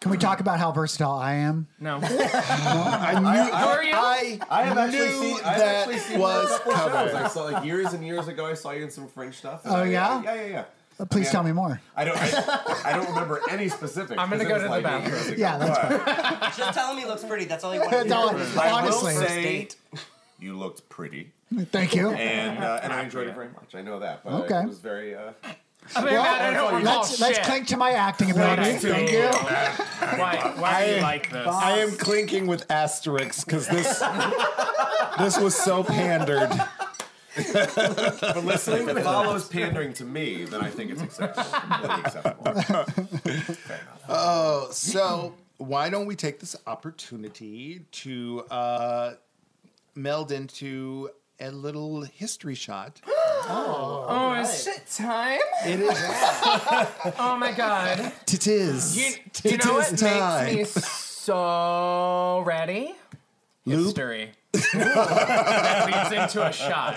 [SPEAKER 3] Can we talk about how versatile I am?
[SPEAKER 5] No.
[SPEAKER 1] I knew.
[SPEAKER 5] How are you?
[SPEAKER 1] I,
[SPEAKER 4] I have actually
[SPEAKER 1] knew
[SPEAKER 4] seen. I've
[SPEAKER 1] that
[SPEAKER 4] actually seen
[SPEAKER 1] was
[SPEAKER 4] a couple
[SPEAKER 1] covered.
[SPEAKER 4] shows. I saw like years and years ago. I saw you in some French stuff. and
[SPEAKER 3] Oh,
[SPEAKER 4] I-
[SPEAKER 3] yeah?
[SPEAKER 4] Yeah, yeah, yeah.
[SPEAKER 3] Please
[SPEAKER 4] Yeah.
[SPEAKER 3] tell me more.
[SPEAKER 4] I don't. I, I don't remember any specifics.
[SPEAKER 5] I'm gonna
[SPEAKER 4] 'cause it
[SPEAKER 5] go
[SPEAKER 4] was
[SPEAKER 5] to the
[SPEAKER 4] like eight
[SPEAKER 5] bathroom.
[SPEAKER 4] years ago,
[SPEAKER 3] Yeah, that's
[SPEAKER 4] but-
[SPEAKER 6] Just tell him he looks pretty. That's all you want to hear.
[SPEAKER 3] No,
[SPEAKER 4] I
[SPEAKER 3] honestly.
[SPEAKER 4] will say,
[SPEAKER 6] date.
[SPEAKER 4] you looked pretty,
[SPEAKER 3] Thank you.
[SPEAKER 4] and uh, and I enjoyed it very much. I know that, but
[SPEAKER 3] Okay.
[SPEAKER 4] it was very. Uh,
[SPEAKER 5] I mean, Matt, I don't recall
[SPEAKER 3] Let's, let's
[SPEAKER 5] Oh, shit.
[SPEAKER 3] cling to my acting ability.
[SPEAKER 5] Thank you.
[SPEAKER 3] Thank you.
[SPEAKER 5] Why, why do
[SPEAKER 1] I-
[SPEAKER 5] you like this?
[SPEAKER 1] I am clinking with asterisks because this this was so pandered.
[SPEAKER 4] but listen, if it follows pandering to me, then I think it's acceptable. completely acceptable.
[SPEAKER 1] So why don't we take this opportunity to uh, meld into a little history shot.
[SPEAKER 5] Oh, is it time?
[SPEAKER 1] It is.
[SPEAKER 5] Oh my god.
[SPEAKER 1] It is.
[SPEAKER 5] You,
[SPEAKER 1] It
[SPEAKER 5] you know
[SPEAKER 1] is
[SPEAKER 5] what makes me so ready?
[SPEAKER 1] Loop.
[SPEAKER 5] History. that leads into a shot.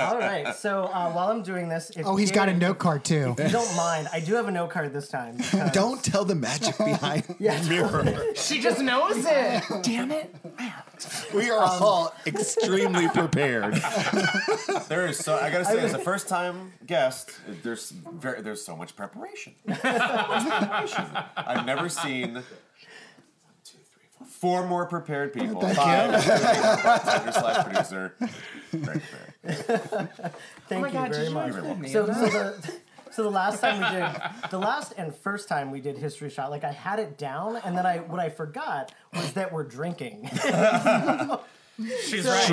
[SPEAKER 7] All right. So uh, while I'm doing this, if
[SPEAKER 3] Oh, he's got a
[SPEAKER 7] Gary-
[SPEAKER 3] note card too.
[SPEAKER 7] If you don't mind, I do have a note card this time. because-
[SPEAKER 1] Don't tell the magic behind the mirror.
[SPEAKER 5] She just knows it. Damn it.
[SPEAKER 1] We are all extremely prepared.
[SPEAKER 4] There is so I gotta say, as a first time guest, there's very, there's so much preparation. So much preparation. I've never seen one, two, three, four, four more prepared people. Five. Producer slash producer. Very prepared.
[SPEAKER 7] Thank you very much. So, so the so the last time we did the last and first time we did history shot, like I had it down, and then I what I forgot was that we're drinking.
[SPEAKER 5] She's right.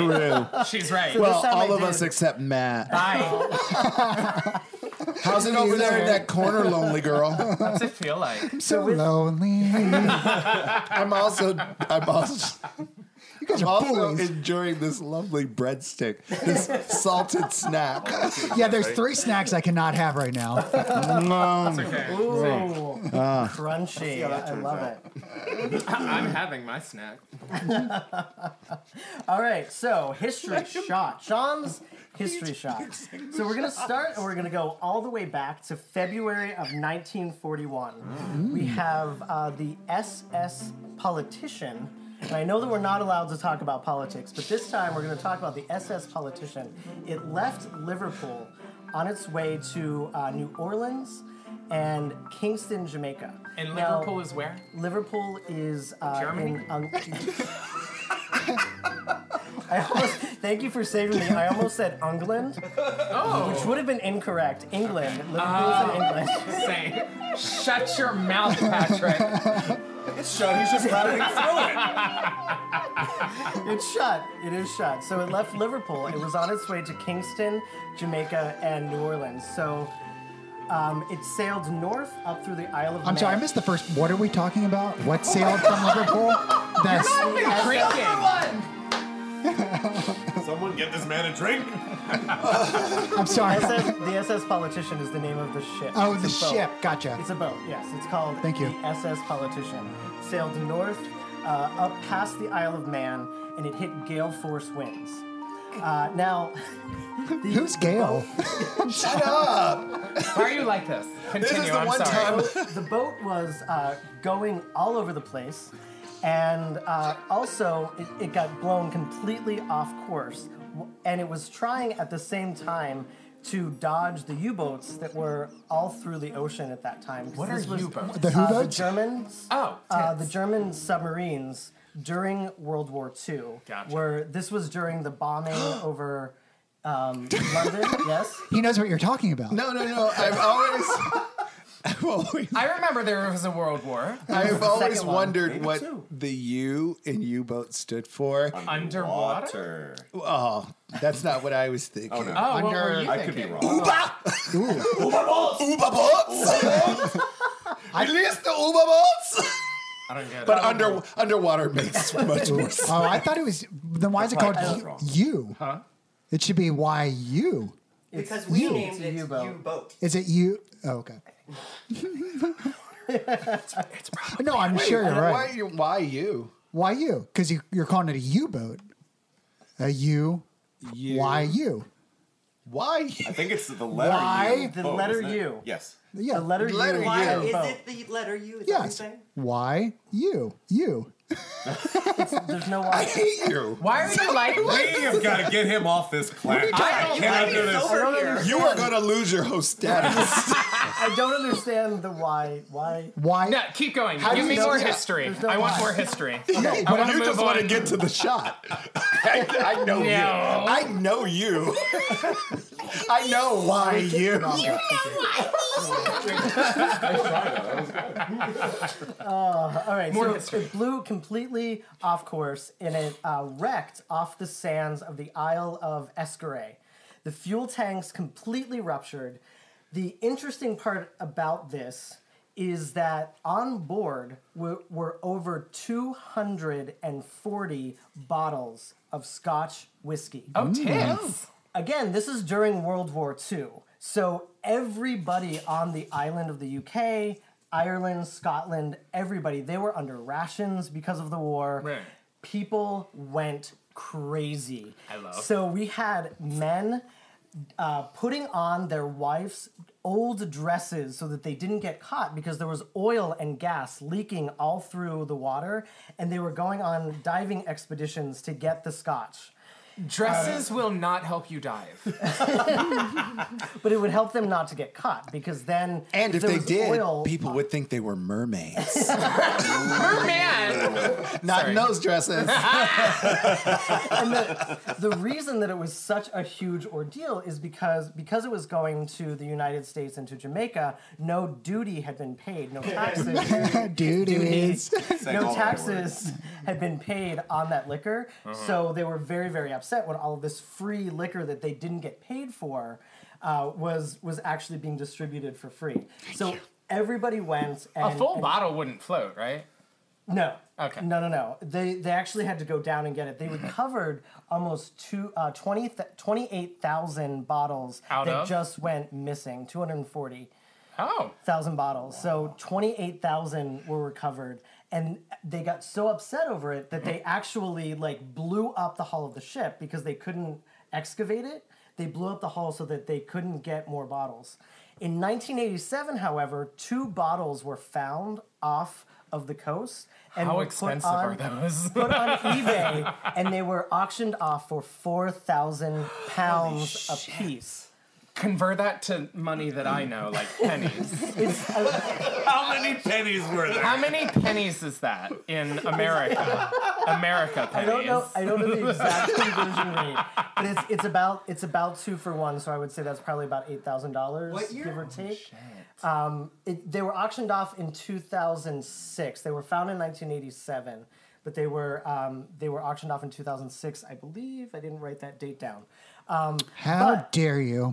[SPEAKER 1] True.
[SPEAKER 5] She's right.
[SPEAKER 1] Well,
[SPEAKER 7] time I
[SPEAKER 1] all of
[SPEAKER 7] did.
[SPEAKER 1] us except Matt.
[SPEAKER 5] Bye.
[SPEAKER 1] How's it over there in that corner, lonely girl?
[SPEAKER 5] What's it feel like?
[SPEAKER 3] So lonely.
[SPEAKER 1] I'm also, I'm also,
[SPEAKER 3] You guys are
[SPEAKER 1] also
[SPEAKER 3] bullies.
[SPEAKER 1] enjoying this lovely breadstick, this salted snack.
[SPEAKER 3] Yeah, there's three snacks I cannot have right now.
[SPEAKER 7] Ooh, crunchy! I love it.
[SPEAKER 5] I'm having my snack.
[SPEAKER 7] All right, so history shot, Sean's history shot. So we're gonna start, and we're gonna go all the way back to February of 1941. We have uh, the SS politician. And I know that we're not allowed to talk about politics, but this time we're going to talk about the SS politician. It left Liverpool on its way to uh, New Orleans and Kingston, Jamaica.
[SPEAKER 5] And
[SPEAKER 7] Now-
[SPEAKER 5] Liverpool is where?
[SPEAKER 7] Liverpool is uh,
[SPEAKER 5] Germany?
[SPEAKER 7] In, um, I almost, thank you for saving me. I almost said England, which would have been incorrect. England. Liverpool is in England.
[SPEAKER 5] Say, shut your mouth, Patrick.
[SPEAKER 4] It's Sean. He's just rattling through it.
[SPEAKER 7] It's shut. It is shut. So it left Liverpool. It was on its way to Kingston, Jamaica, and New Orleans. So um, it sailed north up through the Isle of
[SPEAKER 3] I'm
[SPEAKER 7] Man.
[SPEAKER 3] sorry, I missed the first. What are we talking about? What sailed from Liverpool? That's
[SPEAKER 5] Drinking.
[SPEAKER 4] Someone get this man a drink.
[SPEAKER 3] I'm sorry.
[SPEAKER 7] SS, the SS Politician is the name of the ship.
[SPEAKER 3] Oh,
[SPEAKER 7] It's
[SPEAKER 3] the
[SPEAKER 7] a boat.
[SPEAKER 3] ship. Gotcha.
[SPEAKER 7] It's a boat, yes. It's called
[SPEAKER 3] Thank you.
[SPEAKER 7] the SS Politician. Sailed north, uh, up past the Isle of Man, and it hit gale force winds. Uh, now, the-
[SPEAKER 3] Who's Gail?
[SPEAKER 1] Shut up.
[SPEAKER 5] Why are you like this? Continue.
[SPEAKER 1] This is the
[SPEAKER 5] I'm
[SPEAKER 1] one
[SPEAKER 5] sorry.
[SPEAKER 1] time.
[SPEAKER 7] the boat was uh, going all over the place, and uh, also it, it got blown completely off course. W- And it was trying at the same time to dodge the U-boats that were all through the ocean at that time. 'cause
[SPEAKER 5] What are
[SPEAKER 7] this was-
[SPEAKER 5] you both?
[SPEAKER 3] The who
[SPEAKER 7] Uh, the
[SPEAKER 3] boats?
[SPEAKER 7] Germans.
[SPEAKER 5] Oh,
[SPEAKER 7] uh,
[SPEAKER 5] tits.
[SPEAKER 7] the German submarines during World War II.
[SPEAKER 5] Gotcha.
[SPEAKER 7] Where this was during the bombing over um, London. Yes.
[SPEAKER 3] He knows what you're talking about.
[SPEAKER 1] No, no, no. I've always, I've always,
[SPEAKER 5] I remember there was a world war.
[SPEAKER 1] I've always
[SPEAKER 7] second one.
[SPEAKER 1] wondered
[SPEAKER 4] Maybe
[SPEAKER 1] what
[SPEAKER 4] two.
[SPEAKER 1] the U in U boat stood for.
[SPEAKER 5] Underwater?
[SPEAKER 4] Water.
[SPEAKER 1] Oh, that's not what I was thinking.
[SPEAKER 4] no.
[SPEAKER 5] Oh, what were
[SPEAKER 4] I
[SPEAKER 5] you
[SPEAKER 4] could be
[SPEAKER 5] thinking?
[SPEAKER 4] wrong.
[SPEAKER 1] Uber boats. Release the Uber boats.
[SPEAKER 5] I don't get it.
[SPEAKER 1] But under underwater makes much more sense.
[SPEAKER 3] Oh, I thought it was. Then why is it called
[SPEAKER 4] That's
[SPEAKER 3] you-
[SPEAKER 4] wrong.
[SPEAKER 3] you? Huh? It should be why you.
[SPEAKER 6] Because we
[SPEAKER 3] you.
[SPEAKER 6] named it
[SPEAKER 7] U-boat.
[SPEAKER 6] U-boat.
[SPEAKER 3] Is it you? Oh, okay. no, I'm sure you're
[SPEAKER 1] Why,
[SPEAKER 3] right.
[SPEAKER 1] you- why you?
[SPEAKER 3] Why you? Because you, you're calling it a U-boat. A U.
[SPEAKER 1] you?
[SPEAKER 3] Why you?
[SPEAKER 1] Why you?
[SPEAKER 4] I think it's the letter
[SPEAKER 3] Why?
[SPEAKER 4] U.
[SPEAKER 7] The
[SPEAKER 4] boat,
[SPEAKER 7] letter
[SPEAKER 4] isn't it?
[SPEAKER 7] U.
[SPEAKER 4] Yes.
[SPEAKER 3] Yeah.
[SPEAKER 7] The letter,
[SPEAKER 1] Letter
[SPEAKER 7] U.
[SPEAKER 1] U.
[SPEAKER 7] on the
[SPEAKER 6] Is
[SPEAKER 7] boat.
[SPEAKER 6] it the letter U? Is that what you're
[SPEAKER 3] Yes.
[SPEAKER 6] saying?
[SPEAKER 3] Why you? You.
[SPEAKER 7] There's no
[SPEAKER 1] I
[SPEAKER 7] Y.
[SPEAKER 1] hate you.
[SPEAKER 5] Why are you like this?
[SPEAKER 4] We have got to get him off this class.
[SPEAKER 5] I don't
[SPEAKER 4] cannot do
[SPEAKER 6] It's
[SPEAKER 4] this.
[SPEAKER 6] over here.
[SPEAKER 1] You are going to lose your host status.
[SPEAKER 7] I don't understand the Y. Why?
[SPEAKER 3] Why?
[SPEAKER 5] No, keep going.
[SPEAKER 1] do
[SPEAKER 5] Give me
[SPEAKER 1] you know
[SPEAKER 5] more
[SPEAKER 1] that?
[SPEAKER 5] history.
[SPEAKER 7] no
[SPEAKER 5] I want
[SPEAKER 7] why.
[SPEAKER 5] more history.
[SPEAKER 1] No,
[SPEAKER 5] I
[SPEAKER 1] but
[SPEAKER 5] wanna
[SPEAKER 1] you
[SPEAKER 5] move
[SPEAKER 1] just want to
[SPEAKER 5] on.
[SPEAKER 1] get to the shot. I, I know you.
[SPEAKER 5] No.
[SPEAKER 1] I know you. I know why you.
[SPEAKER 7] All right.
[SPEAKER 5] More
[SPEAKER 7] so
[SPEAKER 5] history.
[SPEAKER 7] it blew completely off course and it uh, wrecked off the sands of the Isle of Escare. The fuel tanks completely ruptured. The interesting part about this is that on board were, were over 240 bottles of Scotch whiskey.
[SPEAKER 5] Oh, tits.
[SPEAKER 7] Again, this is during World War II. So everybody on the island of the UK, Ireland, Scotland, everybody, they were under rations because of the war.
[SPEAKER 5] Right.
[SPEAKER 7] People went crazy.
[SPEAKER 5] I love.
[SPEAKER 7] So we had men uh, putting on their wife's old dresses so that they didn't get caught because there was oil and gas leaking all through the water, and they were going on diving expeditions to get the scotch. Uh,
[SPEAKER 5] Dresses will not help you dive.
[SPEAKER 7] But it would help them not to get caught because then
[SPEAKER 1] And if
[SPEAKER 7] there
[SPEAKER 1] they
[SPEAKER 7] was
[SPEAKER 1] did,
[SPEAKER 7] oil-
[SPEAKER 1] people would think they were mermaids,
[SPEAKER 5] Merman.
[SPEAKER 1] not
[SPEAKER 5] Sorry.
[SPEAKER 1] in those dresses.
[SPEAKER 7] and the, the reason that it was such a huge ordeal is because because it was going to the United States and to Jamaica, no duty had been paid, no taxes.
[SPEAKER 3] Duties.
[SPEAKER 7] no taxes had been paid on that liquor. So they were very, very upset when all of this free liquor that they didn't get paid for uh, was was actually being distributed for free. so everybody went and
[SPEAKER 5] A full
[SPEAKER 7] and-
[SPEAKER 5] bottle wouldn't float, right?
[SPEAKER 7] No.
[SPEAKER 5] Okay.
[SPEAKER 7] No, no, no. They they actually had to go down and get it. They recovered almost two, uh, 20, th- 28,000 bottles
[SPEAKER 5] Out
[SPEAKER 7] that
[SPEAKER 5] of?
[SPEAKER 7] just went missing. 240
[SPEAKER 5] Oh.
[SPEAKER 7] thousand bottles. So twenty eight thousand were recovered, and they got so upset over it that they actually like blew up the hull of the ship because they couldn't excavate it. They blew up the hull so that they couldn't get more bottles. In 1987, however, two bottles were found off of the coast. And
[SPEAKER 5] How
[SPEAKER 7] were put
[SPEAKER 5] expensive
[SPEAKER 7] on-
[SPEAKER 5] are those?
[SPEAKER 7] Put on eBay, and they were auctioned off for four thousand pounds a piece.
[SPEAKER 5] Convert that to money that I know, like pennies.
[SPEAKER 7] It's a-
[SPEAKER 4] How many pennies were there?
[SPEAKER 5] How many pennies is that in America? America pennies.
[SPEAKER 7] I don't know. I don't know the exact conversion rate, but it's it's about it's about two for one. So I would say that's probably about eight thousand dollars,
[SPEAKER 6] What year?
[SPEAKER 7] give or take. Um, it, they were auctioned off in two thousand six. They were found in nineteen eighty seven, but they were um, they were auctioned off in two thousand six, I believe. I didn't write that date down. Um,
[SPEAKER 3] How
[SPEAKER 7] But-
[SPEAKER 3] dare you?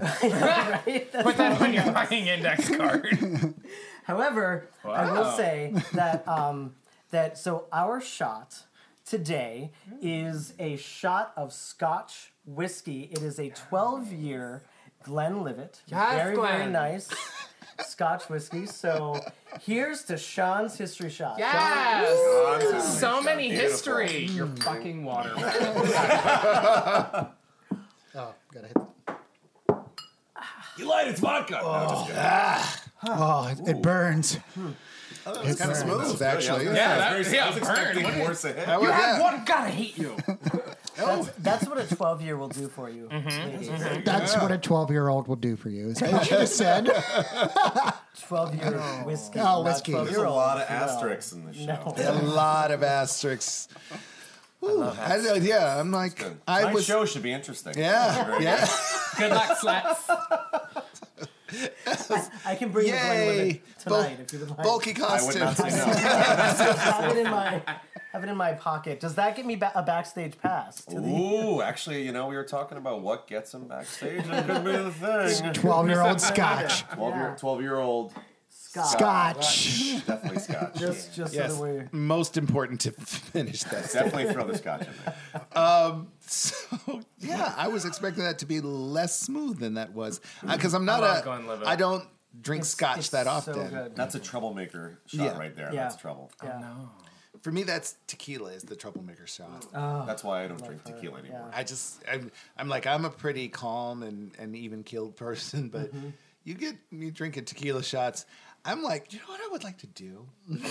[SPEAKER 5] Put that on your buying index card.
[SPEAKER 7] However, I will
[SPEAKER 5] Wow.
[SPEAKER 7] say that um, that so our shot today is a shot of Scotch whiskey. It is a 12 year Glenlivet.
[SPEAKER 5] Yes,
[SPEAKER 7] very very
[SPEAKER 5] Glen.
[SPEAKER 7] nice Scotch whiskey. So here's to Sean's history shot.
[SPEAKER 5] Yes.
[SPEAKER 4] Honestly,
[SPEAKER 5] So many
[SPEAKER 4] Beautiful.
[SPEAKER 5] history. You're fucking water.
[SPEAKER 3] Oh, gotta hit that.
[SPEAKER 4] You lied, it's vodka. No, I'm just kidding.
[SPEAKER 3] Oh, it, it burns.
[SPEAKER 7] Oh,
[SPEAKER 1] It's kind of smooth, actually.
[SPEAKER 5] Yeah,
[SPEAKER 4] I was
[SPEAKER 5] that- yeah,
[SPEAKER 4] expecting
[SPEAKER 5] burn.
[SPEAKER 4] worse ahead.
[SPEAKER 1] That was- yeah.
[SPEAKER 5] One gotta hate you.
[SPEAKER 7] That's, that's what a 12 year will do for you. ladies.
[SPEAKER 3] That's what a 12 year old will do for you. Is that what you just said?
[SPEAKER 7] 12 year whiskey.
[SPEAKER 3] Oh,
[SPEAKER 7] not
[SPEAKER 3] whiskey. There's a
[SPEAKER 7] 12-year-old.
[SPEAKER 4] in the
[SPEAKER 7] No.
[SPEAKER 1] a lot of asterisks. Ooh, I had no idea. I'm like, I
[SPEAKER 4] My
[SPEAKER 1] was.
[SPEAKER 4] show should be interesting.
[SPEAKER 1] Yeah,
[SPEAKER 4] Very
[SPEAKER 1] yeah.
[SPEAKER 5] Good luck, sluts.
[SPEAKER 7] I can bring the Glenlivet
[SPEAKER 1] Yay!
[SPEAKER 7] tonight
[SPEAKER 1] Bul-
[SPEAKER 7] if you would like.
[SPEAKER 1] bulky
[SPEAKER 4] I would not
[SPEAKER 1] costumes.
[SPEAKER 4] say no.
[SPEAKER 7] have it in my have it in my pocket. Does that get me ba- a backstage pass? To the-
[SPEAKER 4] Ooh, actually, you know, we were talking about what gets him backstage. It could be the thing.
[SPEAKER 3] 12 year old scotch.
[SPEAKER 4] 12 year, 12 year old.
[SPEAKER 7] Scotch.
[SPEAKER 3] Scotch.
[SPEAKER 4] Definitely scotch.
[SPEAKER 7] Just, just
[SPEAKER 1] Yes.
[SPEAKER 7] so that we're
[SPEAKER 1] Most important to finish that.
[SPEAKER 4] Definitely throw the scotch in there.
[SPEAKER 1] So yeah, I was expecting that to be less smooth than that was because I'm not
[SPEAKER 5] love
[SPEAKER 1] a.
[SPEAKER 5] Glenlivet.
[SPEAKER 1] I don't drink
[SPEAKER 7] it's-
[SPEAKER 1] scotch
[SPEAKER 7] it's
[SPEAKER 1] that
[SPEAKER 7] so
[SPEAKER 1] often.
[SPEAKER 7] good.
[SPEAKER 4] That's a troublemaker shot
[SPEAKER 1] Yeah.
[SPEAKER 4] right there.
[SPEAKER 7] Yeah.
[SPEAKER 4] That's trouble.
[SPEAKER 7] Yeah.
[SPEAKER 1] For me, that's tequila is the troublemaker shot.
[SPEAKER 7] Oh.
[SPEAKER 4] That's why I don't drink tequila anymore.
[SPEAKER 1] I just I'm, I'm like I'm a pretty calm and and even keeled person, but
[SPEAKER 7] Mm-hmm.
[SPEAKER 1] you get me drinking tequila shots. I'm like, you know what I would like to do?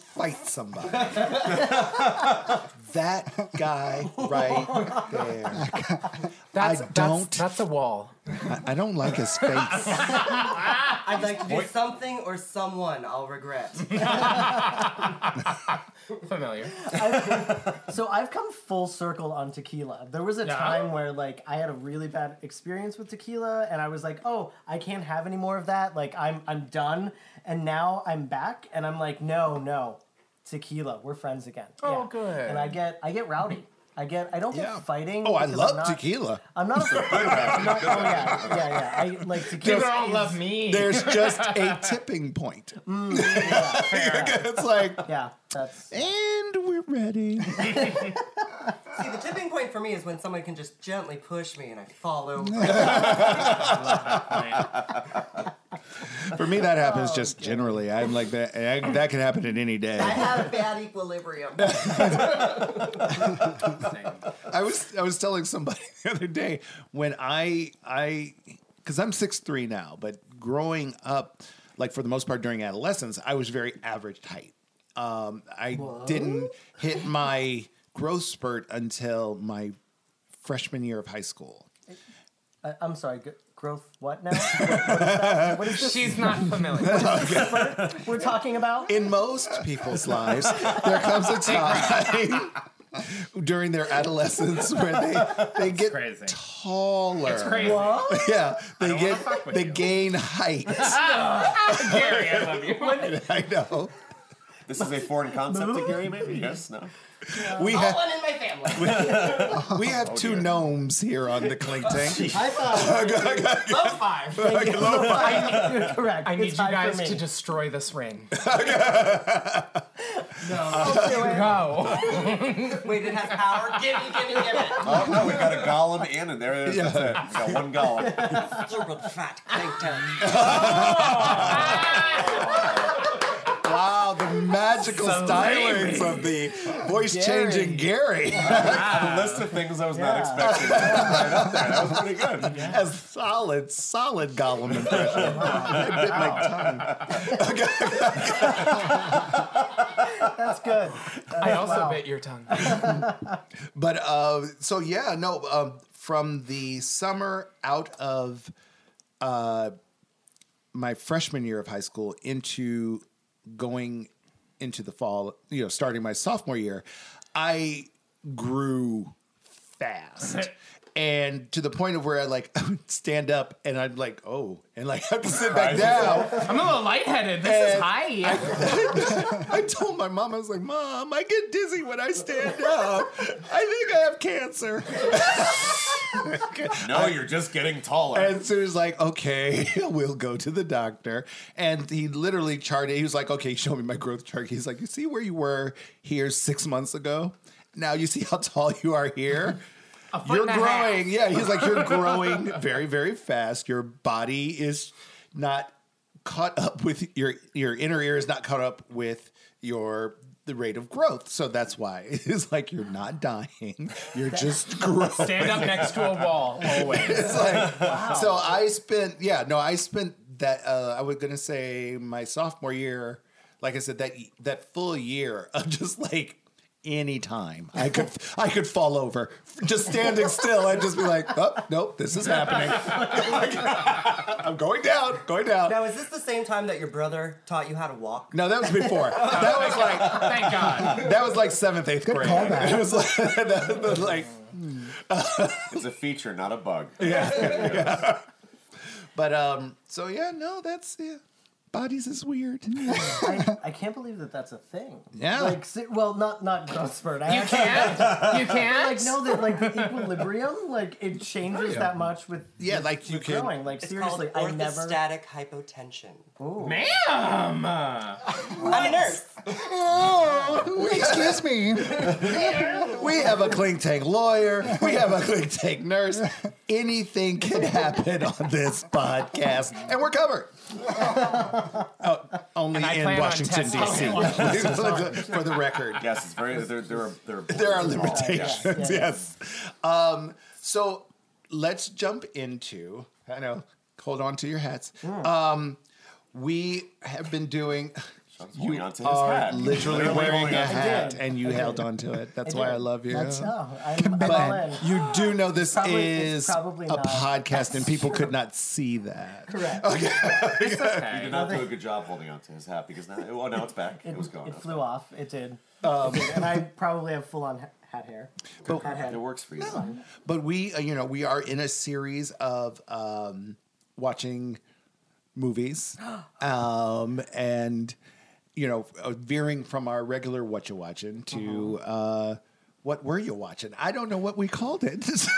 [SPEAKER 1] Fight somebody. that guy right there.
[SPEAKER 5] That's,
[SPEAKER 1] don't.
[SPEAKER 5] That's, that's a wall.
[SPEAKER 1] I, I don't like his face.
[SPEAKER 6] I'd like to do something or someone I'll regret.
[SPEAKER 5] Familiar.
[SPEAKER 7] So I've come full circle on tequila. There was a
[SPEAKER 5] Yeah.
[SPEAKER 7] time where like I had a really bad experience with tequila, and I was like, "Oh, I can't have any more of that. Like I'm I'm done." And now I'm back, and I'm like, "No, no, tequila. We're friends again."
[SPEAKER 5] Oh, good.
[SPEAKER 7] And I get I get rowdy. I get. I don't get
[SPEAKER 1] Yeah.
[SPEAKER 7] fighting.
[SPEAKER 1] Oh, I
[SPEAKER 7] because
[SPEAKER 1] love
[SPEAKER 7] I'm not-
[SPEAKER 1] tequila.
[SPEAKER 7] I'm not a tequila. I'm not, oh yeah, yeah, yeah. I like tequila.
[SPEAKER 5] You don't love me.
[SPEAKER 1] There's just a tipping point. it's like,
[SPEAKER 7] Yeah, that's.
[SPEAKER 1] and we're ready.
[SPEAKER 6] See, the tipping point for me is when someone can just gently push me and I fall over.
[SPEAKER 1] For me, that happens just generally. I'm like that. and I- That can happen at any day.
[SPEAKER 6] I have a bad equilibrium.
[SPEAKER 1] I was I was telling somebody the other day when I I because I'm six three now, but growing up, like for the most part during adolescence, I was very average height. Um, I didn't hit my growth spurt until my freshman year of high school.
[SPEAKER 7] I, I'm sorry. G- growth. What now? What is that? What is this
[SPEAKER 5] She's not familiar.
[SPEAKER 7] we're talking about?
[SPEAKER 1] In most people's lives, there comes a time during their adolescence where they they get
[SPEAKER 2] crazy.
[SPEAKER 1] taller.
[SPEAKER 5] It's crazy.
[SPEAKER 7] What?
[SPEAKER 1] Yeah, they
[SPEAKER 2] wanna
[SPEAKER 1] get
[SPEAKER 2] fuck with
[SPEAKER 1] they
[SPEAKER 2] you.
[SPEAKER 1] gain height.
[SPEAKER 5] Gary, I love you.
[SPEAKER 1] I know.
[SPEAKER 4] This is a foreign concept to Gary, maybe? Yes, no.
[SPEAKER 1] We have
[SPEAKER 6] One in my family.
[SPEAKER 1] we
[SPEAKER 2] Oh,
[SPEAKER 1] have two
[SPEAKER 4] dear.
[SPEAKER 1] gnomes here on the clink tank.
[SPEAKER 7] I thought.
[SPEAKER 6] Low five.
[SPEAKER 7] Thank you. I, you're correct.
[SPEAKER 5] I need you
[SPEAKER 7] it's high for
[SPEAKER 5] guys
[SPEAKER 7] me.
[SPEAKER 5] to destroy this ring.
[SPEAKER 7] Do it.
[SPEAKER 5] Go.
[SPEAKER 6] Wait, it has power. Give me, give me, give it.
[SPEAKER 4] Oh, no, we got a golem and a there it is. That's it. We got one golem.
[SPEAKER 6] Little fat clink tank.
[SPEAKER 1] Wow, the magical stylings of the voice changing Gary
[SPEAKER 4] The list of things I was not
[SPEAKER 7] Yeah.
[SPEAKER 4] expecting. right up there. That was pretty good.
[SPEAKER 1] as solid, solid golem impression. I bit my tongue.
[SPEAKER 7] That's good.
[SPEAKER 5] I also
[SPEAKER 7] Wow.
[SPEAKER 5] bit your tongue.
[SPEAKER 1] But uh, so yeah, no. Um, from the summer out of uh, my freshman year of high school into going into the fall, you know, starting my sophomore year, I grew fast. And to the point of where I like I would stand up and I'd like, oh, and like have to sit back
[SPEAKER 4] Surprise
[SPEAKER 1] down.
[SPEAKER 5] I'm a little lightheaded. This is
[SPEAKER 1] And
[SPEAKER 5] high.
[SPEAKER 1] I told my mom, I was like, Mom, I get dizzy when I stand up. I think I have cancer.
[SPEAKER 4] No, you're just getting taller.
[SPEAKER 1] And so he's like, okay, we'll go to the doctor. And he literally charted, he was like, okay, show me my growth chart. He's like, you see where you were here six months ago? Now you see how tall you are here?
[SPEAKER 5] foot
[SPEAKER 1] You're
[SPEAKER 5] and a half.
[SPEAKER 1] growing. Yeah, he's like, you're growing very, very fast. Your body is not caught up with your your inner ear is not caught up with your the rate of growth. So that's why it's like you're not dying. You're just growing.
[SPEAKER 5] Stand up next to a wall always.
[SPEAKER 1] It's like so I spent yeah no I spent that uh, I was gonna say my sophomore year like I said that that full year of just like any time I could I could fall over just standing still and just be like oh nope this is happening I'm going down going down
[SPEAKER 6] Now, is this the same time that your brother taught you how to walk?
[SPEAKER 1] no that was before that was like
[SPEAKER 5] Thank God.
[SPEAKER 1] that was like seventh eighth grade
[SPEAKER 3] callback.
[SPEAKER 1] it was like, that was like
[SPEAKER 4] It's a feature, not a bug.
[SPEAKER 1] but um so yeah no that's yeah bodies is weird
[SPEAKER 7] I, I can't believe that that's a thing.
[SPEAKER 1] Yeah.
[SPEAKER 7] Like, se- well, not not growth spurt. I
[SPEAKER 5] You
[SPEAKER 7] actually
[SPEAKER 5] can't. You can't.
[SPEAKER 7] like know that like the equilibrium like it changes that much with
[SPEAKER 1] yeah like you
[SPEAKER 7] with
[SPEAKER 1] can
[SPEAKER 7] growing. Like
[SPEAKER 6] It's
[SPEAKER 7] seriously, I
[SPEAKER 6] called
[SPEAKER 7] never.
[SPEAKER 6] orthostatic hypotension.
[SPEAKER 5] Ma'am. Uh,
[SPEAKER 6] I'm a nurse.
[SPEAKER 3] Excuse me.
[SPEAKER 1] We have a clink tank lawyer. We have a clink tank nurse. Anything can happen on this podcast, and we're covered. Oh, only
[SPEAKER 5] I
[SPEAKER 1] in
[SPEAKER 5] plan on
[SPEAKER 1] Washington
[SPEAKER 5] testing
[SPEAKER 1] D.C.
[SPEAKER 5] everyone.
[SPEAKER 1] For the record,
[SPEAKER 4] Yes, it's very. There, there are there are,
[SPEAKER 1] there are
[SPEAKER 4] borders involved.
[SPEAKER 1] limitations. Yes.
[SPEAKER 7] Yes,
[SPEAKER 1] Um, so let's jump into. I know. Hold on to your hats. Um, we have been doing.
[SPEAKER 4] Sean's holding
[SPEAKER 1] You
[SPEAKER 4] onto his
[SPEAKER 1] are
[SPEAKER 4] hat.
[SPEAKER 1] literally wearing
[SPEAKER 4] holding
[SPEAKER 1] a
[SPEAKER 4] onto his
[SPEAKER 1] hat, and you held onto it. That's
[SPEAKER 7] I
[SPEAKER 1] why
[SPEAKER 7] did.
[SPEAKER 1] I love you.
[SPEAKER 7] That's no. I'm, I'm all in.
[SPEAKER 1] But you do know this
[SPEAKER 7] Probably-
[SPEAKER 1] is
[SPEAKER 7] it's probably
[SPEAKER 1] a
[SPEAKER 7] not.
[SPEAKER 1] podcast, and people could not see that.
[SPEAKER 7] Correct.
[SPEAKER 5] it's
[SPEAKER 4] You
[SPEAKER 5] okay.
[SPEAKER 4] did not do a good job holding onto his hat because now, oh, now it's back. It,
[SPEAKER 7] It,
[SPEAKER 4] was gone.
[SPEAKER 7] It flew off. It did. It did. And I probably have full on hat hair. hat head.
[SPEAKER 4] It works for you.
[SPEAKER 1] But we, uh, you know, we are in a series of um, watching movies, um,
[SPEAKER 7] Uh-huh.
[SPEAKER 1] and you know, uh, veering from our regular what you watching to uh, what were you watching? I don't know what we called it. So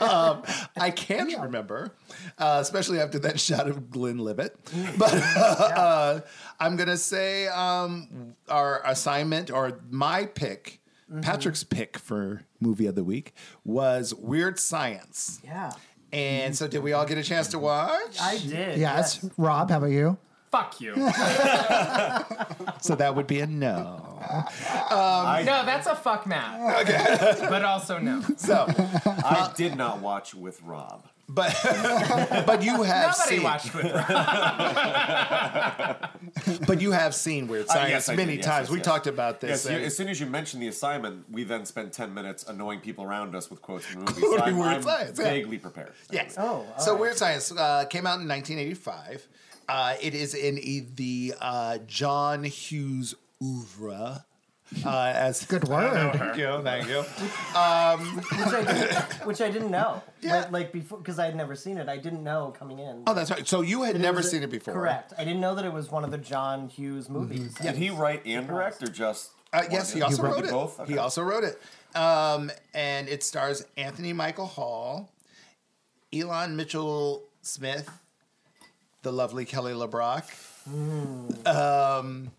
[SPEAKER 1] um, I can't remember, uh, especially after that shot of Glenn Libet.
[SPEAKER 4] Mm.
[SPEAKER 1] But uh, I'm going to say um, our assignment or my pick,
[SPEAKER 4] Mm-hmm.
[SPEAKER 1] Patrick's pick for movie of the week was Weird Science.
[SPEAKER 7] Yeah.
[SPEAKER 1] And so, did we all get a chance to watch?
[SPEAKER 7] I did.
[SPEAKER 3] Yes. Rob, how about you?
[SPEAKER 5] Fuck you. No,
[SPEAKER 1] So that would be a no.
[SPEAKER 5] that's a fuck map. Okay. But also no.
[SPEAKER 1] So,
[SPEAKER 4] I did not watch with Rob.
[SPEAKER 1] but but you have
[SPEAKER 5] Nobody
[SPEAKER 1] seen
[SPEAKER 5] watched with her.
[SPEAKER 1] but you have seen Weird
[SPEAKER 4] Uh,
[SPEAKER 1] Science
[SPEAKER 4] yes, I did.
[SPEAKER 1] many
[SPEAKER 4] Yes,
[SPEAKER 1] times.
[SPEAKER 4] yes,
[SPEAKER 1] we
[SPEAKER 4] yes.
[SPEAKER 1] talked about this.
[SPEAKER 4] Yes, you-
[SPEAKER 1] and-
[SPEAKER 4] as soon as you mentioned the assignment, we then spent 10 minutes annoying people around us with quotes from movies.
[SPEAKER 1] Quoting
[SPEAKER 4] I'm,
[SPEAKER 1] Weird
[SPEAKER 4] I'm
[SPEAKER 1] Science, yeah.
[SPEAKER 4] vaguely prepared.
[SPEAKER 1] Yes.
[SPEAKER 7] Oh, all
[SPEAKER 1] so
[SPEAKER 7] right.
[SPEAKER 1] Weird Science uh, came out in 1985. Uh, it is in e- the uh, John Hughes oeuvre. Uh, as
[SPEAKER 3] Good word.
[SPEAKER 1] Thank you, thank you.
[SPEAKER 7] Which I didn't, which I didn't know.
[SPEAKER 1] Yeah.
[SPEAKER 7] Like, like before, because I had never seen it. I didn't know coming in.
[SPEAKER 1] Oh, that's right. So you had
[SPEAKER 7] That
[SPEAKER 1] never
[SPEAKER 7] was a-
[SPEAKER 1] seen it before,
[SPEAKER 7] Correct. I didn't know that it was one of the John Hughes movies.
[SPEAKER 4] Did he write and direct or just.
[SPEAKER 1] Uh, yes, he
[SPEAKER 4] one?
[SPEAKER 1] also
[SPEAKER 4] Did
[SPEAKER 1] wrote it.
[SPEAKER 4] Both? Okay.
[SPEAKER 1] He also wrote it. Um, and it stars Anthony Michael Hall, Elon Mitchell Smith, the lovely Kelly LeBrock, um,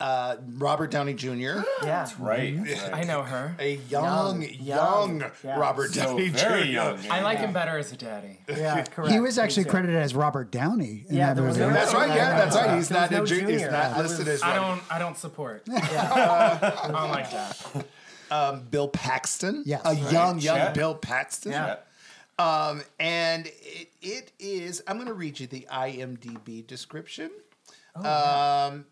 [SPEAKER 1] uh, Robert Downey Jr.,
[SPEAKER 7] Yeah.
[SPEAKER 4] Right. right.
[SPEAKER 5] I know her.
[SPEAKER 1] a young, young,
[SPEAKER 7] Young, young, yeah.
[SPEAKER 1] Robert
[SPEAKER 4] So
[SPEAKER 1] Downey Jr.
[SPEAKER 4] very young.
[SPEAKER 5] I like him better as a daddy.
[SPEAKER 7] Yeah. Correct.
[SPEAKER 3] He was
[SPEAKER 7] Me
[SPEAKER 3] actually
[SPEAKER 7] too.
[SPEAKER 3] credited as Robert Downey in
[SPEAKER 7] Yeah,
[SPEAKER 3] that
[SPEAKER 7] there was
[SPEAKER 3] movie.
[SPEAKER 7] no-
[SPEAKER 1] That's right. Yeah, that's right. He's
[SPEAKER 7] There
[SPEAKER 1] not
[SPEAKER 7] was
[SPEAKER 1] a ju-
[SPEAKER 7] no
[SPEAKER 1] he's
[SPEAKER 7] junior.
[SPEAKER 1] not
[SPEAKER 7] I was-
[SPEAKER 1] listed as
[SPEAKER 5] I
[SPEAKER 1] Robert.
[SPEAKER 5] don't I don't support. I don't like that.
[SPEAKER 1] Bill Paxton.
[SPEAKER 3] Yes.
[SPEAKER 1] a
[SPEAKER 3] Right.
[SPEAKER 1] young, young
[SPEAKER 4] Chet.
[SPEAKER 1] Bill Paxton.
[SPEAKER 4] Yeah.
[SPEAKER 1] Um, and it, it is, I'm going to read you the IMDb description.
[SPEAKER 7] Oh,
[SPEAKER 1] um,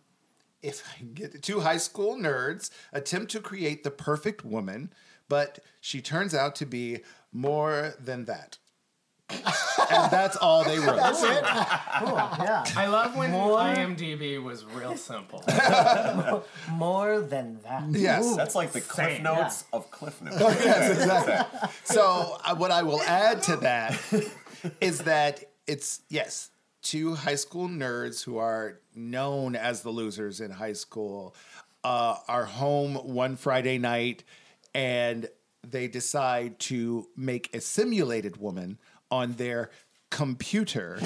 [SPEAKER 1] if I can get it, two high school nerds attempt to create the perfect woman, but she turns out to be more than that. and that's all they wrote.
[SPEAKER 7] Cool. Yeah.
[SPEAKER 5] I love when
[SPEAKER 7] More?
[SPEAKER 5] IMDb was real simple.
[SPEAKER 7] More than that.
[SPEAKER 1] Yes.
[SPEAKER 4] That's like the Cliff
[SPEAKER 5] Same.
[SPEAKER 4] Notes of Cliff Notes.
[SPEAKER 1] Oh, yes, exactly. So, uh, what I will add to that is that it's yes, two high school nerds who are known as the losers in high school uh, are home one Friday night, and they decide to make a simulated woman on their computer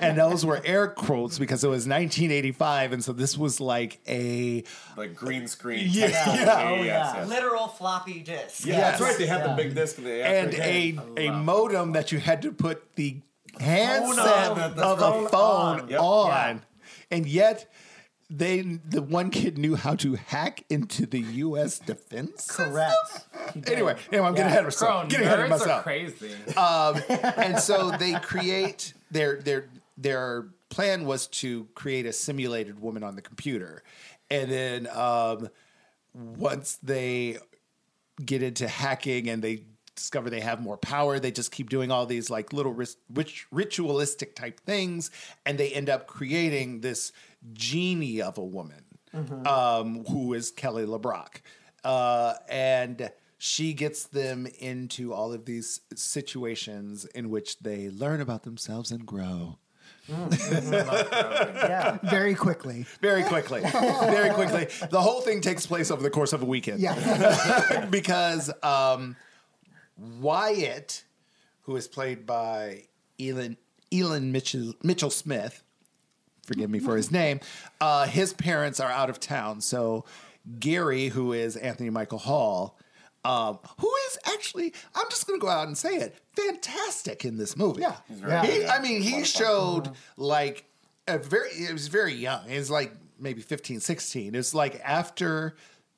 [SPEAKER 1] and those were air quotes because it was 1985 and so this was like a
[SPEAKER 4] Like green screen.
[SPEAKER 1] Yeah.
[SPEAKER 4] text.
[SPEAKER 1] Yeah.
[SPEAKER 7] Oh, yeah.
[SPEAKER 4] yes.
[SPEAKER 6] Literal floppy disc.
[SPEAKER 4] Yeah, that's right. They had the big disc and, they
[SPEAKER 1] and
[SPEAKER 4] actually-
[SPEAKER 1] a a modem that you had to put the
[SPEAKER 4] on,
[SPEAKER 1] handset
[SPEAKER 4] the- the
[SPEAKER 1] of a
[SPEAKER 4] phone
[SPEAKER 1] phone on,
[SPEAKER 4] on. Yep.
[SPEAKER 1] and yet they the one kid knew how to hack into the U.S. defense.
[SPEAKER 7] Correct. He did.
[SPEAKER 1] Anyway, anyway, I'm getting ahead of myself.
[SPEAKER 5] Girl,
[SPEAKER 1] getting ahead of
[SPEAKER 5] nerds are
[SPEAKER 1] myself. Uh,
[SPEAKER 5] crazy.
[SPEAKER 1] and so they create their their their plan was to create a simulated woman on the computer, and then um, once they get into hacking and they discover they have more power, they just keep doing all these like little ris- rich, ritualistic type things, and they end up creating this genie of a woman um, who is Kelly LeBrock. Uh, and she gets them into all of these situations in which they learn about themselves and grow.
[SPEAKER 7] yeah.
[SPEAKER 3] Very quickly.
[SPEAKER 1] Very quickly, very quickly. The whole thing takes place over the course of a weekend.
[SPEAKER 3] Yeah.
[SPEAKER 1] because um, Wyatt, who is played by Elon Elon Mitchell Mitchell Smith, forgive me for his name, uh, his parents are out of town, so Gary, who is Anthony Michael Hall. Um, who is actually? I'm just going to go out and say it. Fantastic in this movie.
[SPEAKER 3] Yeah. He's very Uh-huh.
[SPEAKER 1] He-
[SPEAKER 4] good.
[SPEAKER 1] I mean, he showed like a very. It was very young. It was like maybe 15, 16. It's like after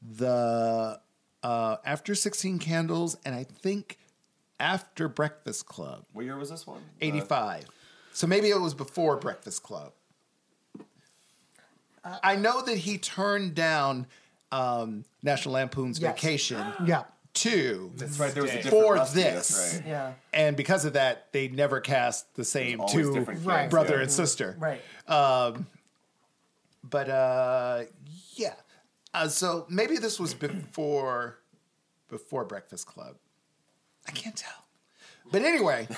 [SPEAKER 1] the uh, after 16 candles and i think after breakfast club
[SPEAKER 4] what year was this one? Uh,
[SPEAKER 1] 85 so maybe it was before breakfast club i know that he turned down um, national lampoon's
[SPEAKER 3] Yes.
[SPEAKER 1] vacation
[SPEAKER 3] Yeah.
[SPEAKER 1] 2
[SPEAKER 4] that's right. There was a different
[SPEAKER 1] for
[SPEAKER 4] Rusty, that's
[SPEAKER 1] this.
[SPEAKER 4] right.
[SPEAKER 7] Yeah.
[SPEAKER 1] and because of that they never cast the same
[SPEAKER 4] Always
[SPEAKER 1] two
[SPEAKER 4] different kids,
[SPEAKER 3] Right.
[SPEAKER 1] brother
[SPEAKER 4] yeah.
[SPEAKER 1] and sister
[SPEAKER 7] Right.
[SPEAKER 1] but uh yeah uh, so maybe this was before before breakfast club i can't tell But anyway,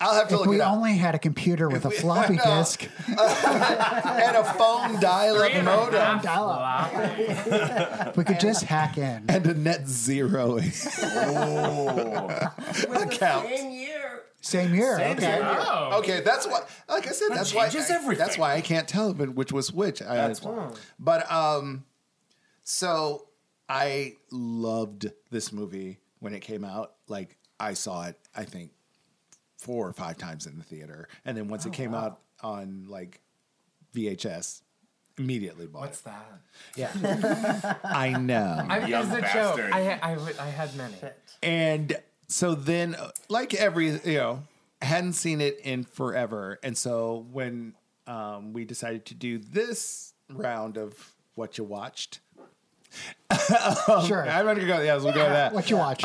[SPEAKER 1] I'll have to look
[SPEAKER 3] we
[SPEAKER 1] it up.
[SPEAKER 3] only had a computer with a floppy
[SPEAKER 1] No.
[SPEAKER 3] disk.
[SPEAKER 1] and a phone
[SPEAKER 5] Three
[SPEAKER 1] dial-up
[SPEAKER 5] and a
[SPEAKER 1] modem
[SPEAKER 5] half
[SPEAKER 3] dial up.
[SPEAKER 5] floppy.
[SPEAKER 3] We could just hack in.
[SPEAKER 1] and a net zero
[SPEAKER 6] With the
[SPEAKER 1] Account.
[SPEAKER 6] same year.
[SPEAKER 3] Same year. okay.
[SPEAKER 5] Oh.
[SPEAKER 1] Okay, that's why. Like I said, that's why.
[SPEAKER 4] changes
[SPEAKER 1] I-
[SPEAKER 4] everything.
[SPEAKER 1] That's why I can't tell if it- which was which. I-
[SPEAKER 4] That's why.
[SPEAKER 1] But um, so I loved this movie when it came out. Like I saw it, I think four or five times in the theater, and then
[SPEAKER 4] Oh,
[SPEAKER 1] once it came out on like VHS, immediately bought
[SPEAKER 5] What's
[SPEAKER 1] it.
[SPEAKER 5] that?
[SPEAKER 1] I know.
[SPEAKER 5] I mean,
[SPEAKER 4] Young
[SPEAKER 5] it's a joke.
[SPEAKER 4] bastard.
[SPEAKER 5] I, ha- I, w- I had many.
[SPEAKER 1] And so then, uh, like every, you know, hadn't seen it in forever. And so when um, we decided to do this round of what you watched,
[SPEAKER 3] Sure.
[SPEAKER 1] I'm not gonna go. Yeah, we'll go with that.
[SPEAKER 3] What you watch?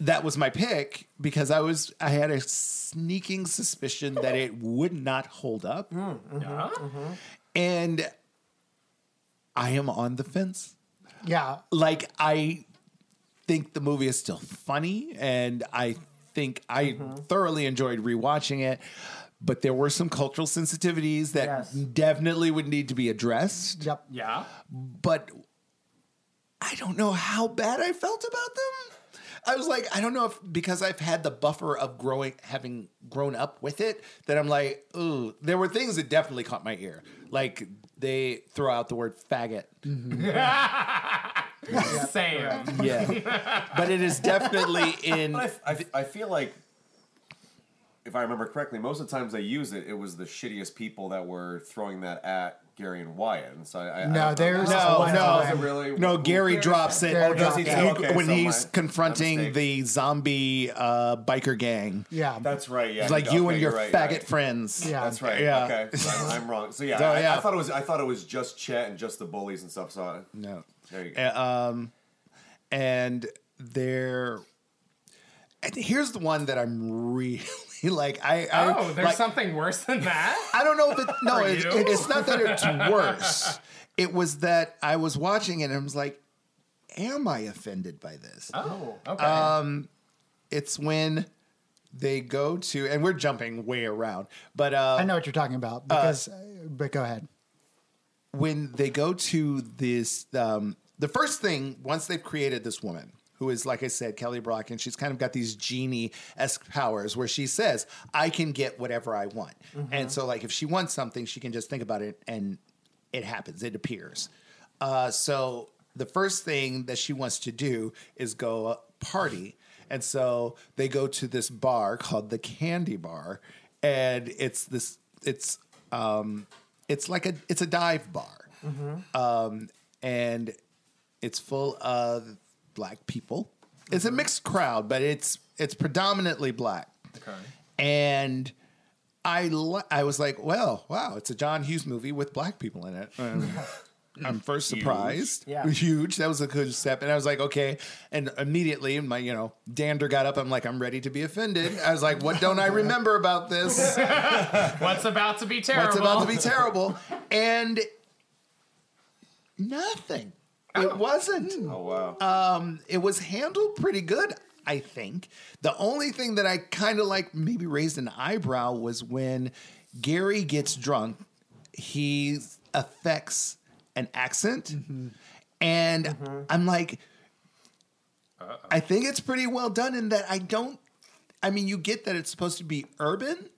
[SPEAKER 1] that was my pick because I was I had a sneaking suspicion that it would not hold up,
[SPEAKER 5] Yeah?
[SPEAKER 1] and I am on the fence.
[SPEAKER 3] yeah.
[SPEAKER 1] like I think the movie is still funny, and I think I thoroughly enjoyed rewatching it. But there were some cultural sensitivities that
[SPEAKER 7] Yes.
[SPEAKER 1] definitely would need to be addressed.
[SPEAKER 3] Yep.
[SPEAKER 5] Yeah.
[SPEAKER 1] But I don't know how bad I felt about them. I was like, I don't know if because I've had the buffer of growing, having grown up with it, that I'm like, ooh, there were things that definitely caught my ear. Like they throw out the word faggot
[SPEAKER 5] Same.
[SPEAKER 1] Yeah. but it is definitely in.
[SPEAKER 4] I, I, I feel like, if I remember correctly, most of the times they use it, it was the shittiest people that were throwing that at Gary and Wyatt. And so I, I I
[SPEAKER 3] No,
[SPEAKER 4] don't
[SPEAKER 3] there's-
[SPEAKER 4] know.
[SPEAKER 1] No,
[SPEAKER 3] One
[SPEAKER 1] no.
[SPEAKER 3] time.
[SPEAKER 4] Really?
[SPEAKER 1] No,
[SPEAKER 4] Who
[SPEAKER 1] Gary
[SPEAKER 4] cares?
[SPEAKER 1] drops it. Oh,
[SPEAKER 3] Gary drops
[SPEAKER 1] He-
[SPEAKER 3] it.
[SPEAKER 4] Okay,
[SPEAKER 1] when
[SPEAKER 4] so
[SPEAKER 1] he's
[SPEAKER 4] my- my
[SPEAKER 1] confronting
[SPEAKER 4] mistake.
[SPEAKER 1] the zombie uh, biker gang.
[SPEAKER 3] Yeah.
[SPEAKER 4] That's right. Yeah,
[SPEAKER 1] It's like you
[SPEAKER 4] okay,
[SPEAKER 1] and
[SPEAKER 4] you're
[SPEAKER 1] your
[SPEAKER 4] right,
[SPEAKER 1] faggot
[SPEAKER 4] you're right.
[SPEAKER 1] friends.
[SPEAKER 3] Yeah.
[SPEAKER 4] That's right.
[SPEAKER 1] Yeah.
[SPEAKER 4] Okay. So I'm, I'm wrong. So yeah,
[SPEAKER 1] So,
[SPEAKER 4] I, I
[SPEAKER 1] yeah.
[SPEAKER 4] thought it was. I thought it was just Chet and just the bullies and stuff. So I,
[SPEAKER 1] No.
[SPEAKER 4] there you go.
[SPEAKER 1] Uh, um, and there. And here's the one that I'm really like. I, I
[SPEAKER 5] Oh, there's
[SPEAKER 1] like,
[SPEAKER 5] something worse than that?
[SPEAKER 1] I don't know if it, no,
[SPEAKER 5] For
[SPEAKER 1] it's,
[SPEAKER 5] you?
[SPEAKER 1] it- it's not that it's worse. It was that I was watching it and I was like, am I offended by this? Um,
[SPEAKER 5] Oh, okay.
[SPEAKER 1] It's when they go to, and we're jumping way around, but
[SPEAKER 3] I
[SPEAKER 1] uh,
[SPEAKER 3] know what you're talking about because, uh, but go ahead.
[SPEAKER 1] when they go to this, um, the first thing, once they've created this woman, who is, like I said, Kelly Brock, and she's kind of got these genie esque powers where she says, I can get whatever I want. And so, like, if she wants something, she can just think about it and it happens, it appears. Uh, so, the first thing that she wants to do is go uh, party. And so they go to this bar called the Candy Bar, and it's this, it's, um, it's like a, it's a dive bar, um, and it's full of black people. It's a mixed crowd, but it's it's predominantly black. Okay. And I li- I was like, well, wow, it's a John Hughes movie with black people in it. Um, I'm first surprised.
[SPEAKER 7] Yeah.
[SPEAKER 1] Huge. That was a good step. And I was like, okay. And immediately my, you know, dander got up. I'm like, I'm ready to be offended. I was like, what don't I remember about this?
[SPEAKER 5] What's about to be terrible?
[SPEAKER 1] It's about to be terrible. And nothing. It wasn't
[SPEAKER 4] oh wow.
[SPEAKER 1] Uh, it was handled pretty good, I think. The only thing that I kind of like maybe raised an eyebrow was when Gary gets drunk, he affects an accent. And I'm like, I think it's pretty well done in that I don't, I mean, you get that it's supposed to be urban,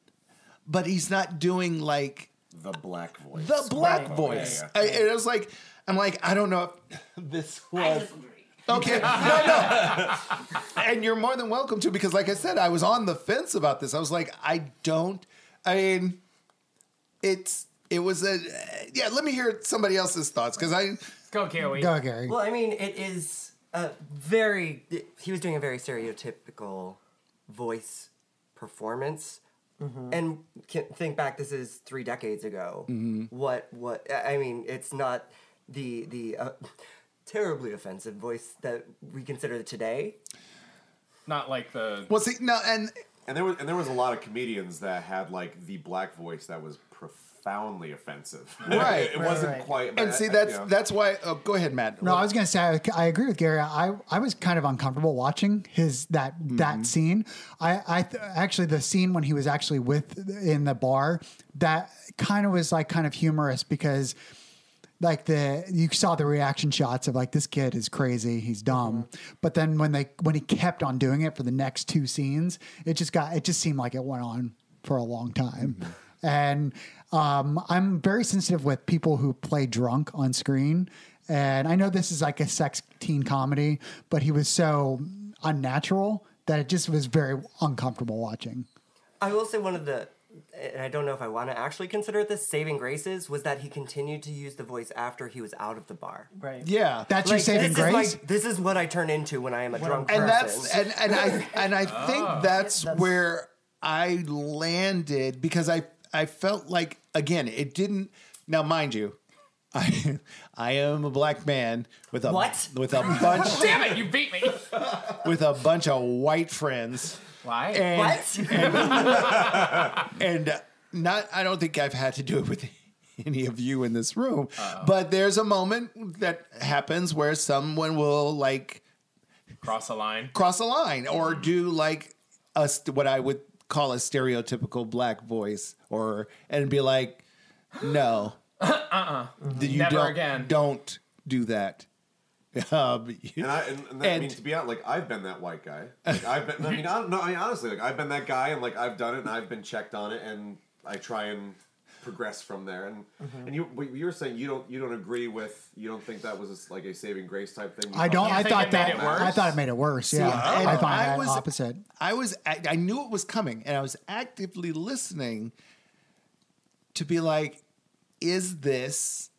[SPEAKER 1] but he's not doing like,
[SPEAKER 4] the black voice.
[SPEAKER 1] the black
[SPEAKER 4] Right.
[SPEAKER 1] voice.
[SPEAKER 4] Yeah,
[SPEAKER 1] I, and it was like, I'm like, I don't know if this was. Okay, no, no. And you're more than welcome to because, like I said, I was on the fence about this. I was like, I don't. I mean, it's it was a yeah. Let me hear somebody else's thoughts because I
[SPEAKER 5] Go, Kiwi.
[SPEAKER 3] Go, Gary.
[SPEAKER 6] Well, I mean, it is a very. He was doing a very stereotypical voice performance.
[SPEAKER 7] Mm-hmm.
[SPEAKER 6] And can think back, this is three decades ago.
[SPEAKER 7] Mm-hmm.
[SPEAKER 6] What? What? I I mean, it's not the the uh, terribly offensive voice that we consider today.
[SPEAKER 5] Not like the.
[SPEAKER 1] well see no and
[SPEAKER 4] And there was and there was a lot of comedians that had like the black voice that was profound. profoundly offensive.
[SPEAKER 1] Right,
[SPEAKER 4] it
[SPEAKER 1] right,
[SPEAKER 4] wasn't
[SPEAKER 7] right.
[SPEAKER 4] quite.
[SPEAKER 1] And
[SPEAKER 4] I-
[SPEAKER 1] see,
[SPEAKER 4] I-
[SPEAKER 1] that's
[SPEAKER 4] you know.
[SPEAKER 1] that's why. Oh, go ahead, Matt.
[SPEAKER 3] No, I was gonna say I, I agree with Gary. I I was kind of uncomfortable watching his that that scene. I I th- actually the scene when he was actually with in the bar that kind of was like kind of humorous because like the you saw the reaction shots of like this kid is crazy he's dumb
[SPEAKER 5] Mm-hmm.
[SPEAKER 3] but then when they when he kept on doing it for the next two scenes it just got it just seemed like it went on for a long time
[SPEAKER 5] Mm-hmm.
[SPEAKER 3] and um, i'm very sensitive with people who play drunk on screen and i know this is like a sex teen comedy but he was so unnatural that it just was very uncomfortable watching
[SPEAKER 6] I will say one of the, and I don't know if I want to actually consider it this saving graces, was that he continued to use the voice after he was out of the bar.
[SPEAKER 7] Right.
[SPEAKER 1] yeah,
[SPEAKER 3] that's your saving
[SPEAKER 6] this
[SPEAKER 3] grace
[SPEAKER 6] Is my, this is what I turn into when I am a drunk person.
[SPEAKER 1] and that's and and I and I think that's, where I landed because I I felt like again it didn't. Now, mind you, I I am a black man with a
[SPEAKER 6] What?
[SPEAKER 1] with a bunch
[SPEAKER 5] Damn it, you beat me.
[SPEAKER 1] with a bunch of white friends.
[SPEAKER 5] Why?
[SPEAKER 1] And,
[SPEAKER 6] what?
[SPEAKER 1] and uh, not I don't think I've had to do it with any of you in this room, but there's a moment that happens where someone will like
[SPEAKER 5] Cross a line.
[SPEAKER 1] cross a line or do like a st- what I would call a stereotypical black voice or and be like, no, uh, uh you
[SPEAKER 5] Uh-uh. Never
[SPEAKER 1] don't,
[SPEAKER 5] again.
[SPEAKER 1] Don't do that. Um,
[SPEAKER 4] And I and, and, that, I
[SPEAKER 1] And-
[SPEAKER 4] mean to be honest, like I've been that white guy. Like, I've been. I mean, I, no, I mean honestly, like I've been that guy, and like I've done it, and I've been checked on it, and I try and progress from there. And and you, what you were saying you don't you don't agree with you don't think that was a s like a saving grace type thing. You
[SPEAKER 3] I don't.
[SPEAKER 5] You
[SPEAKER 3] I
[SPEAKER 5] think
[SPEAKER 3] thought
[SPEAKER 5] it made
[SPEAKER 3] that.
[SPEAKER 5] it worse?
[SPEAKER 3] I thought it made it worse. Yeah,
[SPEAKER 1] and
[SPEAKER 3] I find
[SPEAKER 1] I
[SPEAKER 3] that
[SPEAKER 1] was-
[SPEAKER 3] opposite.
[SPEAKER 1] I was I I knew it was coming and I was actively listening to be like is this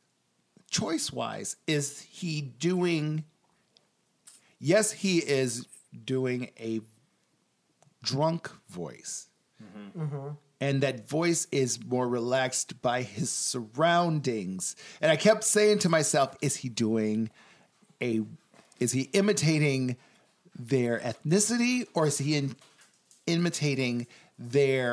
[SPEAKER 1] choice wise is he doing yes he is doing a drunk voice
[SPEAKER 5] Mm-hmm.
[SPEAKER 1] and that voice is more relaxed by his surroundings and i kept saying to myself is he doing a is he imitating their ethnicity or is he in, imitating their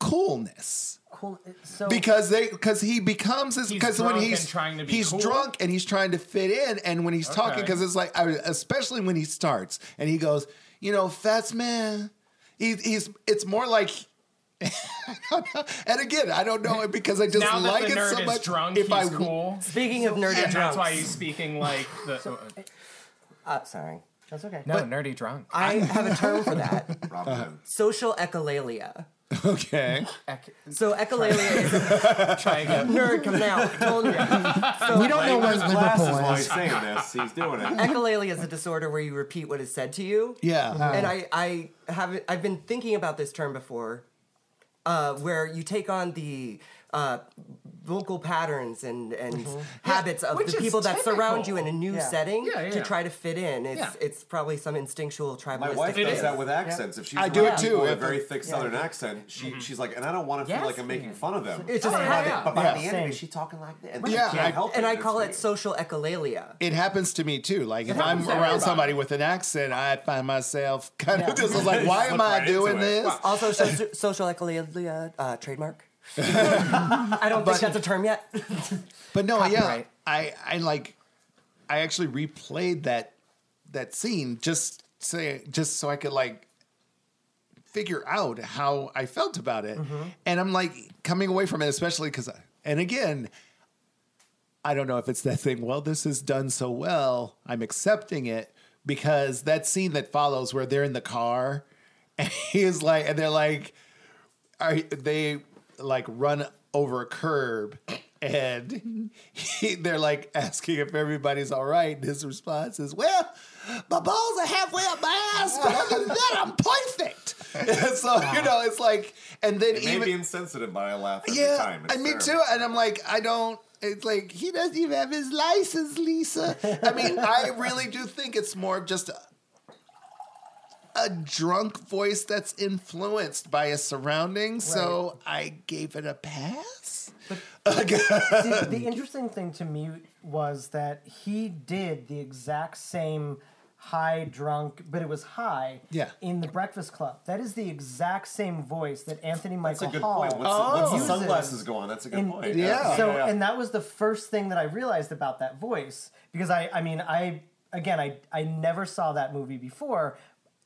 [SPEAKER 1] coolness
[SPEAKER 7] Cool. So
[SPEAKER 1] because they because he becomes this
[SPEAKER 5] He's
[SPEAKER 1] because when
[SPEAKER 5] drunk
[SPEAKER 1] he's
[SPEAKER 5] and trying to be
[SPEAKER 1] he's
[SPEAKER 5] cool?
[SPEAKER 1] drunk and he's trying to fit in and when he's talking
[SPEAKER 5] Okay.
[SPEAKER 1] because it's like I, especially when he starts and he goes you know fats man he, he's it's more like and again I don't know it because I just
[SPEAKER 5] Now that
[SPEAKER 1] like
[SPEAKER 5] the
[SPEAKER 1] it
[SPEAKER 5] nerd
[SPEAKER 1] so much
[SPEAKER 5] is drunk,
[SPEAKER 1] if
[SPEAKER 5] he's
[SPEAKER 1] I
[SPEAKER 5] cool.
[SPEAKER 6] Speaking of nerdy
[SPEAKER 5] And
[SPEAKER 6] drunks.
[SPEAKER 5] that's why he's speaking like the.
[SPEAKER 6] Uh, sorry.
[SPEAKER 7] that's okay.
[SPEAKER 5] no, nerdy drunk.
[SPEAKER 6] I have a term for that.
[SPEAKER 4] know, Rob Van.
[SPEAKER 6] Social echolalia.
[SPEAKER 1] okay
[SPEAKER 5] Ec-
[SPEAKER 6] So echolalia is a
[SPEAKER 5] try again.
[SPEAKER 6] nerd coming out. Told you. So
[SPEAKER 3] We don't know where
[SPEAKER 4] His glasses
[SPEAKER 3] Liverpool
[SPEAKER 4] while he's
[SPEAKER 3] is.
[SPEAKER 4] saying this, he's doing it.
[SPEAKER 6] echolalia is a disorder where you repeat what is said to you.
[SPEAKER 1] yeah
[SPEAKER 6] and
[SPEAKER 5] Oh.
[SPEAKER 6] I, I haven't I've been thinking about this term before, uh, where you take on the uh, vocal patterns and and habits of
[SPEAKER 5] Mm-hmm. which
[SPEAKER 6] the
[SPEAKER 5] is
[SPEAKER 6] people that surround you in a new
[SPEAKER 7] Yeah.
[SPEAKER 6] setting
[SPEAKER 5] Yeah, yeah,
[SPEAKER 6] to
[SPEAKER 5] yeah.
[SPEAKER 6] try to fit in. It's
[SPEAKER 5] Yeah.
[SPEAKER 6] it's probably some instinctual tribalistic.
[SPEAKER 4] My wife
[SPEAKER 6] thing.
[SPEAKER 4] does that with accents. If she's
[SPEAKER 1] I do it
[SPEAKER 4] around
[SPEAKER 1] too,
[SPEAKER 4] people with a
[SPEAKER 1] if-
[SPEAKER 4] very thick Southern accent, she she's like, and I don't want to feel
[SPEAKER 5] Yes.
[SPEAKER 4] like I'm making fun of them.
[SPEAKER 6] It's just
[SPEAKER 5] Oh, yeah,
[SPEAKER 6] habit.
[SPEAKER 5] yeah.
[SPEAKER 4] but by the
[SPEAKER 7] Yeah.
[SPEAKER 4] end of
[SPEAKER 7] Same.
[SPEAKER 4] it, she's talking like this.
[SPEAKER 1] Yeah,
[SPEAKER 4] She can't
[SPEAKER 1] I-
[SPEAKER 4] help
[SPEAKER 6] And I
[SPEAKER 4] It's
[SPEAKER 6] call
[SPEAKER 4] weird.
[SPEAKER 6] it social echolalia.
[SPEAKER 1] it happens to me too. Like if I'm
[SPEAKER 5] happens to
[SPEAKER 1] around
[SPEAKER 5] everybody.
[SPEAKER 1] somebody with an accent, I find myself kind
[SPEAKER 7] Yeah.
[SPEAKER 1] of just like, why am
[SPEAKER 4] Slip
[SPEAKER 1] I
[SPEAKER 4] right into
[SPEAKER 1] doing
[SPEAKER 4] it.
[SPEAKER 1] this?
[SPEAKER 6] Also, so- social echolalia uh, trademark. I don't think that's a term yet.
[SPEAKER 1] But no, yeah,
[SPEAKER 5] Copyright.
[SPEAKER 1] I I like I actually replayed that that scene just say just so I could like figure out how I felt about it, and I'm like coming away from it, especially because and again. I don't know if it's that thing. Well, this is done so well. I'm accepting it because that scene that follows, where they're in the car, and he's like, and they're like, are they like run over a curb and he, they're like asking if everybody's all right and his response is well my balls are halfway up my ass but other than that i'm perfect And so you know it's like and then
[SPEAKER 4] It may be
[SPEAKER 1] even
[SPEAKER 4] insensitive, but I laugh every
[SPEAKER 1] yeah
[SPEAKER 4] time. It's
[SPEAKER 1] and me
[SPEAKER 4] terrible.
[SPEAKER 1] too and i'm like i don't it's like he doesn't even have his license lisa i mean i really do think it's more of just a, a drunk voice that's influenced by his surroundings, so I gave it a pass.
[SPEAKER 7] the, the interesting thing to me was that he did the exact same high drunk, but it was high.
[SPEAKER 1] Yeah.
[SPEAKER 7] In the Breakfast Club, that is the exact same voice that Anthony
[SPEAKER 4] That's
[SPEAKER 7] Michael
[SPEAKER 4] a good
[SPEAKER 7] Hall.
[SPEAKER 4] point. What's, the, what's the
[SPEAKER 7] uses.
[SPEAKER 4] sunglasses go on? That's a good
[SPEAKER 7] Uh-huh. And-
[SPEAKER 4] point.
[SPEAKER 1] Oh. Yeah.
[SPEAKER 7] So, and that was the first thing that I realized about that voice because I, I mean, I again, I, I never saw that movie before.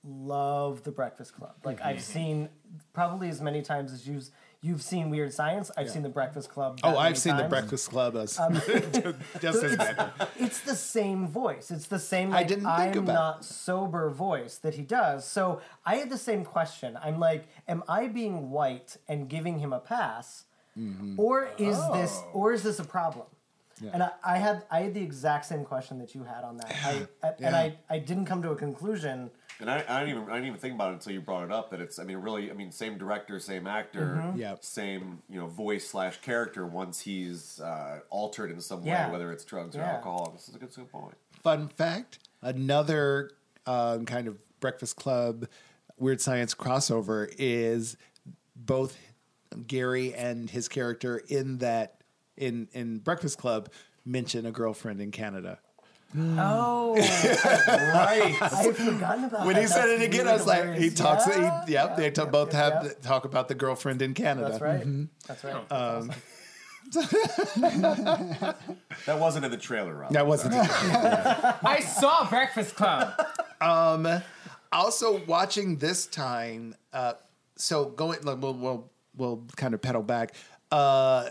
[SPEAKER 7] Love The Breakfast Club. Like
[SPEAKER 1] Mm-hmm.
[SPEAKER 7] I've seen probably as many times as you've you've seen Weird Science. I've seen The Breakfast Club. that
[SPEAKER 1] Oh, I've
[SPEAKER 7] many
[SPEAKER 1] seen The
[SPEAKER 7] times. Um,
[SPEAKER 1] Breakfast Club as just as bad.
[SPEAKER 7] It's the same voice. It's the same.
[SPEAKER 1] I
[SPEAKER 7] Like,
[SPEAKER 1] didn't think
[SPEAKER 7] I'm
[SPEAKER 1] about
[SPEAKER 7] not sober voice that he does. So I had the same question. I'm like, am I being white and giving him a pass,
[SPEAKER 1] Mm-hmm.
[SPEAKER 7] or is this or is this a problem? And I, I had I had the exact same question that you had on that, I, and I, I didn't come to a conclusion.
[SPEAKER 4] And I, I didn't even I didn't even think about it until you brought it up that it's I mean really I mean same director same actor
[SPEAKER 1] Mm-hmm. Yep.
[SPEAKER 4] same you know voice slash character once he's uh, altered in some
[SPEAKER 7] Yeah.
[SPEAKER 4] way whether it's drugs or
[SPEAKER 7] Yeah.
[SPEAKER 4] alcohol this is a good, good point
[SPEAKER 1] Fun fact: another um, kind of Breakfast Club, Weird Science crossover is both Gary and his character in that in in Breakfast Club mention a girlfriend in Canada.
[SPEAKER 7] Oh,
[SPEAKER 1] Right.
[SPEAKER 7] I had forgotten about
[SPEAKER 1] When
[SPEAKER 7] that.
[SPEAKER 1] he said
[SPEAKER 7] That's
[SPEAKER 1] it again, I was like, he
[SPEAKER 7] weird.
[SPEAKER 1] talks. he-
[SPEAKER 7] Yeah,
[SPEAKER 1] yep, they t- both have
[SPEAKER 7] yeah.
[SPEAKER 1] talk about the girlfriend in Canada.
[SPEAKER 7] That's right.
[SPEAKER 1] Mm-hmm.
[SPEAKER 7] That's right.
[SPEAKER 4] that wasn't in the trailer Rob
[SPEAKER 1] That wasn't.
[SPEAKER 5] I saw Breakfast Club.
[SPEAKER 1] also watching this time uh so going like, we'll, we'll we'll kind of pedal back uh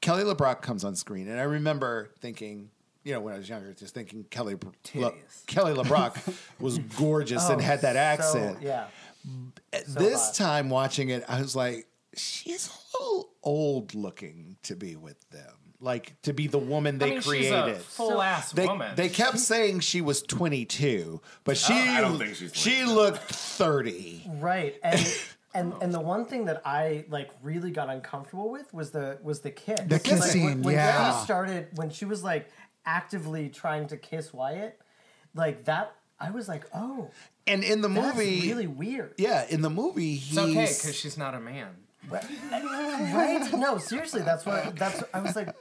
[SPEAKER 1] kelly lebrock comes on screen and i remember thinking you know when i was younger just thinking kelly Br- Le-
[SPEAKER 6] Titties.
[SPEAKER 1] kelly lebrock was gorgeous and had that accent
[SPEAKER 7] Oh, So, yeah.
[SPEAKER 1] At this
[SPEAKER 7] hot.
[SPEAKER 1] time watching it i was like she's a little old looking to be with them like to be the woman they
[SPEAKER 5] I mean, she's
[SPEAKER 1] created
[SPEAKER 5] a full ass
[SPEAKER 1] they,
[SPEAKER 5] woman.
[SPEAKER 1] they kept saying she was 22, but she
[SPEAKER 4] I don't think she's
[SPEAKER 1] she looked 30.
[SPEAKER 7] Right. And and
[SPEAKER 4] Oh,
[SPEAKER 7] and the one thing that I like really got uncomfortable with was the was the kiss.
[SPEAKER 3] The kiss
[SPEAKER 7] Like,
[SPEAKER 3] scene,
[SPEAKER 7] when, when
[SPEAKER 3] yeah.
[SPEAKER 7] she started when she was like actively trying to kiss Wyatt, like that I was like, "Oh,
[SPEAKER 1] And in the
[SPEAKER 7] that's
[SPEAKER 1] movie,
[SPEAKER 7] really weird."
[SPEAKER 1] yeah, in the movie, he's
[SPEAKER 5] it's okay because she's not a man.
[SPEAKER 7] Right? No, seriously, that's what that's I was like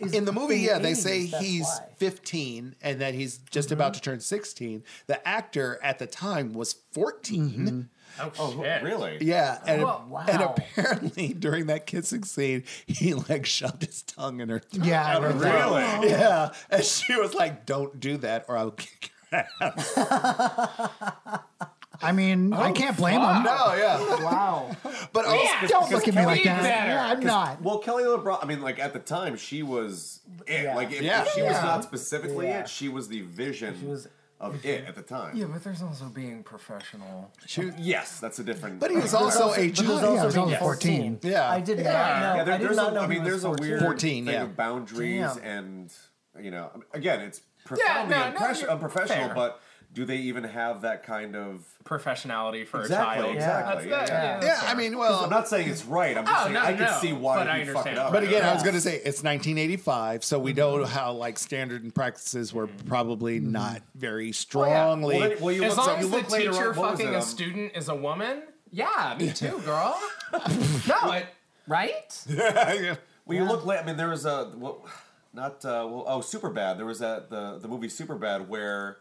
[SPEAKER 7] is-
[SPEAKER 1] in the movie. yeah, they
[SPEAKER 7] 80s,
[SPEAKER 1] say
[SPEAKER 7] that's
[SPEAKER 1] he's
[SPEAKER 7] why.
[SPEAKER 1] 15 and that he's just about to turn 16. The actor at the time was 14.
[SPEAKER 7] Mm-hmm.
[SPEAKER 5] Oh, shit.
[SPEAKER 4] really
[SPEAKER 1] Yeah, and
[SPEAKER 7] Well, wow.
[SPEAKER 1] and apparently during that kissing scene, he like shoved his tongue in her. throat.
[SPEAKER 3] Yeah, I
[SPEAKER 1] Out of
[SPEAKER 3] read
[SPEAKER 1] her
[SPEAKER 4] really
[SPEAKER 1] mouth. Yeah, and she was like, "Don't do that, or I'll kick your ass."
[SPEAKER 3] I mean, I can't blame him.
[SPEAKER 1] No, yeah,
[SPEAKER 7] Wow.
[SPEAKER 1] but also,
[SPEAKER 5] Yeah,
[SPEAKER 3] Don't look at me like
[SPEAKER 5] Kelly
[SPEAKER 3] that.
[SPEAKER 5] better.
[SPEAKER 3] Yeah, I'm not.
[SPEAKER 4] well Kelly LeBron I mean like at the time she was it
[SPEAKER 7] Yeah.
[SPEAKER 4] like if,
[SPEAKER 1] Yeah.
[SPEAKER 4] if she was not specifically
[SPEAKER 7] Yeah.
[SPEAKER 4] it she was the vision
[SPEAKER 7] was-
[SPEAKER 4] of it at the time
[SPEAKER 5] Yeah, but there's also being professional.
[SPEAKER 4] yes that's a different
[SPEAKER 1] But he was also a
[SPEAKER 7] But there's
[SPEAKER 1] child.
[SPEAKER 7] also
[SPEAKER 3] I was
[SPEAKER 7] being
[SPEAKER 3] only 14.
[SPEAKER 1] Yeah.
[SPEAKER 7] I did not
[SPEAKER 5] Yeah.
[SPEAKER 7] know.
[SPEAKER 4] Yeah, there-
[SPEAKER 7] I did
[SPEAKER 4] there's
[SPEAKER 7] not
[SPEAKER 4] a,
[SPEAKER 7] know
[SPEAKER 4] I
[SPEAKER 7] he
[SPEAKER 4] mean,
[SPEAKER 7] was
[SPEAKER 4] there's
[SPEAKER 7] 14.
[SPEAKER 4] a weird
[SPEAKER 1] 14,
[SPEAKER 4] thing
[SPEAKER 1] yeah.
[SPEAKER 4] of boundaries
[SPEAKER 7] Damn.
[SPEAKER 4] and you know, again, it's profoundly
[SPEAKER 5] no, no,
[SPEAKER 4] unpres-
[SPEAKER 5] you're-
[SPEAKER 4] unprofessional.
[SPEAKER 5] fair.
[SPEAKER 4] But do they even have that kind of?
[SPEAKER 5] Professionality for
[SPEAKER 4] Exactly,
[SPEAKER 5] a child.
[SPEAKER 4] exactly,
[SPEAKER 5] That's-
[SPEAKER 4] yeah,
[SPEAKER 5] that-
[SPEAKER 1] Yeah, I mean,
[SPEAKER 4] I'm
[SPEAKER 1] well,
[SPEAKER 4] not saying it's right. I'm just
[SPEAKER 5] Oh,
[SPEAKER 4] saying
[SPEAKER 5] no,
[SPEAKER 4] I can
[SPEAKER 5] no,
[SPEAKER 4] see why
[SPEAKER 5] but I
[SPEAKER 4] you fuck it
[SPEAKER 5] understand.
[SPEAKER 4] up.
[SPEAKER 1] but again, I was going to say it's 1985, so
[SPEAKER 4] Mm-hmm.
[SPEAKER 1] we know how like standard and practices were probably not very strongly.
[SPEAKER 4] Well, Oh, then- well, you
[SPEAKER 5] As long
[SPEAKER 4] look, so you
[SPEAKER 5] as the
[SPEAKER 4] look later
[SPEAKER 5] teacher
[SPEAKER 4] on, what was
[SPEAKER 5] fucking
[SPEAKER 4] it,
[SPEAKER 5] a
[SPEAKER 4] um,
[SPEAKER 5] student is a woman, yeah, me too, girl. no, it, right?
[SPEAKER 4] Oh, Well, you look. la- I mean, there was a what, not uh, well. Oh, Superbad. There was that the the movie Superbad where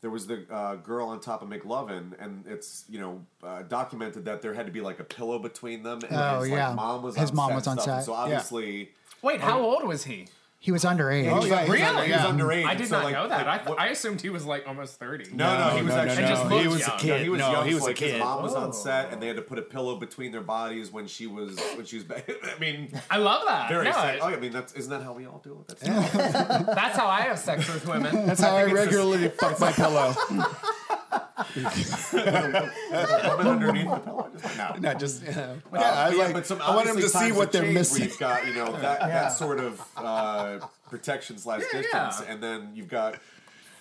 [SPEAKER 4] there was the uh, girl on top of McLovin, and it's you know uh, documented that there had to be like a pillow between them. And
[SPEAKER 3] Oh,
[SPEAKER 4] his,
[SPEAKER 3] yeah.
[SPEAKER 4] Like, mom was
[SPEAKER 3] His
[SPEAKER 4] on
[SPEAKER 3] mom
[SPEAKER 4] set
[SPEAKER 3] was
[SPEAKER 4] and
[SPEAKER 3] on
[SPEAKER 4] stuff, and
[SPEAKER 3] set.
[SPEAKER 4] So
[SPEAKER 1] Yeah.
[SPEAKER 4] obviously.
[SPEAKER 5] Wait, how old was he?
[SPEAKER 3] He was underage.
[SPEAKER 1] Oh, yeah,
[SPEAKER 4] He's
[SPEAKER 5] Really?
[SPEAKER 4] under- He's
[SPEAKER 1] Yeah.
[SPEAKER 4] underage.
[SPEAKER 5] I did
[SPEAKER 4] so,
[SPEAKER 5] not
[SPEAKER 4] like-
[SPEAKER 5] know that.
[SPEAKER 4] like,
[SPEAKER 5] I,
[SPEAKER 4] what-
[SPEAKER 5] I assumed he was like almost 30.
[SPEAKER 4] no, no, he was
[SPEAKER 1] no, no,
[SPEAKER 4] actually
[SPEAKER 1] no.
[SPEAKER 5] just
[SPEAKER 1] he
[SPEAKER 5] looked
[SPEAKER 1] was
[SPEAKER 5] young.
[SPEAKER 1] a
[SPEAKER 4] No,
[SPEAKER 1] kid.
[SPEAKER 4] he was
[SPEAKER 1] no,
[SPEAKER 4] young.
[SPEAKER 1] he
[SPEAKER 4] so,
[SPEAKER 1] was
[SPEAKER 4] like,
[SPEAKER 1] a kid.
[SPEAKER 4] His mom was
[SPEAKER 5] Oh.
[SPEAKER 4] on set, and they had to put a pillow between their bodies when she was when she was. ba- I mean,
[SPEAKER 5] I love that.
[SPEAKER 4] very.
[SPEAKER 5] no,
[SPEAKER 4] sad.
[SPEAKER 5] it-
[SPEAKER 4] Oh, I mean, that's isn't that how we all do it? That's
[SPEAKER 5] That's how I have sex with women.
[SPEAKER 1] That's how I regularly fuck my pillow.
[SPEAKER 4] woman underneath the pillow. Just like, no.
[SPEAKER 1] Not just. You know.
[SPEAKER 4] Uh,
[SPEAKER 1] yeah, I was
[SPEAKER 4] yeah,
[SPEAKER 1] like.
[SPEAKER 4] but some
[SPEAKER 1] I want him to
[SPEAKER 4] obviously
[SPEAKER 1] see
[SPEAKER 4] times
[SPEAKER 1] what
[SPEAKER 4] have
[SPEAKER 1] they're
[SPEAKER 4] changed Where
[SPEAKER 1] missing.
[SPEAKER 4] you've got you know that, that sort of uh, protection slash
[SPEAKER 5] Yeah,
[SPEAKER 4] distance,
[SPEAKER 5] yeah.
[SPEAKER 4] and then you've got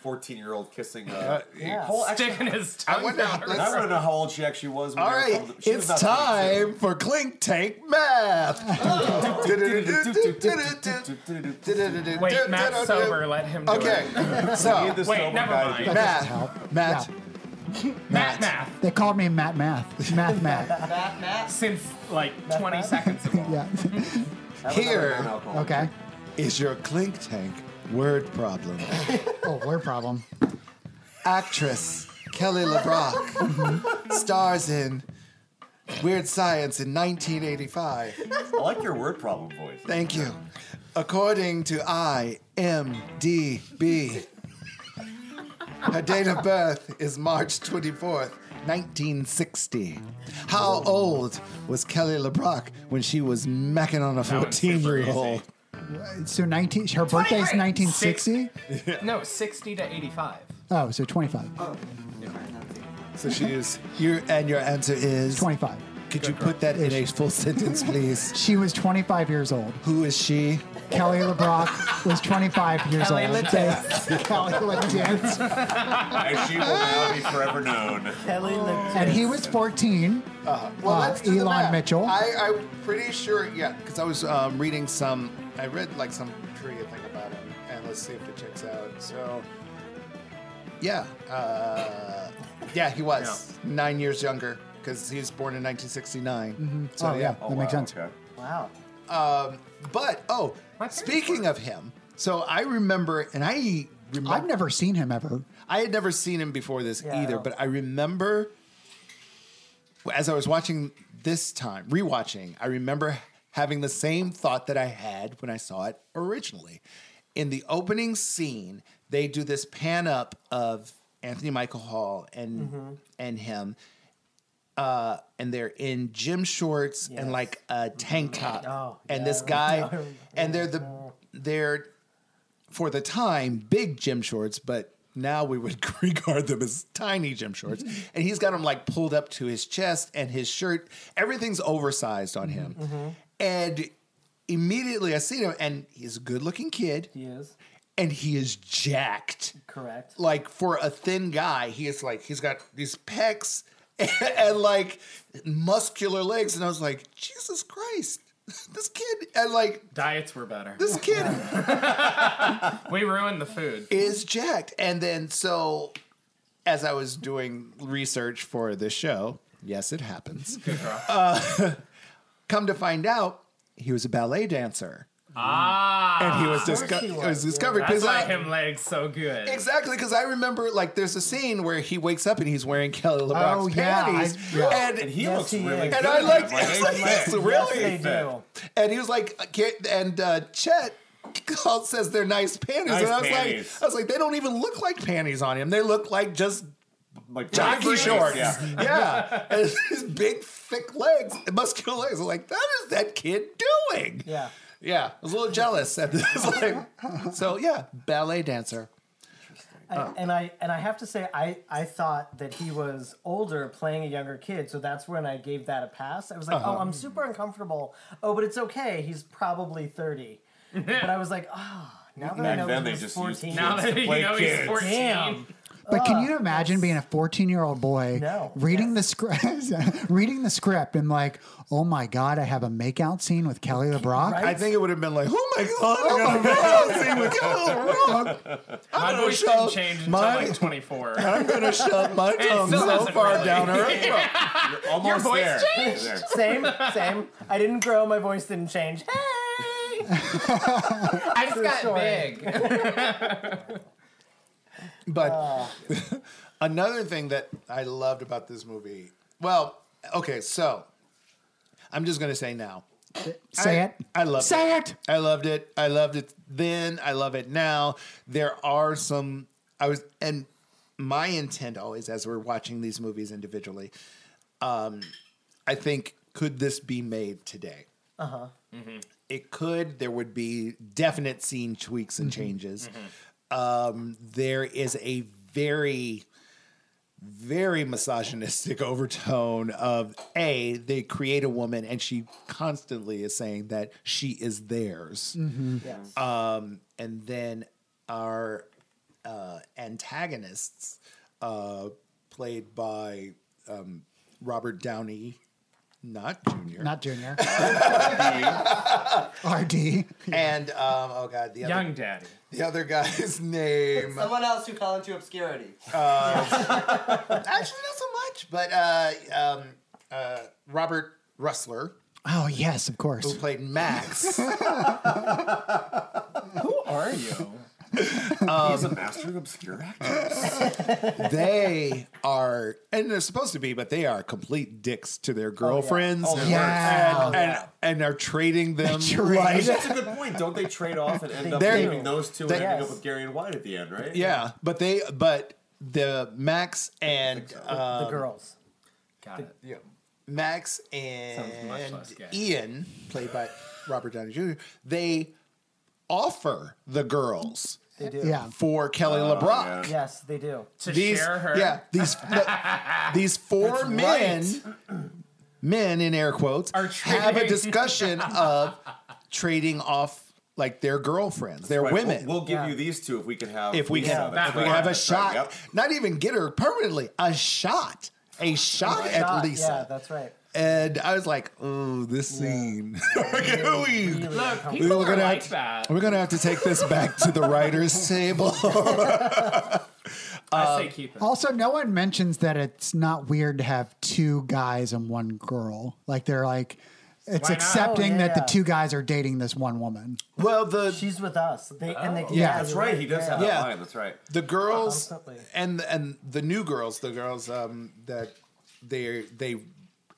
[SPEAKER 4] fourteen year old kissing. Uh,
[SPEAKER 7] Yeah.
[SPEAKER 5] Sticking his
[SPEAKER 1] I
[SPEAKER 5] tongue
[SPEAKER 1] wonder
[SPEAKER 5] down
[SPEAKER 1] how-
[SPEAKER 5] her.
[SPEAKER 4] I want to know how old she actually was. When
[SPEAKER 1] All
[SPEAKER 4] they were
[SPEAKER 1] right,
[SPEAKER 4] filmed. She was
[SPEAKER 1] it's
[SPEAKER 4] not 22.
[SPEAKER 1] time for Clink Tank Math.
[SPEAKER 5] Wait, Matt's sober. Let him do
[SPEAKER 1] Okay,
[SPEAKER 5] it.
[SPEAKER 1] so
[SPEAKER 4] This
[SPEAKER 5] Wait,
[SPEAKER 4] sober
[SPEAKER 5] never
[SPEAKER 4] guy to
[SPEAKER 5] mind.
[SPEAKER 4] do that.
[SPEAKER 1] Matt, Matt,
[SPEAKER 5] Matt, Matt.
[SPEAKER 3] They called me Matt Math. Math Matt.
[SPEAKER 5] Since like 20 seconds ago.
[SPEAKER 3] yeah.
[SPEAKER 1] here
[SPEAKER 3] Okay.
[SPEAKER 1] is your Clink Tank word problem.
[SPEAKER 3] Oh, word problem.
[SPEAKER 1] actress Kelly LeBrock stars in Weird Science in 1985.
[SPEAKER 4] I like your word problem voice.
[SPEAKER 1] Thank you. According to IMDb, her date of birth is March 24th, 1960. How old was Kelly LeBrock when she was macking on a 14 year old?
[SPEAKER 3] So 19, her birthday's 1960.
[SPEAKER 5] No, 60 to 85.
[SPEAKER 3] Oh, so 25.
[SPEAKER 1] So she is. Your, and your answer is
[SPEAKER 3] 25.
[SPEAKER 1] Could you put that in a full sentence, please?
[SPEAKER 3] She was 25 years old.
[SPEAKER 1] Who is she?
[SPEAKER 3] Kelly LeBrock was 25 years
[SPEAKER 5] Kelly
[SPEAKER 3] old.
[SPEAKER 5] Latenz.
[SPEAKER 3] They- Kelly Latenz.
[SPEAKER 4] And she will now be forever known.
[SPEAKER 7] Kelly Lip-
[SPEAKER 3] And he was 14.
[SPEAKER 1] Well,
[SPEAKER 3] Uh,
[SPEAKER 1] let's do the
[SPEAKER 3] Elon
[SPEAKER 1] math.
[SPEAKER 3] Mitchell.
[SPEAKER 1] I, I'm pretty sure, yeah, because I was um, reading some. I read like some trivia thing about him, and let's see if it checks out. So, yeah, uh, yeah, he was nine years younger because he was born in 1969. So
[SPEAKER 3] Oh, yeah.
[SPEAKER 1] yeah.
[SPEAKER 3] That makes sense.
[SPEAKER 4] okay.
[SPEAKER 7] Wow.
[SPEAKER 1] But oh,
[SPEAKER 5] parents
[SPEAKER 1] speaking of him, so I remember, and I remember
[SPEAKER 3] I've never seen him ever.
[SPEAKER 1] I had never seen him before this
[SPEAKER 7] Yeah, I
[SPEAKER 1] either,
[SPEAKER 7] don't-
[SPEAKER 1] but I remember as I was watching this time, rewatching, I remember having the same thought that I had when I saw it originally. In the opening scene, they do this pan up of Anthony Michael Hall and
[SPEAKER 7] Mm-hmm.
[SPEAKER 1] and him. Uh, and they're in gym shorts and
[SPEAKER 7] Yes.
[SPEAKER 1] like a tank top.
[SPEAKER 7] Oh,
[SPEAKER 1] and
[SPEAKER 7] yeah,
[SPEAKER 1] this
[SPEAKER 7] I
[SPEAKER 1] guy
[SPEAKER 7] remember.
[SPEAKER 1] and they're the they're for the time, big gym shorts, but now we would regard them as tiny gym shorts. And he's got them like pulled up to his chest and his shirt, everything's oversized on him. And immediately I see him, and he's a good looking kid,
[SPEAKER 7] He is
[SPEAKER 1] and he is jacked.
[SPEAKER 7] correct.
[SPEAKER 1] Like for a thin guy, he is like, he's got these pecs and like muscular legs. And I was like, Jesus Christ, this kid, and like,
[SPEAKER 5] Diets were better.
[SPEAKER 1] this kid
[SPEAKER 5] We ruined the food.
[SPEAKER 1] is jacked. And then so as I was doing research for this show, yes, it happens. uh, come to find out, he was a ballet dancer.
[SPEAKER 5] Ah,
[SPEAKER 1] And he was,
[SPEAKER 7] course
[SPEAKER 1] disco-
[SPEAKER 7] he was,
[SPEAKER 1] was
[SPEAKER 7] yeah.
[SPEAKER 1] discovered
[SPEAKER 5] that's
[SPEAKER 1] because
[SPEAKER 5] why
[SPEAKER 1] I
[SPEAKER 5] him legs so good.
[SPEAKER 1] Exactly, because I remember like there's a scene where he wakes up and he's wearing Kelly LeBrock's
[SPEAKER 3] Oh, yeah, I-
[SPEAKER 1] panties,
[SPEAKER 3] yeah.
[SPEAKER 1] and
[SPEAKER 4] And he
[SPEAKER 7] Yes,
[SPEAKER 4] looks
[SPEAKER 7] he
[SPEAKER 4] really
[SPEAKER 7] is.
[SPEAKER 4] good.
[SPEAKER 1] and I
[SPEAKER 4] in
[SPEAKER 1] liked,
[SPEAKER 4] that, right?
[SPEAKER 1] I was like, yes, really,
[SPEAKER 7] Yes, they do.
[SPEAKER 1] and he was like, I can't- and uh, Chet called- says they're nice panties,
[SPEAKER 4] Nice
[SPEAKER 1] and I was
[SPEAKER 4] panties.
[SPEAKER 1] like, I was like, they don't even look like panties on him. They look like just
[SPEAKER 4] Like
[SPEAKER 1] jockey
[SPEAKER 4] really
[SPEAKER 1] shorts.
[SPEAKER 4] Yeah.
[SPEAKER 1] Yeah, and his big, thick legs, muscular legs. I'm like, that is that kid doing?
[SPEAKER 7] Yeah.
[SPEAKER 1] yeah. I was a little jealous at this. Like, so yeah, ballet dancer.
[SPEAKER 7] I, and I and I have to say I I thought that he was older playing a younger kid, so that's when I gave that a pass. I was like, oh, I'm super uncomfortable. Oh, but it's okay. He's probably thirty. but I was like, ah, now that I
[SPEAKER 4] Back
[SPEAKER 7] know
[SPEAKER 4] then
[SPEAKER 7] he
[SPEAKER 4] they
[SPEAKER 7] was
[SPEAKER 4] just used-
[SPEAKER 7] fourteen.
[SPEAKER 5] Now that you
[SPEAKER 4] Play
[SPEAKER 5] know
[SPEAKER 4] kids.
[SPEAKER 5] he's 14.
[SPEAKER 7] Damn.
[SPEAKER 3] But can you imagine being a 14 year old boy
[SPEAKER 7] No.
[SPEAKER 3] reading the script, reading the script, and like, oh my god, I have a makeout scene with Kelly LeBrock.
[SPEAKER 7] Right?
[SPEAKER 1] I think it would have been like, oh my god, oh my god, see, we got it wrong.
[SPEAKER 5] My voice
[SPEAKER 1] shove
[SPEAKER 5] didn't change until
[SPEAKER 1] my-
[SPEAKER 5] like 24.
[SPEAKER 1] I'm gonna shove my tongue
[SPEAKER 5] still
[SPEAKER 1] so
[SPEAKER 5] doesn't
[SPEAKER 1] far
[SPEAKER 5] really.
[SPEAKER 1] down her throat.
[SPEAKER 4] You're almost
[SPEAKER 5] voice
[SPEAKER 4] there.
[SPEAKER 5] changed.
[SPEAKER 4] There.
[SPEAKER 7] Same, same. I didn't grow. My voice didn't change. Hey.
[SPEAKER 5] I just got
[SPEAKER 7] story.
[SPEAKER 5] big.
[SPEAKER 1] But another thing that I loved about this movie, well, okay, so I'm just gonna say now.
[SPEAKER 3] Say
[SPEAKER 1] I-
[SPEAKER 3] it.
[SPEAKER 1] I loved
[SPEAKER 3] Say it.
[SPEAKER 1] I loved it. I loved it then. I love it now. There are some. I was and my intent always as we're watching these movies individually, um, I think could this be made today? Uh huh. It could. There would be definite scene tweaks and changes. Um, there is a very very misogynistic overtone of a they create a woman and she constantly is saying that she is theirs
[SPEAKER 7] Yes.
[SPEAKER 1] and then our uh, antagonists uh, played by um, robert downey not junior
[SPEAKER 3] Not Junior. RD.
[SPEAKER 1] and um, oh god the other,
[SPEAKER 5] Young daddy.
[SPEAKER 1] the other guy's name
[SPEAKER 6] Someone else who fell into obscurity.
[SPEAKER 1] actually not so much but uh, um, uh, robert rustler
[SPEAKER 3] Oh yes, of
[SPEAKER 1] who
[SPEAKER 3] course.
[SPEAKER 1] played max
[SPEAKER 5] Who are you?
[SPEAKER 4] He's
[SPEAKER 1] Um,
[SPEAKER 4] a master of obscure actors.
[SPEAKER 1] they are, and they're supposed to be, but they are complete dicks to their girlfriends.
[SPEAKER 4] Oh, the
[SPEAKER 3] Yeah.
[SPEAKER 1] and, and, and are trading them
[SPEAKER 3] Trade.
[SPEAKER 1] like-
[SPEAKER 4] That's a good point. Don't they trade off and end up
[SPEAKER 1] They're-
[SPEAKER 4] leaving those two and
[SPEAKER 1] they-
[SPEAKER 4] ending
[SPEAKER 7] Yes.
[SPEAKER 4] up with Gary and White at the end, right?
[SPEAKER 1] yeah, but they, but the Max and uh,
[SPEAKER 7] the girls.
[SPEAKER 5] Got it.
[SPEAKER 1] yeah, Max and
[SPEAKER 5] less gay.
[SPEAKER 1] Ian, played by Robert Downey Jr., they offer the girls
[SPEAKER 7] They do.
[SPEAKER 3] Yeah.
[SPEAKER 1] for Kelly LeBrock.
[SPEAKER 4] yeah.
[SPEAKER 7] Yes, they do.
[SPEAKER 5] To
[SPEAKER 1] these
[SPEAKER 5] Oh, share her.
[SPEAKER 1] yeah these the- these four men men in air quotes
[SPEAKER 5] Are
[SPEAKER 1] have a
[SPEAKER 5] trading.
[SPEAKER 1] discussion of trading off like their girlfriends their
[SPEAKER 4] Right,
[SPEAKER 1] women
[SPEAKER 4] We'll, we'll give
[SPEAKER 7] Yeah.
[SPEAKER 4] you these two if we can have
[SPEAKER 1] if we
[SPEAKER 4] these
[SPEAKER 1] can
[SPEAKER 4] seven.
[SPEAKER 5] that
[SPEAKER 1] if we
[SPEAKER 5] one.
[SPEAKER 1] have a
[SPEAKER 4] That's
[SPEAKER 1] shot
[SPEAKER 4] right, yep.
[SPEAKER 1] not even get her permanently a shot a shot at
[SPEAKER 7] Ah, Yeah,
[SPEAKER 1] Lisa
[SPEAKER 7] that's right.
[SPEAKER 1] and I was like oh this scene we
[SPEAKER 7] Really
[SPEAKER 5] Look,
[SPEAKER 7] uncomfortable.
[SPEAKER 5] people
[SPEAKER 1] were
[SPEAKER 5] are
[SPEAKER 1] gonna
[SPEAKER 5] like
[SPEAKER 1] have-
[SPEAKER 5] that.
[SPEAKER 1] we're gonna have to take this back to the writers table
[SPEAKER 5] I say keep it.
[SPEAKER 3] Also, no one mentions that it's not weird to have two guys and one girl. Like they're like, it's
[SPEAKER 5] not?
[SPEAKER 3] accepting
[SPEAKER 7] Oh,
[SPEAKER 3] that the
[SPEAKER 7] yeah.
[SPEAKER 3] two guys are dating this one woman.
[SPEAKER 1] well the
[SPEAKER 7] She's with us. They and they.
[SPEAKER 3] Yeah,
[SPEAKER 4] Oh. That's right. He does
[SPEAKER 7] yeah.
[SPEAKER 4] have
[SPEAKER 1] Yeah.
[SPEAKER 4] that line. That's right.
[SPEAKER 1] the girls
[SPEAKER 7] Constantly.
[SPEAKER 1] and and the new girls, the girls um, that they they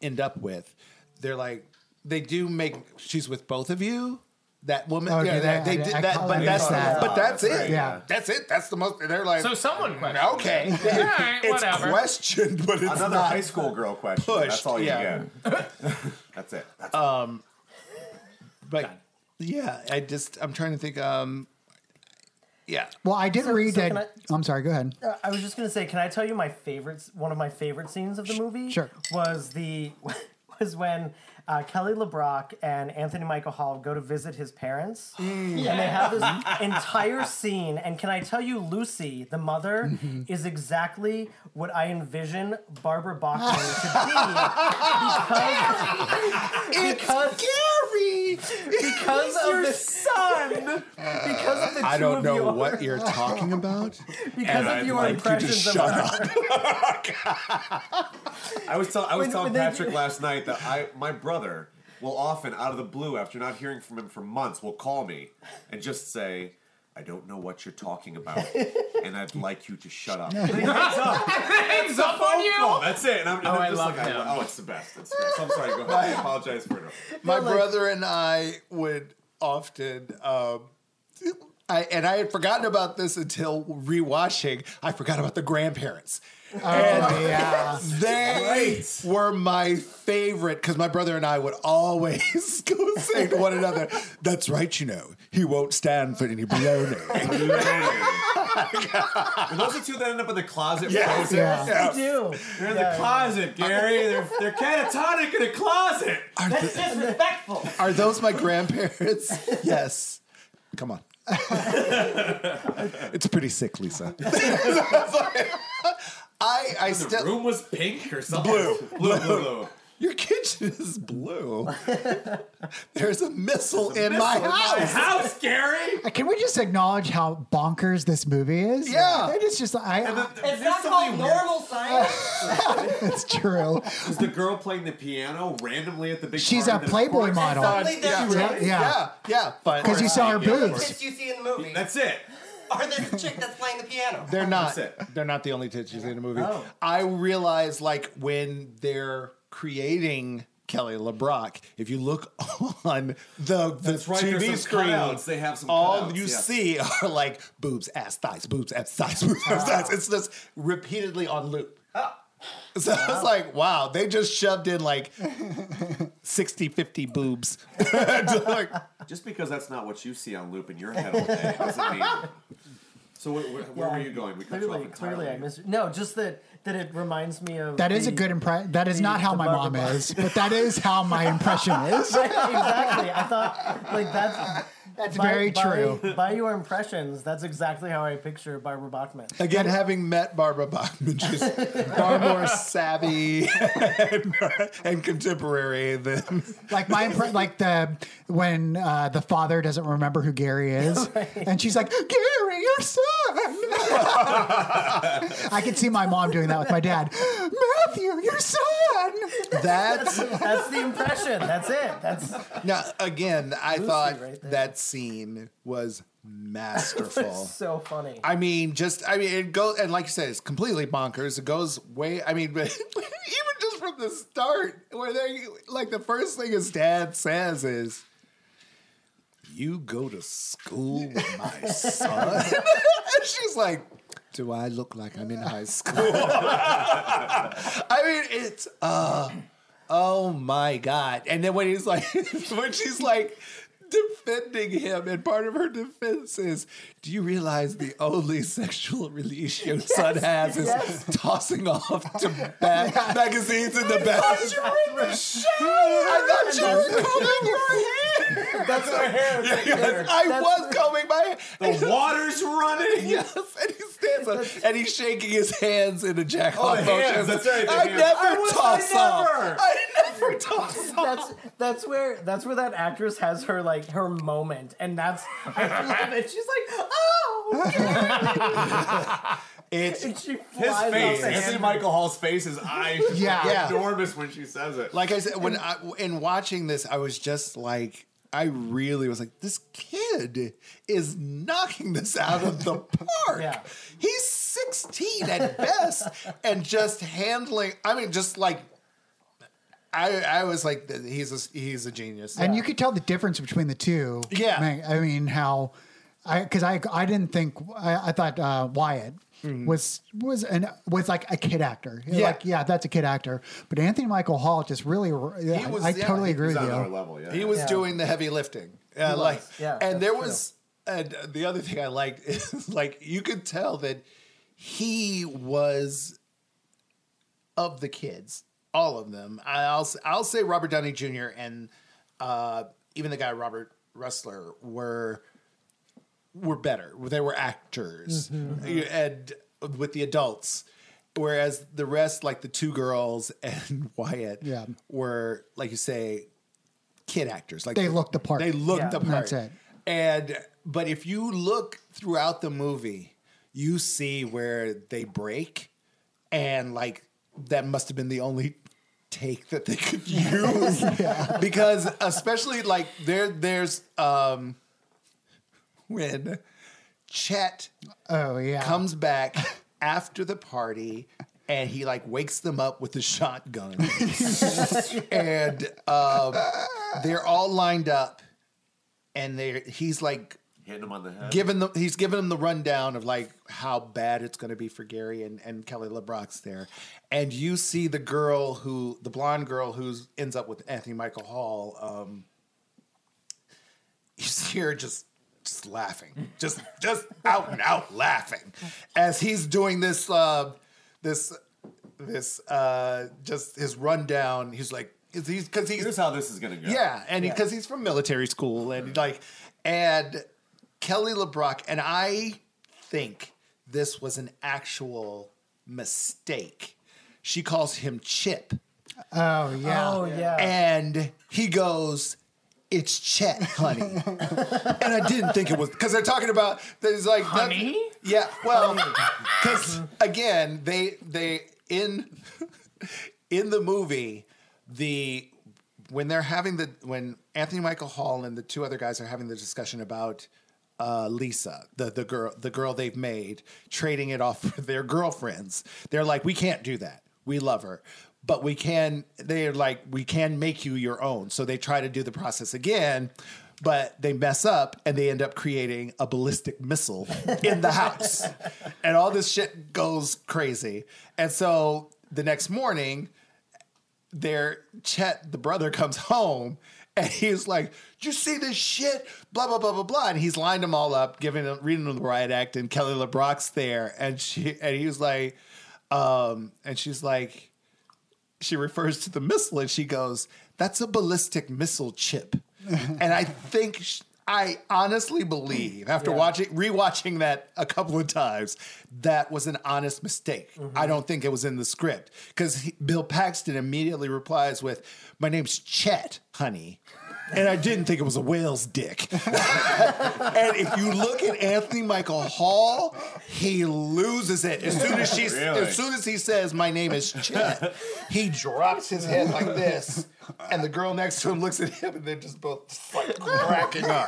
[SPEAKER 1] end up with, they're like they do make she's with both of you. That woman,
[SPEAKER 3] Oh,
[SPEAKER 1] yeah,
[SPEAKER 3] do
[SPEAKER 1] that,
[SPEAKER 3] they?
[SPEAKER 1] they
[SPEAKER 3] I-
[SPEAKER 1] did
[SPEAKER 3] I
[SPEAKER 1] that,
[SPEAKER 3] call
[SPEAKER 1] but
[SPEAKER 3] it
[SPEAKER 1] that's
[SPEAKER 4] that.
[SPEAKER 1] but that's
[SPEAKER 4] That's
[SPEAKER 1] it.
[SPEAKER 4] right,
[SPEAKER 3] yeah.
[SPEAKER 1] That's it. That's the most. They're like,
[SPEAKER 5] So someone questioned.
[SPEAKER 1] okay,
[SPEAKER 5] All right,
[SPEAKER 1] it's
[SPEAKER 5] whatever.
[SPEAKER 1] questioned, but it's
[SPEAKER 4] Another
[SPEAKER 1] not
[SPEAKER 4] high school girl question.
[SPEAKER 1] pushed,
[SPEAKER 4] That's all you
[SPEAKER 1] yeah.
[SPEAKER 4] get. That's it. That's
[SPEAKER 1] But yeah, I just I'm trying to think. Um, yeah,
[SPEAKER 3] Well, I did
[SPEAKER 7] So-
[SPEAKER 3] read
[SPEAKER 7] so can
[SPEAKER 3] that. I, am sorry. Go ahead.
[SPEAKER 7] Uh, I was just gonna say, can I tell you my favorites? One of my favorite scenes of the movie
[SPEAKER 3] sure.
[SPEAKER 7] was the was when uh, Kelly LeBrock and Anthony Michael Hall go to visit his parents, and they have this entire scene. And can I tell you, Lucy, the mother, is exactly what I envision Barbara Bachman to be because because,
[SPEAKER 1] Gary.
[SPEAKER 7] because of the son, because of the
[SPEAKER 1] I
[SPEAKER 7] two
[SPEAKER 1] don't
[SPEAKER 7] of
[SPEAKER 1] know
[SPEAKER 7] your,
[SPEAKER 1] what you're talking about.
[SPEAKER 7] because of
[SPEAKER 4] I'd
[SPEAKER 7] your
[SPEAKER 4] like you to
[SPEAKER 7] impressions of her.
[SPEAKER 4] I was tell, I was
[SPEAKER 7] When- when
[SPEAKER 4] telling
[SPEAKER 7] they-
[SPEAKER 4] Patrick last night that I my brother will often out of the blue after not hearing from him for months will call me and just say I don't know what you're talking about and I'd like you to shut up. And he hangs up.
[SPEAKER 5] Hangs up on
[SPEAKER 4] Phone call.
[SPEAKER 5] you.
[SPEAKER 4] That's it. And I'm, and
[SPEAKER 5] Oh,
[SPEAKER 4] I'm
[SPEAKER 5] I
[SPEAKER 4] just
[SPEAKER 5] love
[SPEAKER 4] like,
[SPEAKER 5] him.
[SPEAKER 4] I, oh, it's the best. It's the best. I'm sorry. Go ahead. I apologize for it.
[SPEAKER 1] my brother and I would often. Um, I, and I had forgotten about this until rewatching. I forgot about the grandparents. and
[SPEAKER 3] Yeah.
[SPEAKER 1] they were my favorite because my brother and I would always go say to one another, That's right, you know, he won't stand for any baloney.
[SPEAKER 4] And those are two that end up in the closet.
[SPEAKER 1] Yes.
[SPEAKER 4] frozen.
[SPEAKER 3] Yeah.
[SPEAKER 7] They do.
[SPEAKER 4] They're in the closet, Gary. They're, they're catatonic in a closet.
[SPEAKER 1] Are, th-
[SPEAKER 7] Disrespectful.
[SPEAKER 1] are those my grandparents? Yes. Come on. it's pretty sick, Lisa. I, I
[SPEAKER 4] The
[SPEAKER 1] still.
[SPEAKER 4] room was pink or something. Blue. Blue, blue, blue.
[SPEAKER 1] Your kitchen is blue. There's a missile in my house.
[SPEAKER 4] House, Gary.
[SPEAKER 3] Can we just acknowledge how bonkers this movie is?
[SPEAKER 1] Yeah.
[SPEAKER 3] It is just. I.
[SPEAKER 4] There's
[SPEAKER 7] It's not
[SPEAKER 4] something
[SPEAKER 7] called
[SPEAKER 4] weird.
[SPEAKER 7] normal science.
[SPEAKER 3] It's true.
[SPEAKER 4] Is the girl playing the piano randomly at the big?
[SPEAKER 3] She's a
[SPEAKER 4] party that-
[SPEAKER 3] Playboy model.
[SPEAKER 6] Suddenly they're
[SPEAKER 3] Yeah.
[SPEAKER 6] chicks.
[SPEAKER 1] Yeah, yeah, but
[SPEAKER 3] Because you saw her
[SPEAKER 4] Yeah, of
[SPEAKER 3] boobs.
[SPEAKER 6] Kids you see in the movie
[SPEAKER 4] That's it.
[SPEAKER 6] are this chick that's playing the piano.
[SPEAKER 1] they're not.
[SPEAKER 4] That's it.
[SPEAKER 1] They're not the only titches in the movie. I realize, like, when they're creating Kelly LeBrock, if you look on the the
[SPEAKER 4] That's right, there's
[SPEAKER 1] TV
[SPEAKER 4] some
[SPEAKER 1] screen,
[SPEAKER 4] cutouts. They have some
[SPEAKER 1] all
[SPEAKER 4] cutouts,
[SPEAKER 1] you
[SPEAKER 4] yes.
[SPEAKER 1] see are like boobs, ass, thighs, boobs, ass, thighs, boobs, ass, thighs. It's just repeatedly on loop. So it's like, wow, they just shoved in like 60, 50 boobs. Just like,
[SPEAKER 4] Just because that's not what you see on loop in your head all day doesn't mean. So where, where, where were you going? We cut you off
[SPEAKER 7] Clearly,
[SPEAKER 4] entirely.
[SPEAKER 7] clearly, I missed. No, just that that it reminds me of.
[SPEAKER 3] That is
[SPEAKER 7] the-
[SPEAKER 3] a good impression. That is not how
[SPEAKER 7] the
[SPEAKER 3] my
[SPEAKER 7] Barbie
[SPEAKER 3] mom
[SPEAKER 7] bar.
[SPEAKER 3] is, but that is how my impression is.
[SPEAKER 7] Right, exactly. I thought like that's
[SPEAKER 3] That's
[SPEAKER 7] by-
[SPEAKER 3] very
[SPEAKER 7] by-
[SPEAKER 3] true.
[SPEAKER 7] By your impressions, that's exactly how I picture Barbara Bachman.
[SPEAKER 1] Again, having met Barbara Bachman, she's far more savvy and, and contemporary than
[SPEAKER 3] Like my impre- like the when uh, the father doesn't remember who Gary is, and she's like, "Gary, your son." I could see my mom doing that with my dad. Matthew, your son.
[SPEAKER 1] That's
[SPEAKER 7] That's the impression. That's it. That's
[SPEAKER 1] now again. I thought
[SPEAKER 7] right there.
[SPEAKER 1] that scene was masterful.
[SPEAKER 7] so funny.
[SPEAKER 1] I mean, just I mean, it goes and like you said, it's completely bonkers. It goes way. I mean, but even just from the start, where they like the first thing his dad says is, "You go to school, with my son." and she's like, "Do I look like I'm in high school?" I mean, it's uh, oh my god! And then when he's like, when she's like defending him, and part of her defense is, do you realize the only sexual release your son has is tossing off to bag magazines in the back? I thought you were in the show. I thought you were combing your hair.
[SPEAKER 4] That's my hair.
[SPEAKER 1] I was combing my hair.
[SPEAKER 4] The water's running.
[SPEAKER 1] Yes, and he stands up and he's shaking his hands in a jack
[SPEAKER 4] Oh,
[SPEAKER 1] off
[SPEAKER 4] the
[SPEAKER 1] motion.
[SPEAKER 4] hands, that's right, the
[SPEAKER 1] I
[SPEAKER 4] hands.
[SPEAKER 1] never
[SPEAKER 7] was- I
[SPEAKER 1] toss off.
[SPEAKER 7] never.
[SPEAKER 1] I never toss off.
[SPEAKER 7] that's that's where that's where that actress has her like her moment, and that's I love it. She's like, oh,
[SPEAKER 1] It's
[SPEAKER 7] and she
[SPEAKER 4] His
[SPEAKER 7] flies
[SPEAKER 4] face,
[SPEAKER 7] off the
[SPEAKER 4] Anthony
[SPEAKER 7] handle.
[SPEAKER 4] Michael Hall's face, his eyes, just
[SPEAKER 3] Yeah.
[SPEAKER 1] Yeah.
[SPEAKER 4] enormous when she says it.
[SPEAKER 1] like I said when I in watching this, I was just like, I really was like, this kid is knocking this out of the park.
[SPEAKER 7] Yeah.
[SPEAKER 1] He's 16 at best, and just handling. I mean, just like. I, I was like he's a, he's a genius.
[SPEAKER 3] And you could tell the difference between the two.
[SPEAKER 1] Yeah.
[SPEAKER 3] I mean, I mean, how, I because I I didn't think I, I thought uh, Wyatt was was an was like a kid actor.
[SPEAKER 1] Yeah.
[SPEAKER 3] Like yeah, that's a kid actor. But Anthony Michael Hall just really. I,
[SPEAKER 1] was-
[SPEAKER 3] I
[SPEAKER 1] yeah,
[SPEAKER 3] totally
[SPEAKER 1] he
[SPEAKER 3] agree
[SPEAKER 4] He's
[SPEAKER 3] with
[SPEAKER 4] on
[SPEAKER 3] you.
[SPEAKER 4] another level, yeah.
[SPEAKER 1] He was
[SPEAKER 7] Yeah.
[SPEAKER 1] doing the heavy lifting. Uh,
[SPEAKER 7] was,
[SPEAKER 1] like,
[SPEAKER 7] yeah,
[SPEAKER 1] and there
[SPEAKER 7] that's
[SPEAKER 1] was, and the other thing I liked is like you could tell that he was of the kids, all of them. I'll I'll say Robert Downey Jr. and uh, even the guy Robert Rustler were were better. They were actors,
[SPEAKER 7] Mm-hmm.
[SPEAKER 1] You- and with the adults, whereas the rest, like the two girls and Wyatt,
[SPEAKER 3] Yeah.
[SPEAKER 1] were like you say, kid actors. Like
[SPEAKER 3] They looked the part.
[SPEAKER 1] They looked
[SPEAKER 7] Yeah.
[SPEAKER 1] the part.
[SPEAKER 3] That's it.
[SPEAKER 1] And but if you look throughout the movie, you see where they break, and like that must have been the only take that they could use because especially like there there's um when Chet
[SPEAKER 3] Oh yeah.
[SPEAKER 1] comes back after the party and he like wakes them up with a shotgun and um, they're all lined up and they are he's like
[SPEAKER 4] Hitting him on the head.
[SPEAKER 1] giving them he's giving them the rundown of like how bad it's going to be for Gary and, and Kelly LeBrock's there and you see the girl who the blonde girl who's ends up with Anthony Michael Hall um you see her just just laughing just just out and out laughing as he's doing this uh this this uh just his rundown he's like is he's because he's
[SPEAKER 4] Here's how this is gonna go.
[SPEAKER 1] yeah, and because he's from military school, and like, and Kelly LeBrock, and I think this was an actual mistake. She calls him Chip,
[SPEAKER 3] oh yeah.
[SPEAKER 7] Oh yeah.
[SPEAKER 1] and he goes. It's Chet, honey, and I didn't think it was because they're talking about there's like that-
[SPEAKER 5] Honey?
[SPEAKER 1] yeah, well, because again, they they in in the movie the when they're having the when Anthony Michael Hall and the two other guys are having the discussion about uh, Lisa, the the girl the girl they've made, trading it off for their girlfriends. They're like, we can't do that. We love her, but we can. They're like, we can make you your own. So they try to do the process again. But they mess up and they end up creating a ballistic missile in the house. and all this shit goes crazy. And so the next morning, their Chet, the brother, comes home and he's like, "Did you see this shit?" Blah blah blah blah blah. And he's lined them all up, giving them, reading them the riot act, and Kelly LeBrock's there, and she and he was like, um, and she's like, she refers to the missile and she goes, "That's a ballistic missile chip," and I think. sh I honestly believe, after watching rewatching that a couple of times, that was an honest mistake. I don't think it was in the script because Bill Paxton immediately replies with, "My name's Chet, honey," and I didn't think it was a whale's dick. and if you look at Anthony Michael Hall, he loses it as soon as she
[SPEAKER 4] Really?
[SPEAKER 1] as soon as he says my name is Chet. He drops his head like this, and the girl next to him looks at him, and they're just both just like cracking up.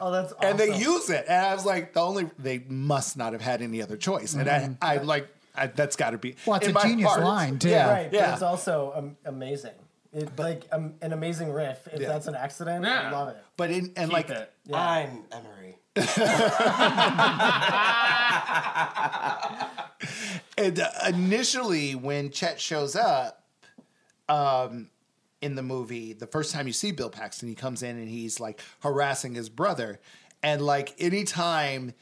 [SPEAKER 7] Oh, that's awesome.
[SPEAKER 1] And they use it, and I was like, the only they must not have had any other choice. And
[SPEAKER 7] Mm-hmm.
[SPEAKER 1] I, I like. I, that's got to be.
[SPEAKER 3] Well, it's
[SPEAKER 1] in
[SPEAKER 3] a
[SPEAKER 1] my
[SPEAKER 3] genius
[SPEAKER 1] heart.
[SPEAKER 3] line, too.
[SPEAKER 1] Yeah,
[SPEAKER 7] right,
[SPEAKER 1] yeah.
[SPEAKER 7] but it's also um, amazing. It, like um, an amazing riff. If that's an accident, I
[SPEAKER 5] Yeah.
[SPEAKER 7] love it.
[SPEAKER 1] but in and
[SPEAKER 5] Like
[SPEAKER 1] like
[SPEAKER 5] that.
[SPEAKER 6] I'm Emery.
[SPEAKER 1] And uh, initially, when Chet shows up um, in the movie, the first time you see Bill Paxton, he comes in and he's like harassing his brother. And like anytime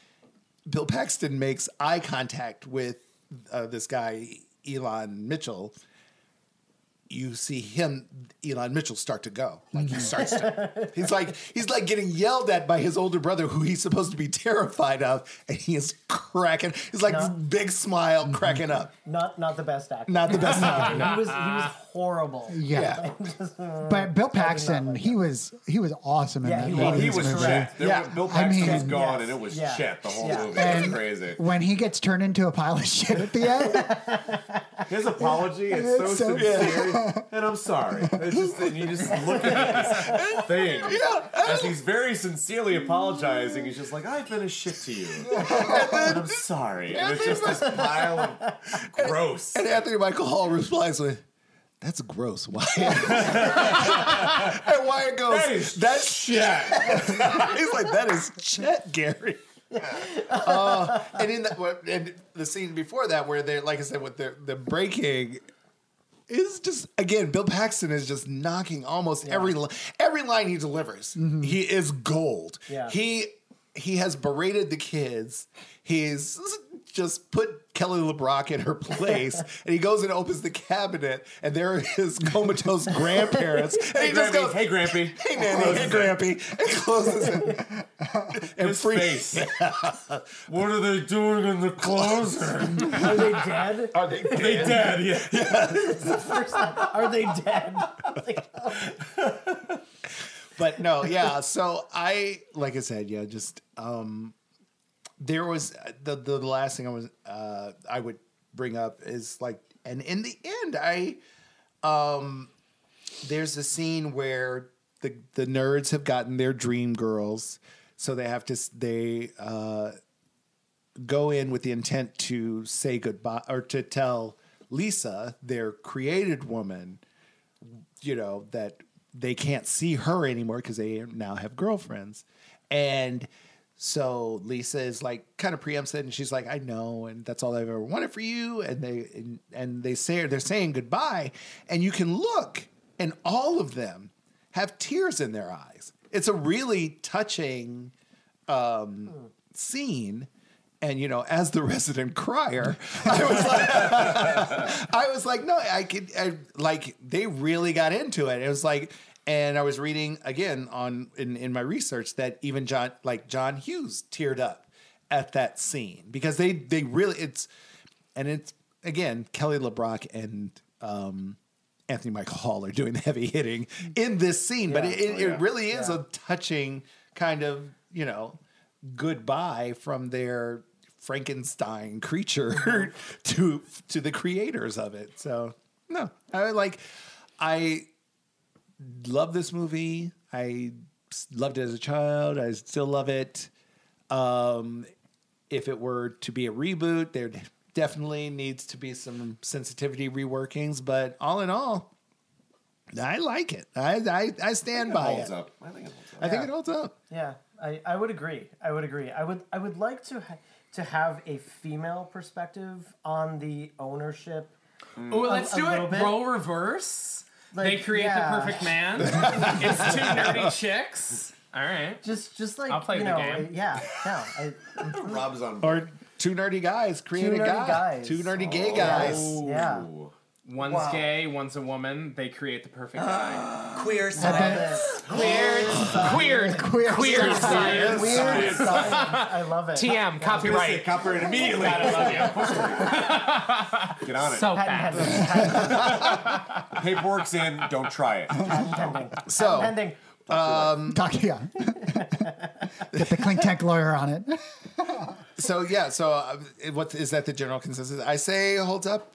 [SPEAKER 1] Bill Paxton makes eye contact with uh, this guy, Elon Mitchell, you see him, Elon Mitchell, start to go. Like he starts to, he's like, he's like getting yelled at by his older brother who he's supposed to be terrified of. And he is cracking. He's like,
[SPEAKER 7] No.
[SPEAKER 1] big smile, cracking up.
[SPEAKER 7] Not not the best actor.
[SPEAKER 1] Not the best.
[SPEAKER 7] he was he was horrible.
[SPEAKER 1] yeah.
[SPEAKER 3] But Bill Paxton, he was he was awesome in
[SPEAKER 7] Yeah,
[SPEAKER 3] that
[SPEAKER 7] he
[SPEAKER 4] Well,
[SPEAKER 7] was.
[SPEAKER 4] he
[SPEAKER 3] this
[SPEAKER 4] was
[SPEAKER 3] movie.
[SPEAKER 4] Chet. There
[SPEAKER 1] Yeah.
[SPEAKER 4] was- Bill
[SPEAKER 3] I
[SPEAKER 4] Paxton
[SPEAKER 3] mean-
[SPEAKER 4] was gone,
[SPEAKER 7] Yes.
[SPEAKER 4] and it was
[SPEAKER 7] Yeah.
[SPEAKER 4] Chet the whole
[SPEAKER 7] Yeah.
[SPEAKER 4] movie. It's
[SPEAKER 3] And
[SPEAKER 4] crazy.
[SPEAKER 3] when he gets turned into a pile of shit at the end,
[SPEAKER 4] His apology, it's, so,
[SPEAKER 3] It's so-
[SPEAKER 4] sincere, and I'm sorry. It's just that you just look at this thing as he's very sincerely apologizing. He's just like, "I've been a shit to you, and I'm sorry." And it's just this pile of gross.
[SPEAKER 1] And Anthony Michael Hall replies with, "That's gross, Wyatt." and Wyatt goes,
[SPEAKER 4] That is
[SPEAKER 1] "That's
[SPEAKER 4] Chet.
[SPEAKER 1] He's like, "That is Chet Gary." Uh, and in the and the scene before that, where they're like I said, with the the breaking. Is just again, Bill Paxton is just knocking almost every li- every line he delivers.
[SPEAKER 4] Mm-hmm.
[SPEAKER 1] He is gold.
[SPEAKER 7] Yeah.
[SPEAKER 1] He he has berated the kids. He's just put Kelly LeBrock in her place, and he goes and opens the cabinet, and there are his comatose grandparents. And
[SPEAKER 4] Hey,
[SPEAKER 1] he just
[SPEAKER 4] Grampy.
[SPEAKER 1] goes,
[SPEAKER 4] Hey, Grampy.
[SPEAKER 1] Hey, Nanny. Hey, Grampy. And closes it. And
[SPEAKER 4] His
[SPEAKER 1] free.
[SPEAKER 4] face. what are they doing in the closet?
[SPEAKER 7] Are they dead?
[SPEAKER 1] Are they
[SPEAKER 4] they dead. Yeah.
[SPEAKER 7] First time, Are they dead?
[SPEAKER 1] But no, yeah. So I, like I said, yeah, just um, there was the the last thing I was uh, I would bring up is like, and in the end, I um, there's a scene where the the nerds have gotten their dream girls, so they have to s- they uh, go in with the intent to say goodbye or to tell Lisa, their created woman, you know that they can't see her anymore because they now have girlfriends, and. So Lisa is like kind of preempts it, and she's like, "I know, and that's all I've ever wanted for you." And they and, and they say they're saying goodbye, and you can look and all of them have tears in their eyes. It's a really touching um, scene. And you know, as the resident crier, I was like, I was like, no, I could, I, like, they really got into it. It was like, and I was reading again on in, in my research that even John, like John Hughes, teared up at that scene because they they really it's, and it's again Kelly LeBrock and um, Anthony Michael Hall are doing the heavy hitting in this scene, but it, it, it really is a touching kind of, you know, goodbye from their Frankenstein creature to to the creators of it. So no, I would like I love this movie. I s- loved it as a child. I still love it. Um, if it were to be a reboot, there d- definitely needs to be some sensitivity reworkings. But all in all, I like it. I I, I stand by
[SPEAKER 4] Holds
[SPEAKER 1] it.
[SPEAKER 4] up. I think it holds up.
[SPEAKER 1] I think it holds up.
[SPEAKER 7] Yeah, I, I would agree. I would agree. I would I would like to ha- to have a female perspective on the ownership.
[SPEAKER 5] Ooh, let's
[SPEAKER 7] a
[SPEAKER 5] do
[SPEAKER 7] little
[SPEAKER 5] it.
[SPEAKER 7] bit.
[SPEAKER 5] Role reverse. they
[SPEAKER 7] Like,
[SPEAKER 5] create
[SPEAKER 7] yeah.
[SPEAKER 5] the perfect man. it's two nerdy chicks. All right.
[SPEAKER 7] Just just like
[SPEAKER 5] I'll play
[SPEAKER 7] you
[SPEAKER 5] the
[SPEAKER 7] know,
[SPEAKER 5] game.
[SPEAKER 7] I- yeah, yeah. I,
[SPEAKER 4] Rob's on.
[SPEAKER 1] Or two nerdy guys create
[SPEAKER 7] Two
[SPEAKER 1] a
[SPEAKER 7] nerdy
[SPEAKER 1] guy.
[SPEAKER 7] guys.
[SPEAKER 1] Two nerdy gay guys.
[SPEAKER 7] yeah.
[SPEAKER 4] Ooh.
[SPEAKER 5] One's
[SPEAKER 7] Wow. Uh,
[SPEAKER 5] gay, one's a woman. They create the perfect guy.
[SPEAKER 6] Queer science.
[SPEAKER 5] Queer, queer, queer, queer science.
[SPEAKER 7] Weird science. I love it.
[SPEAKER 5] TM
[SPEAKER 4] Gonna say
[SPEAKER 5] copyright.
[SPEAKER 4] copyright immediately.
[SPEAKER 5] I love you.
[SPEAKER 4] Get on it.
[SPEAKER 5] So
[SPEAKER 7] Patent
[SPEAKER 5] fast.
[SPEAKER 7] pending. Patent
[SPEAKER 4] Paperwork's in. Don't try it.
[SPEAKER 7] pending.
[SPEAKER 1] So-
[SPEAKER 7] Patent pending.
[SPEAKER 3] Talk, yeah. Get the clink tank lawyer on it.
[SPEAKER 1] So yeah, so uh, what is that the general consensus? I say holds up.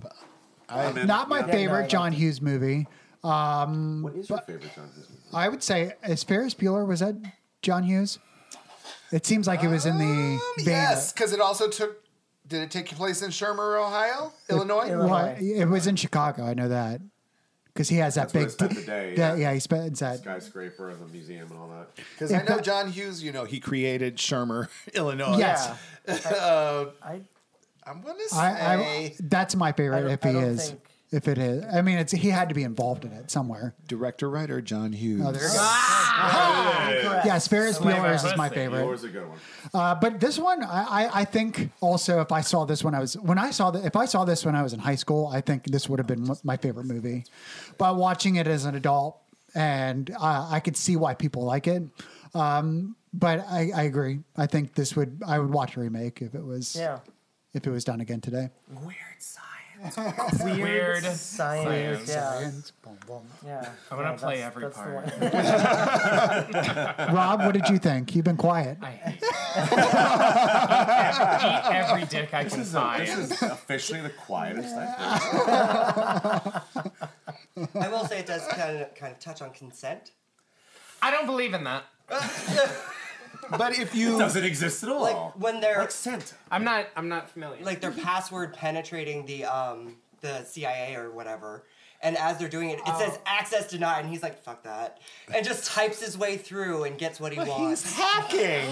[SPEAKER 4] I'm in.
[SPEAKER 3] Not my
[SPEAKER 4] Yeah.
[SPEAKER 3] favorite
[SPEAKER 7] no, I
[SPEAKER 3] John Hughes movie.
[SPEAKER 4] What is your favorite John Hughes movie?
[SPEAKER 3] I would say, is Ferris Bueller, was that John Hughes? It seems like it was in the.
[SPEAKER 7] Um,
[SPEAKER 1] Um,
[SPEAKER 3] vein
[SPEAKER 1] yes,
[SPEAKER 3] of-
[SPEAKER 1] because it also took. Did it take place in Shermer, Ohio, Illinois?
[SPEAKER 7] Illinois.
[SPEAKER 3] Well, it was in Chicago. I know that. Because he has that
[SPEAKER 4] That's where I
[SPEAKER 3] big.
[SPEAKER 4] spent the day.
[SPEAKER 3] that-
[SPEAKER 4] yeah.
[SPEAKER 3] yeah, he spends that.
[SPEAKER 4] Skyscraper and the museum and all that.
[SPEAKER 1] Because I know John Hughes. You know he created Shermer, Illinois.
[SPEAKER 3] Yes.
[SPEAKER 7] I
[SPEAKER 1] I'm gonna say
[SPEAKER 3] I, I, that's my favorite
[SPEAKER 7] don't-
[SPEAKER 3] if
[SPEAKER 7] I
[SPEAKER 3] he
[SPEAKER 7] don't
[SPEAKER 3] is.
[SPEAKER 7] think-
[SPEAKER 3] If it is. I mean, it's he had to be involved in it somewhere.
[SPEAKER 1] director writer John Hughes.
[SPEAKER 3] Oh, there you go. Ah! Yes, Ferris Bueller's is my
[SPEAKER 5] Pussy.
[SPEAKER 3] favorite.
[SPEAKER 4] Yours is a good one.
[SPEAKER 3] Uh, but this one, I, I, I think also if I saw this when I was when I saw the, if I saw this when I was in high school, I think this would have been m- my favorite movie. But watching it as an adult, and uh, I could see why people like it. Um, but I, I agree. I think this would I would watch a remake if it was
[SPEAKER 7] Yeah.
[SPEAKER 3] if it was done again today.
[SPEAKER 2] Weird science.
[SPEAKER 5] Weird
[SPEAKER 7] science.
[SPEAKER 5] science.
[SPEAKER 7] Yeah.
[SPEAKER 3] Rob,
[SPEAKER 7] Yeah.
[SPEAKER 5] I'm gonna
[SPEAKER 7] Yeah,
[SPEAKER 5] play
[SPEAKER 7] that's-
[SPEAKER 5] every
[SPEAKER 7] that's the
[SPEAKER 5] part.
[SPEAKER 7] one.
[SPEAKER 3] what did you think? You've been quiet.
[SPEAKER 5] I hate you. Eat every dick I can
[SPEAKER 4] This is, a, this
[SPEAKER 5] find.
[SPEAKER 4] is officially the quietest I've heard.
[SPEAKER 6] I will say it does kind of kind of touch on consent.
[SPEAKER 5] I don't believe in that.
[SPEAKER 1] But if you
[SPEAKER 4] Doesn't exist at all.
[SPEAKER 6] Like when they're
[SPEAKER 4] Like Santa.
[SPEAKER 5] I'm not. I'm not familiar.
[SPEAKER 6] like they're password penetrating the um the CIA or whatever. And as they're doing it, it says access denied, and he's like, "Fuck that," and just types his way through and gets what he wants.
[SPEAKER 1] he's hacking,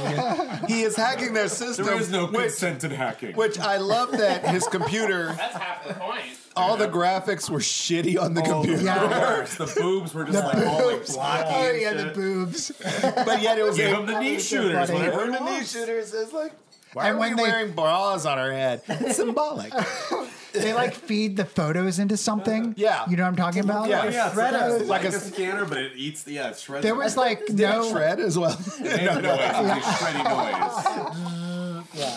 [SPEAKER 1] he is hacking their system.
[SPEAKER 4] There is no
[SPEAKER 1] which,
[SPEAKER 4] consent in hacking.
[SPEAKER 1] which I love that his computer.
[SPEAKER 5] That's half the point.
[SPEAKER 1] all the graphics were shitty on the
[SPEAKER 4] Oh,
[SPEAKER 1] computer.
[SPEAKER 4] the worst. The boobs were just like all like blocky.
[SPEAKER 3] Oh
[SPEAKER 4] and
[SPEAKER 3] yeah, the
[SPEAKER 4] shit.
[SPEAKER 3] boobs.
[SPEAKER 1] But yet it was
[SPEAKER 4] Give
[SPEAKER 1] like,
[SPEAKER 4] them the knee shooters.
[SPEAKER 3] funny.
[SPEAKER 4] Whatever.
[SPEAKER 1] Wearing the knee shooters is like, why
[SPEAKER 3] And
[SPEAKER 1] are
[SPEAKER 3] when
[SPEAKER 1] we
[SPEAKER 3] they-
[SPEAKER 1] wearing bras on our head? It's symbolic.
[SPEAKER 3] They like feed the photos into something.
[SPEAKER 1] Yeah.
[SPEAKER 3] You know what I'm talking about?
[SPEAKER 4] Yeah, yeah, it's like, a,
[SPEAKER 1] Shredder.
[SPEAKER 4] it's like
[SPEAKER 1] Like
[SPEAKER 4] a
[SPEAKER 1] a-
[SPEAKER 4] scanner, but it eats the yeah, it shreds.
[SPEAKER 3] There
[SPEAKER 4] it.
[SPEAKER 3] was like
[SPEAKER 1] No.
[SPEAKER 3] no
[SPEAKER 1] Shred as well.
[SPEAKER 4] Make no, noise. It's a shreddy noise.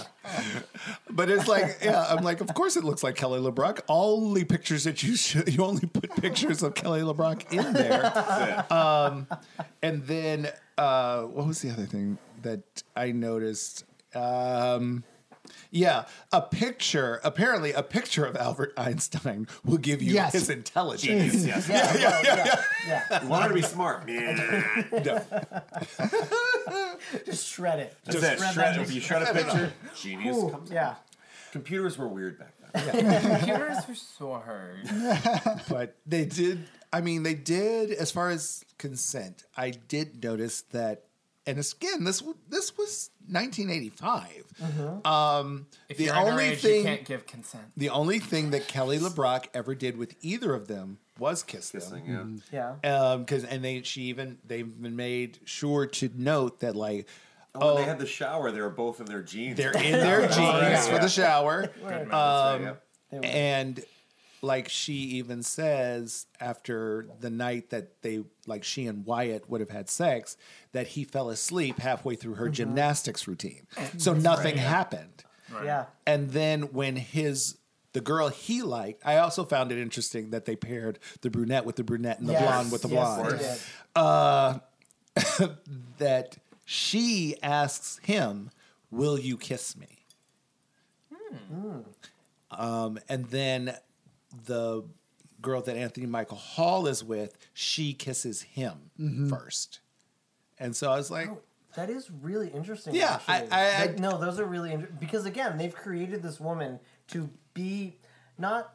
[SPEAKER 1] But it's like, yeah, I'm like, of course it looks like Kelly LeBrock. Only pictures that you should, you only put pictures of Kelly LeBrock in there.
[SPEAKER 4] That's it.
[SPEAKER 1] And then, uh, what was the other thing that I noticed? Um, yeah, a picture, apparently, a picture of Albert Einstein will give you
[SPEAKER 3] Yes.
[SPEAKER 1] his intelligence.
[SPEAKER 4] Genius, yes.
[SPEAKER 7] Yeah.
[SPEAKER 1] Oh,
[SPEAKER 7] Yeah. Yeah. yeah.
[SPEAKER 4] You want her to be smart. Yeah.
[SPEAKER 1] No.
[SPEAKER 7] Just shred it.
[SPEAKER 4] That's
[SPEAKER 7] Just
[SPEAKER 4] it.
[SPEAKER 7] shred
[SPEAKER 4] Shred,
[SPEAKER 7] that.
[SPEAKER 4] if you shred a picture, genius
[SPEAKER 7] Ooh,
[SPEAKER 4] comes
[SPEAKER 7] yeah.
[SPEAKER 4] Computers were weird back then.
[SPEAKER 5] Computers are so hard.
[SPEAKER 1] but they did i mean they did as far as consent i did notice that and it's- again this w- this was 1985 um
[SPEAKER 5] If
[SPEAKER 1] the
[SPEAKER 5] you're
[SPEAKER 1] only
[SPEAKER 5] underage,
[SPEAKER 1] thing
[SPEAKER 5] you can't give consent.
[SPEAKER 1] the only thing that kelly lebrock ever did with either of them was kiss them
[SPEAKER 4] Kissing, yeah.
[SPEAKER 7] Yeah.
[SPEAKER 1] um because and they she even they've been made sure to note that like
[SPEAKER 4] And Oh, when they had the shower, they were both in their jeans.
[SPEAKER 1] they're in their jeans for the shower
[SPEAKER 4] um, yeah.
[SPEAKER 1] and like she even says after the night that they like she and Wyatt would have had sex that he fell asleep halfway through her
[SPEAKER 7] Mm-hmm.
[SPEAKER 1] gymnastics routine. So nothing happened.
[SPEAKER 7] Yeah.
[SPEAKER 1] And then when his the girl he liked, I also found it interesting that they paired the brunette with the brunette and the
[SPEAKER 7] Yes,
[SPEAKER 1] blonde with the
[SPEAKER 7] yes,
[SPEAKER 1] blonde.
[SPEAKER 7] they did.
[SPEAKER 1] That she asks him, "Will you kiss me?" Hmm. Um, and then the girl that Anthony Michael Hall is with, she kisses him first. And so I was like,
[SPEAKER 7] That is really interesting.
[SPEAKER 1] Yeah, I-
[SPEAKER 7] actually.
[SPEAKER 1] I- I-
[SPEAKER 7] That- no, those are really inter- because again, they've created this woman to be not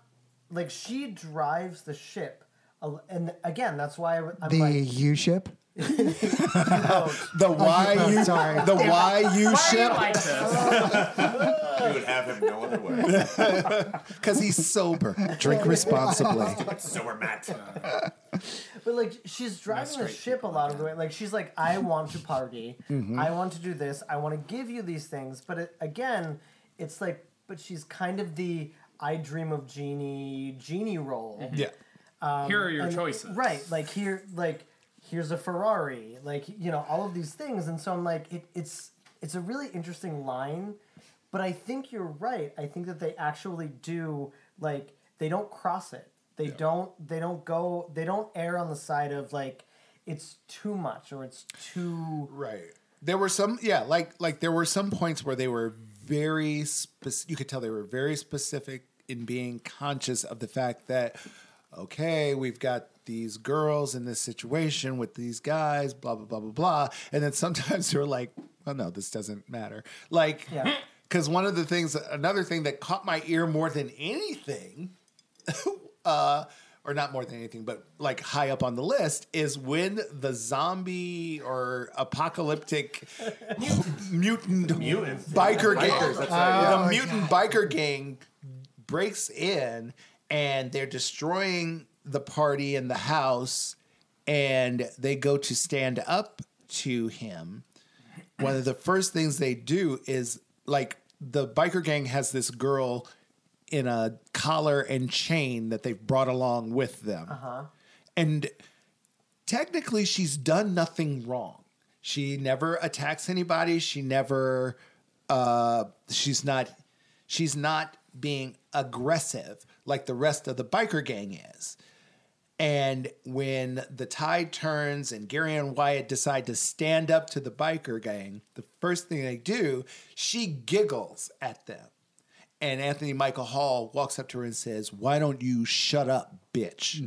[SPEAKER 7] like she drives the ship, al- and again, that's why I w- I'm
[SPEAKER 3] the
[SPEAKER 7] like,
[SPEAKER 3] U ship.
[SPEAKER 1] "The why you,
[SPEAKER 3] sorry.
[SPEAKER 1] the oh, why you ship?"
[SPEAKER 5] like this?
[SPEAKER 4] You would have him no other way.
[SPEAKER 1] Because he's sober. Drink responsibly.
[SPEAKER 4] so we're Matt.
[SPEAKER 7] but like she's driving the ship a lot of the way. Like she's like, I want to party, I want to do this, I want to give you these things, but it, again, it's like, but she's kind of the I dream of genie genie role.
[SPEAKER 1] Yeah.
[SPEAKER 5] Here are your
[SPEAKER 7] Um, And-
[SPEAKER 5] choices.
[SPEAKER 7] Right. Like here like here's a Ferrari. Like you know, all of these things. And so I'm like, it, it's it's a really interesting line. But I think you're right. I think that they actually do like they don't cross it. They don't they don't go they don't err on the side of like it's too much or it's too
[SPEAKER 1] Right. There were some, yeah, like like there were some points where they were very specific. You could tell they were very specific in being conscious of the fact that, okay, we've got these girls in this situation with these guys, blah blah blah blah blah, and then sometimes they were like, oh no, this doesn't matter, like.
[SPEAKER 7] Yeah.
[SPEAKER 1] Because one of the things, another thing that caught my ear more than anything uh, or not more than anything, but like high up on the list is when the zombie or apocalyptic mutant, biker gang,
[SPEAKER 4] that's right, yeah. Oh
[SPEAKER 1] the mutant biker gang breaks in and they're destroying the party and the house, and they go to stand up to him one of the first things they do is like the biker gang has this girl in a collar and chain that they've brought along with them. And technically, she's done nothing wrong. She never attacks anybody. She never, uh, she's not, she's not being aggressive like the rest of the biker gang is. And when the tide turns and Gary and Wyatt decide to stand up to the biker gang, the first thing they do, she giggles at them. And Anthony Michael Hall walks up to her and says, Why don't you shut up, bitch?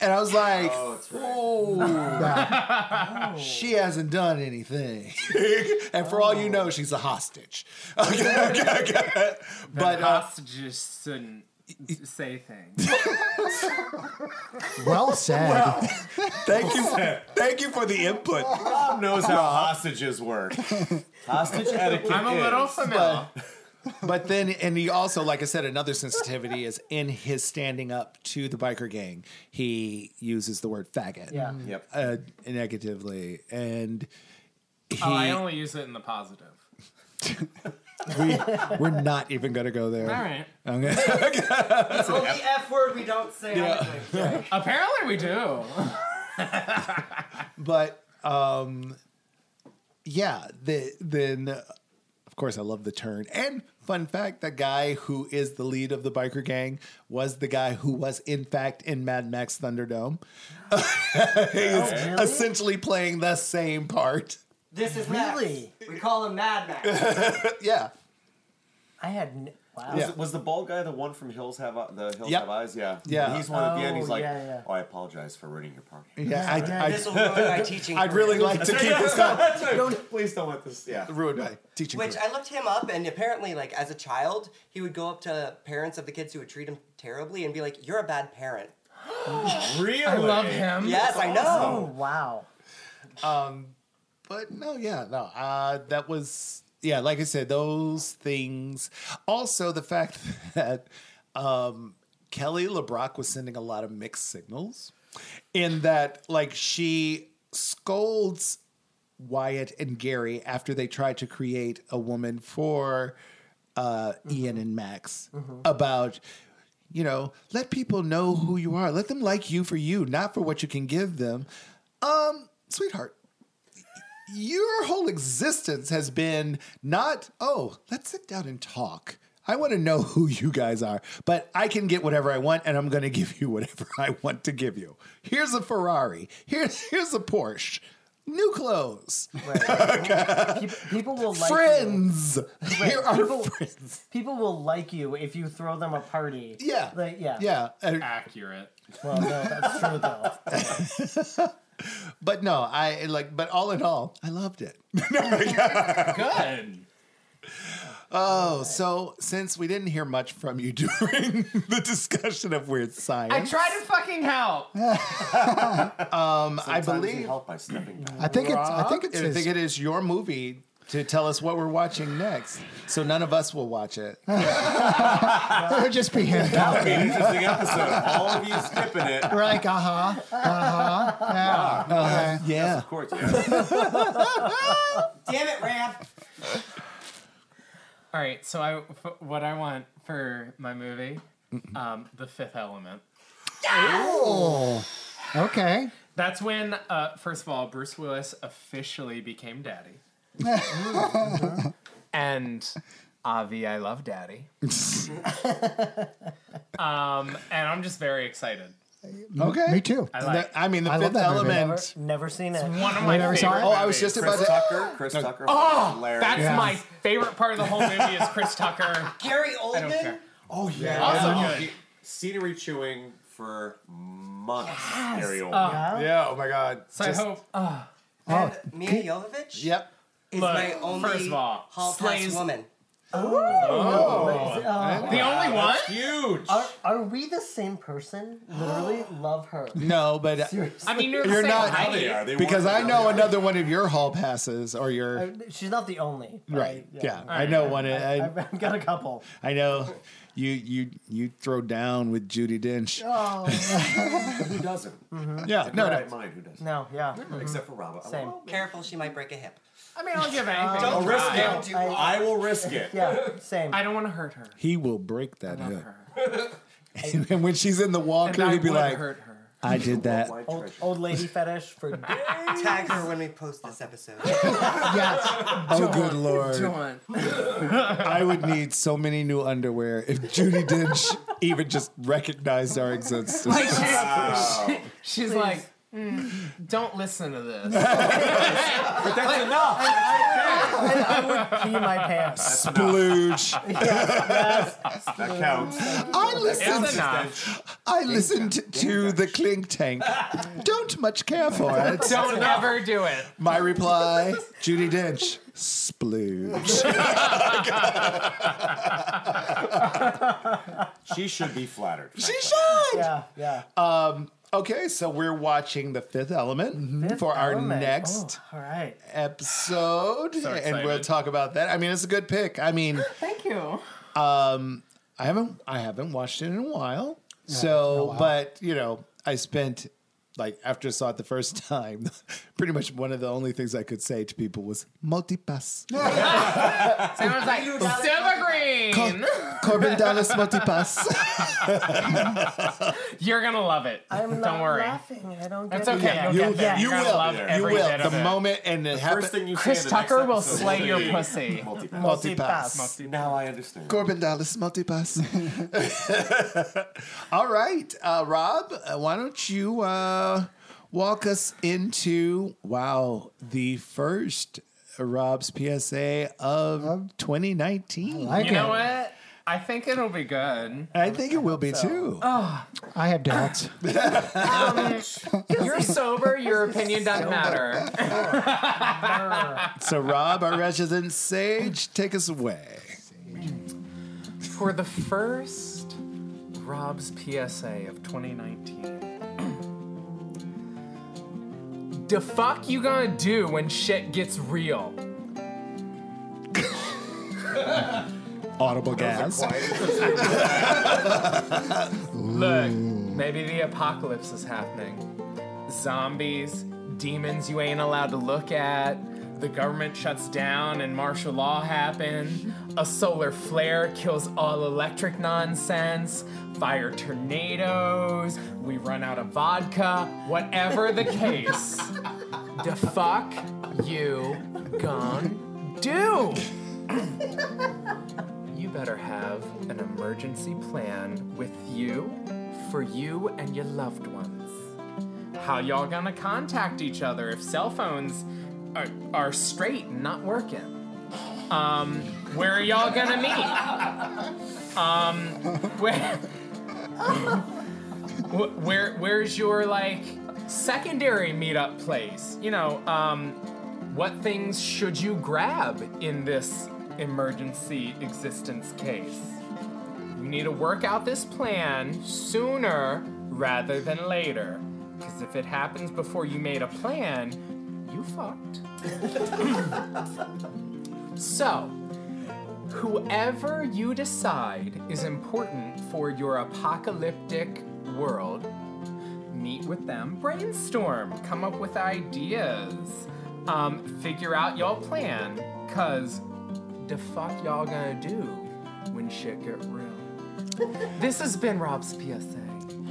[SPEAKER 1] and I was like, Oh, she hasn't done anything. and for all you know, she's a hostage. Okay, okay, okay. But uh,
[SPEAKER 5] hostages shouldn't say things.
[SPEAKER 3] Well said.
[SPEAKER 1] thank you, thank you for the input.
[SPEAKER 4] Rob knows how hostages work. Hostage etiquette.
[SPEAKER 5] I'm a little
[SPEAKER 4] is-
[SPEAKER 5] familiar.
[SPEAKER 1] but then and he also like i said another sensitivity is in his standing up to the biker gang he uses the word faggot
[SPEAKER 7] yeah.
[SPEAKER 4] Yep.
[SPEAKER 1] uh, negatively and he,
[SPEAKER 5] Oh, I only use it in the positive.
[SPEAKER 1] we, we're not even gonna go there
[SPEAKER 5] All right.
[SPEAKER 1] Okay.
[SPEAKER 6] It's only F word we don't say. Yeah.
[SPEAKER 5] Apparently we do.
[SPEAKER 1] but um yeah the then uh, of course i love the turn and fun fact the guy who is the lead of the biker gang was the guy who was in fact in mad max thunderdome
[SPEAKER 6] Oh,
[SPEAKER 1] he's essentially playing the same part
[SPEAKER 6] This is
[SPEAKER 7] Really?
[SPEAKER 6] Max. We call him Mad Max.
[SPEAKER 1] yeah
[SPEAKER 7] I had n- wow.
[SPEAKER 1] Yeah.
[SPEAKER 4] Was, was the bald guy the one from Hills Have Eye- the Hills
[SPEAKER 1] Yep.
[SPEAKER 4] Have Eyes? Yeah,
[SPEAKER 1] Yeah.
[SPEAKER 4] He's one at the
[SPEAKER 7] Oh,
[SPEAKER 4] end. He's like,
[SPEAKER 7] yeah, yeah.
[SPEAKER 4] "Oh, I apologize for ruining your party."
[SPEAKER 1] yeah I, I,
[SPEAKER 6] This will ruin my teaching.
[SPEAKER 1] i'd
[SPEAKER 6] career.
[SPEAKER 1] really like to keep this up
[SPEAKER 4] don't, please don't let this. Yeah.
[SPEAKER 1] ruined my teaching
[SPEAKER 6] Which
[SPEAKER 1] career.
[SPEAKER 6] I looked him up, and apparently, like as a child, he would go up to parents of the kids who would treat him terribly and be like, "You're a bad parent."
[SPEAKER 4] Really?
[SPEAKER 5] I love him.
[SPEAKER 6] yes, I know.
[SPEAKER 7] Oh wow.
[SPEAKER 1] but no yeah no uh that was yeah like i said those things also the fact that um kelly lebrock was sending a lot of mixed signals in that like she scolds wyatt and gary after they try to create a woman for uh ian and max about you know let people know who you are let them like you for you not for what you can give them um sweetheart your whole existence has been not, oh, let's sit down and talk. I want to know who you guys are, but I can get whatever I want and I'm going to give you whatever I want to give you. Here's a Ferrari. Here's here's a Porsche. New clothes.
[SPEAKER 7] People, people will like you.
[SPEAKER 1] friends. Here are
[SPEAKER 7] People-
[SPEAKER 1] friends.
[SPEAKER 7] People will like you if you throw them a party.
[SPEAKER 1] Yeah.
[SPEAKER 7] Like, yeah.
[SPEAKER 1] Yeah. Uh,
[SPEAKER 5] Accurate.
[SPEAKER 7] Well, no, that's true though.
[SPEAKER 1] but no, I like but all in all, I loved it.
[SPEAKER 5] Good.
[SPEAKER 1] Oh, so since we didn't hear much from you during the discussion of weird science,
[SPEAKER 5] I tried to fucking help.
[SPEAKER 1] I
[SPEAKER 4] Sometimes you
[SPEAKER 1] believe
[SPEAKER 4] help by stepping back.
[SPEAKER 3] I think it's. I think it's.
[SPEAKER 1] I
[SPEAKER 3] His,
[SPEAKER 1] think it is your movie to tell us what we're watching next. So none of us will watch it.
[SPEAKER 3] it would just be him.
[SPEAKER 4] That'll be an interesting episode. All of you skipping it.
[SPEAKER 3] We're like, uh huh, uh huh, yeah, okay.
[SPEAKER 1] Yeah.
[SPEAKER 4] Of course. Yeah.
[SPEAKER 6] Damn it, Rand.
[SPEAKER 5] All right. So I, f- what I want for my movie, um, The Fifth Element.
[SPEAKER 3] okay.
[SPEAKER 5] That's when, uh, first of all, Bruce Willis officially became daddy. and Avi, I love daddy. Um, and I'm just very excited.
[SPEAKER 1] Okay.
[SPEAKER 3] Me too.
[SPEAKER 5] I
[SPEAKER 1] And
[SPEAKER 5] like.
[SPEAKER 1] that- I mean, the
[SPEAKER 3] I
[SPEAKER 1] fifth
[SPEAKER 3] love that movie.
[SPEAKER 7] Never,
[SPEAKER 1] element.
[SPEAKER 7] never seen it.
[SPEAKER 5] One of my
[SPEAKER 3] never saw
[SPEAKER 5] favorite.
[SPEAKER 3] it.
[SPEAKER 1] Oh, I was
[SPEAKER 5] movies.
[SPEAKER 1] just about
[SPEAKER 4] Chris
[SPEAKER 1] to.
[SPEAKER 4] Tucker. Chris Tucker. Oh, hilarious.
[SPEAKER 5] That's
[SPEAKER 3] Yeah.
[SPEAKER 5] my favorite part of the whole movie is Chris Tucker.
[SPEAKER 6] Gary
[SPEAKER 5] don't care.
[SPEAKER 6] Oldman.
[SPEAKER 4] Oh yeah.
[SPEAKER 5] Also
[SPEAKER 4] Oh,
[SPEAKER 5] good.
[SPEAKER 4] he- Scenery chewing for months. Gary Oldman.
[SPEAKER 1] Yeah. Oh my God.
[SPEAKER 5] So I hope
[SPEAKER 3] Oh,
[SPEAKER 6] And Mia Jovovich
[SPEAKER 1] Yep.
[SPEAKER 6] is
[SPEAKER 5] Look,
[SPEAKER 6] my only
[SPEAKER 5] first of all,
[SPEAKER 6] hall
[SPEAKER 5] slays-
[SPEAKER 6] pass woman.
[SPEAKER 5] the only one. Uh,
[SPEAKER 4] Huge.
[SPEAKER 7] oh, Are, are we the same person? Literally, love her.
[SPEAKER 1] No, but
[SPEAKER 5] I mean, you're,
[SPEAKER 1] You're not-
[SPEAKER 5] How
[SPEAKER 4] they are. They
[SPEAKER 1] because
[SPEAKER 4] were-
[SPEAKER 1] I know another one of your hall passes or your.
[SPEAKER 7] She's not the only. but
[SPEAKER 1] right.
[SPEAKER 7] I-
[SPEAKER 1] yeah. I know one. I,
[SPEAKER 7] I've, I've got a couple.
[SPEAKER 1] I know. You you you throw down with Judy Dench.
[SPEAKER 4] Who doesn't?
[SPEAKER 1] Yeah. Mm-hmm. No.
[SPEAKER 4] Right
[SPEAKER 1] no.
[SPEAKER 4] mind. Who doesn't?
[SPEAKER 7] No, yeah.
[SPEAKER 5] Mm-hmm.
[SPEAKER 4] Except for Robert.
[SPEAKER 7] Same.
[SPEAKER 6] Careful, she might break a hip.
[SPEAKER 5] I mean, I'll give anything.
[SPEAKER 6] Don't
[SPEAKER 5] a
[SPEAKER 4] I'll risk
[SPEAKER 5] try.
[SPEAKER 4] it. I will risk it.
[SPEAKER 7] Yeah, same.
[SPEAKER 5] I don't want to hurt her.
[SPEAKER 1] He will break that
[SPEAKER 5] Love
[SPEAKER 1] hip.
[SPEAKER 5] her.
[SPEAKER 1] and when she's in the
[SPEAKER 5] And
[SPEAKER 1] walker,
[SPEAKER 5] I
[SPEAKER 1] he'd be
[SPEAKER 5] would
[SPEAKER 1] like,
[SPEAKER 5] hurt her.
[SPEAKER 1] "I did that."
[SPEAKER 4] Worldwide
[SPEAKER 7] Old,
[SPEAKER 4] treasure.
[SPEAKER 7] old lady fetish for
[SPEAKER 5] Ah.
[SPEAKER 6] Tag her when we post this episode.
[SPEAKER 3] yes.
[SPEAKER 1] Oh, good lord!
[SPEAKER 5] Don't.
[SPEAKER 1] I would need so many new underwear if Judy Dench even just recognized our existence.
[SPEAKER 5] She's like, "Mm, don't listen to this. but that's enough.
[SPEAKER 7] pee my pants.
[SPEAKER 1] Splooge.
[SPEAKER 4] That counts.
[SPEAKER 1] I listened.
[SPEAKER 5] It's enough.
[SPEAKER 1] I listened to the Clink Tank. Don't much care for it.
[SPEAKER 5] Don't ever do it.
[SPEAKER 1] My reply, Judy Dench, splooge.
[SPEAKER 4] She should be flattered.
[SPEAKER 1] She should.
[SPEAKER 7] Yeah, yeah.
[SPEAKER 1] Okay, so we're watching The Fifth Element for our
[SPEAKER 7] Element.
[SPEAKER 1] next
[SPEAKER 7] Oh, all right.
[SPEAKER 1] episode, and we'll
[SPEAKER 5] excited.
[SPEAKER 1] talk about that. I mean, it's a good pick. I mean, um,
[SPEAKER 5] Thank you.
[SPEAKER 1] I haven't I haven't watched it in a while, so but you know, I spent like after I saw it the first time, pretty much one of the only things I could say to people was multipass.
[SPEAKER 5] Someone's like, silver green.
[SPEAKER 1] Corbin Dallas multipass.
[SPEAKER 5] You're gonna love it.
[SPEAKER 7] I'm
[SPEAKER 5] don't
[SPEAKER 7] not
[SPEAKER 5] worry.
[SPEAKER 7] laughing. I don't.
[SPEAKER 5] It's
[SPEAKER 7] get
[SPEAKER 5] okay.
[SPEAKER 7] It.
[SPEAKER 5] You'll
[SPEAKER 1] You,
[SPEAKER 5] get there.
[SPEAKER 1] you
[SPEAKER 5] You're gonna
[SPEAKER 1] will.
[SPEAKER 5] Love
[SPEAKER 1] You
[SPEAKER 5] every
[SPEAKER 1] will.
[SPEAKER 5] bit
[SPEAKER 1] The
[SPEAKER 5] of it.
[SPEAKER 1] moment and it
[SPEAKER 4] First
[SPEAKER 1] happens.
[SPEAKER 4] thing you
[SPEAKER 5] Chris
[SPEAKER 4] say in the
[SPEAKER 5] Tucker
[SPEAKER 4] next
[SPEAKER 5] will
[SPEAKER 4] episode
[SPEAKER 5] slay your
[SPEAKER 4] be
[SPEAKER 5] pussy.
[SPEAKER 4] multipass.
[SPEAKER 1] Multipass.
[SPEAKER 7] Multipass.
[SPEAKER 4] Now I understand.
[SPEAKER 1] Corbin Dallas multipass. All right, uh, Rob, uh, why don't you uh, walk us into wow the first Rob's PSA of 2019?
[SPEAKER 3] I,
[SPEAKER 5] You
[SPEAKER 3] can-
[SPEAKER 5] know what? I think it'll be good.
[SPEAKER 1] I think it will be too.
[SPEAKER 3] I have doubts.
[SPEAKER 5] You're sober. Your opinion doesn't matter.
[SPEAKER 1] So, Rob, our resident sage, take us away.
[SPEAKER 5] For the first Rob's PSA of 2019. the fuck you gonna do when shit gets real?
[SPEAKER 1] Audible gas.
[SPEAKER 5] Look, maybe the apocalypse is happening. Zombies, demons you ain't allowed to look at, the government shuts down and martial law happen, a solar flare kills all electric nonsense, fire tornadoes, we run out of vodka, whatever the case. the fuck you gon' do? You better have an emergency plan with you, for you and your loved ones. How y'all gonna contact each other if cell phones are, are straight and not working? Um, where are y'all gonna meet? Um, where, Wh- where, where's your like secondary meetup place? You know, um, what things should you grab in this emergency existence case? You need to work out this plan sooner rather than later. Because if it happens before you made a plan, you fucked. so, whoever you decide is important for your apocalyptic world, meet with them, brainstorm, come up with ideas, um, figure out your plan, cause the fuck y'all gonna do when shit get real? this has been Rob's PSA.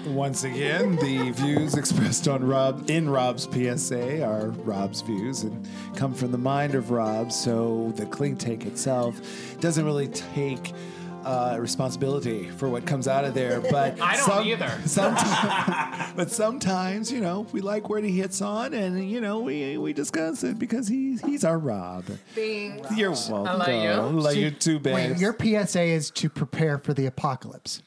[SPEAKER 1] Once again, the views expressed on Rob in Rob's PSA are Rob's views and come from the mind of Rob. So the cling take itself doesn't really take uh, responsibility for what comes out of there. But
[SPEAKER 5] I don't either.
[SPEAKER 1] sometime- but sometimes, you know, we like where he hits on, and you know, we we discuss it because he's he's our Rob. You're welcome.
[SPEAKER 5] love you.
[SPEAKER 1] Love you too, babe.
[SPEAKER 3] Wait, your PSA is to prepare for the apocalypse.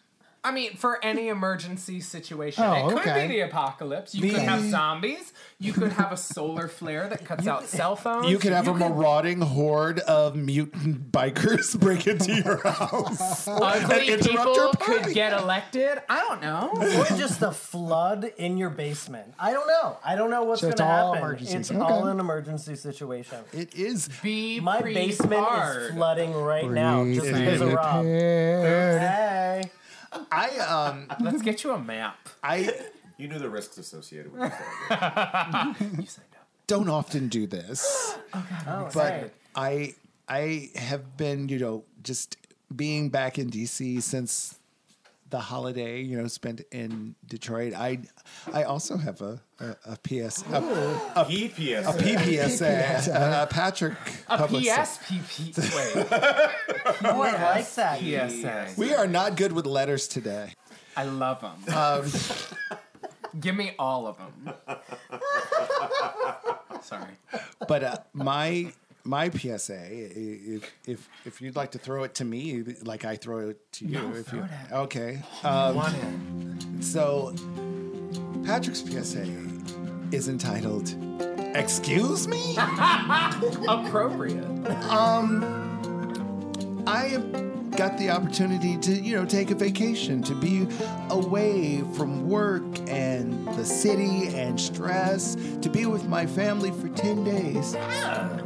[SPEAKER 5] I mean, for any emergency situation, it
[SPEAKER 3] Oh,
[SPEAKER 5] could
[SPEAKER 3] okay.
[SPEAKER 5] be the apocalypse. You
[SPEAKER 1] The-
[SPEAKER 5] could have zombies. You could have a solar flare that cuts out cell phones.
[SPEAKER 1] you could have a marauding horde of mutant bikers break into your house.
[SPEAKER 5] ugly
[SPEAKER 1] and interrupt
[SPEAKER 5] people
[SPEAKER 1] your
[SPEAKER 5] could
[SPEAKER 1] party.
[SPEAKER 5] get elected. I don't know.
[SPEAKER 7] or just the flood in your basement. I don't know. I don't know what's
[SPEAKER 3] So
[SPEAKER 7] going
[SPEAKER 3] it's
[SPEAKER 7] to
[SPEAKER 3] all
[SPEAKER 7] happen.
[SPEAKER 3] emergencies.
[SPEAKER 7] It's
[SPEAKER 3] Okay.
[SPEAKER 7] all an emergency situation.
[SPEAKER 1] It is
[SPEAKER 5] Be
[SPEAKER 7] My basement is
[SPEAKER 5] prepared.
[SPEAKER 7] flooding right now. Just because of Rob.
[SPEAKER 3] Prepared.
[SPEAKER 7] Hey.
[SPEAKER 1] I um
[SPEAKER 5] Let's get you a map.
[SPEAKER 1] I
[SPEAKER 4] You knew the risks associated with this.
[SPEAKER 5] You signed up.
[SPEAKER 1] don't often do this,
[SPEAKER 7] Right.
[SPEAKER 1] but I I have been you know just being back in DC since the holiday you know spent in Detroit. I I also have a a, a PS a, a,
[SPEAKER 4] EPS.
[SPEAKER 1] a PPSA uh, Patrick
[SPEAKER 5] A
[SPEAKER 1] Public Ser-
[SPEAKER 5] PSPP. Wait.
[SPEAKER 7] Oh, I like that.
[SPEAKER 5] PSA.
[SPEAKER 1] We are not good with letters today.
[SPEAKER 5] I love them.
[SPEAKER 1] Um,
[SPEAKER 5] Give me all of them. Sorry.
[SPEAKER 1] but uh, my my PSA, i- if if if you'd like to throw it to me, like I throw it to you, if you okay. Um,
[SPEAKER 5] One in.
[SPEAKER 1] so Patrick's PSA is entitled "Excuse Me."
[SPEAKER 5] Appropriate.
[SPEAKER 1] I have got the opportunity to, you know, take a vacation, to be away from work and the city and stress, to be with my family for 10 days.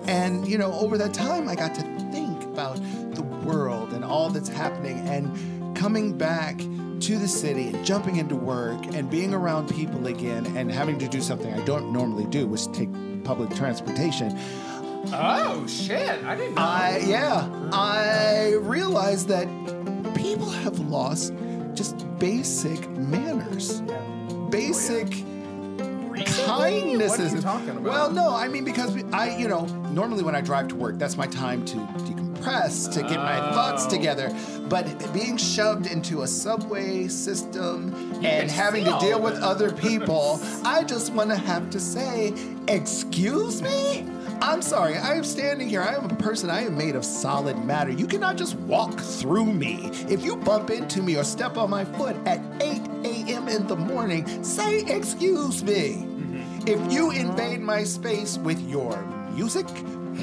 [SPEAKER 1] And, you know, over that time, I got to think about the world and all that's happening and coming back to the city and jumping into work and being around people again and having to do something I don't normally do, which take public transportation.
[SPEAKER 5] Oh shit! I didn't. know.
[SPEAKER 1] I yeah, I realized that people have lost just basic manners, basic kindnesses.
[SPEAKER 5] Oh, What are you talking about?
[SPEAKER 1] Well, no, I mean because we- I, you know, normally when I drive to work, that's my time to decompress, to get my thoughts
[SPEAKER 5] Oh.
[SPEAKER 1] together. But being shoved into a subway system and having to
[SPEAKER 5] all
[SPEAKER 1] deal
[SPEAKER 5] of
[SPEAKER 1] with other people, I just want to have to say, excuse me. I'm sorry. I am standing here. I am a person. I am made of solid matter. You cannot just walk through me. If you bump into me or step on my foot at 8 a.m. in the morning, say, excuse me. If you invade my space with your music,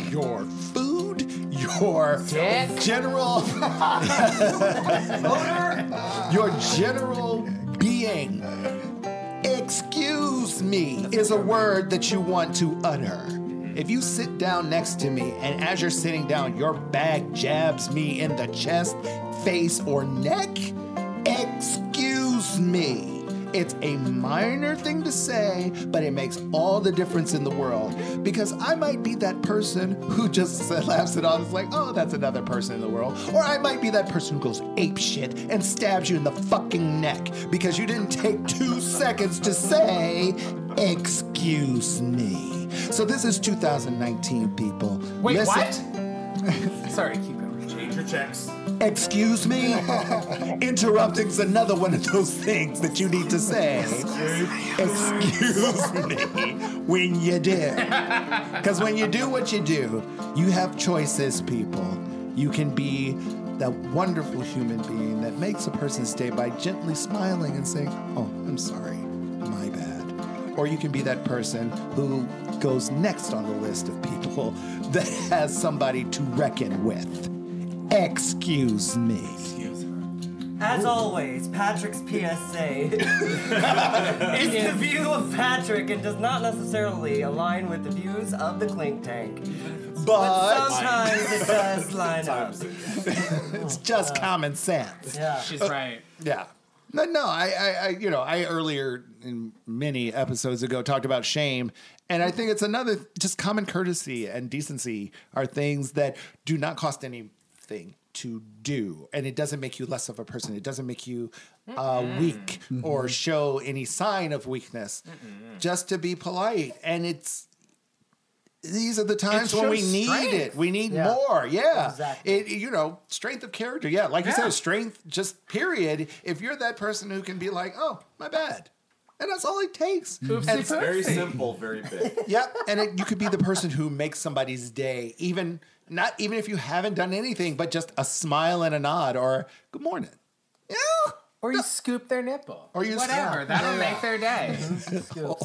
[SPEAKER 1] your food, your
[SPEAKER 5] Dick.
[SPEAKER 1] general your general being. Excuse me is a word that you want to utter. If you sit down next to me and as you're sitting down, your bag jabs me in the chest, face, or neck, excuse me. It's a minor thing to say, but it makes all the difference in the world because I might be that person who just laughs it off. It's like, oh, that's another person in the world. Or I might be that person who goes ape shit and stabs you in the fucking neck because you didn't take two seconds to say, excuse me. So this is 2019, people.
[SPEAKER 5] Wait,
[SPEAKER 1] Listen-
[SPEAKER 5] what? Sorry, keep going.
[SPEAKER 4] Change your checks.
[SPEAKER 1] Excuse me? Interrupting's another one of those things that you need to say. Excuse me when you do. Because when you do what you do, you have choices, people. You can be that wonderful human being that makes a person's day by gently smiling and saying, Oh, I'm sorry, my bad. Or you can be that person who goes next on the list of people that has somebody to reckon with. Excuse me.
[SPEAKER 6] As always, Patrick's PSA is the view of Patrick and does not necessarily align with the views of the Clink Tank. But
[SPEAKER 1] But
[SPEAKER 6] sometimes it does line up.
[SPEAKER 1] it's just common sense.
[SPEAKER 7] Yeah.
[SPEAKER 5] She's right.
[SPEAKER 1] Yeah. No, no, I, I, I, you know, I earlier in many episodes ago talked about shame, and I think it's another just common courtesy and decency are things that do not cost anything to do, and it doesn't make you less of a person. It doesn't make you uh, weak or show any sign of weakness, just to be polite, and it's these are the times
[SPEAKER 5] It
[SPEAKER 1] when we
[SPEAKER 5] shows
[SPEAKER 1] need
[SPEAKER 5] strength.
[SPEAKER 1] it. We need
[SPEAKER 7] Yeah.
[SPEAKER 1] more. Yeah.
[SPEAKER 7] Exactly.
[SPEAKER 1] It, you know, strength of character. Yeah. Like you
[SPEAKER 5] Yeah.
[SPEAKER 1] said, strength, just period. If you're that person who can be like, oh, my bad. And that's all it takes. And
[SPEAKER 5] Oopsie
[SPEAKER 4] Very
[SPEAKER 5] poopsie.
[SPEAKER 4] simple, very big.
[SPEAKER 1] yeah, and it, you could be the person who makes somebody's day, even not even if you haven't done anything, but just a smile and a nod or good morning. Yeah.
[SPEAKER 5] Or you scoop their nipple.
[SPEAKER 1] Or you-
[SPEAKER 5] whatever.
[SPEAKER 1] yeah.
[SPEAKER 5] That'll make their day.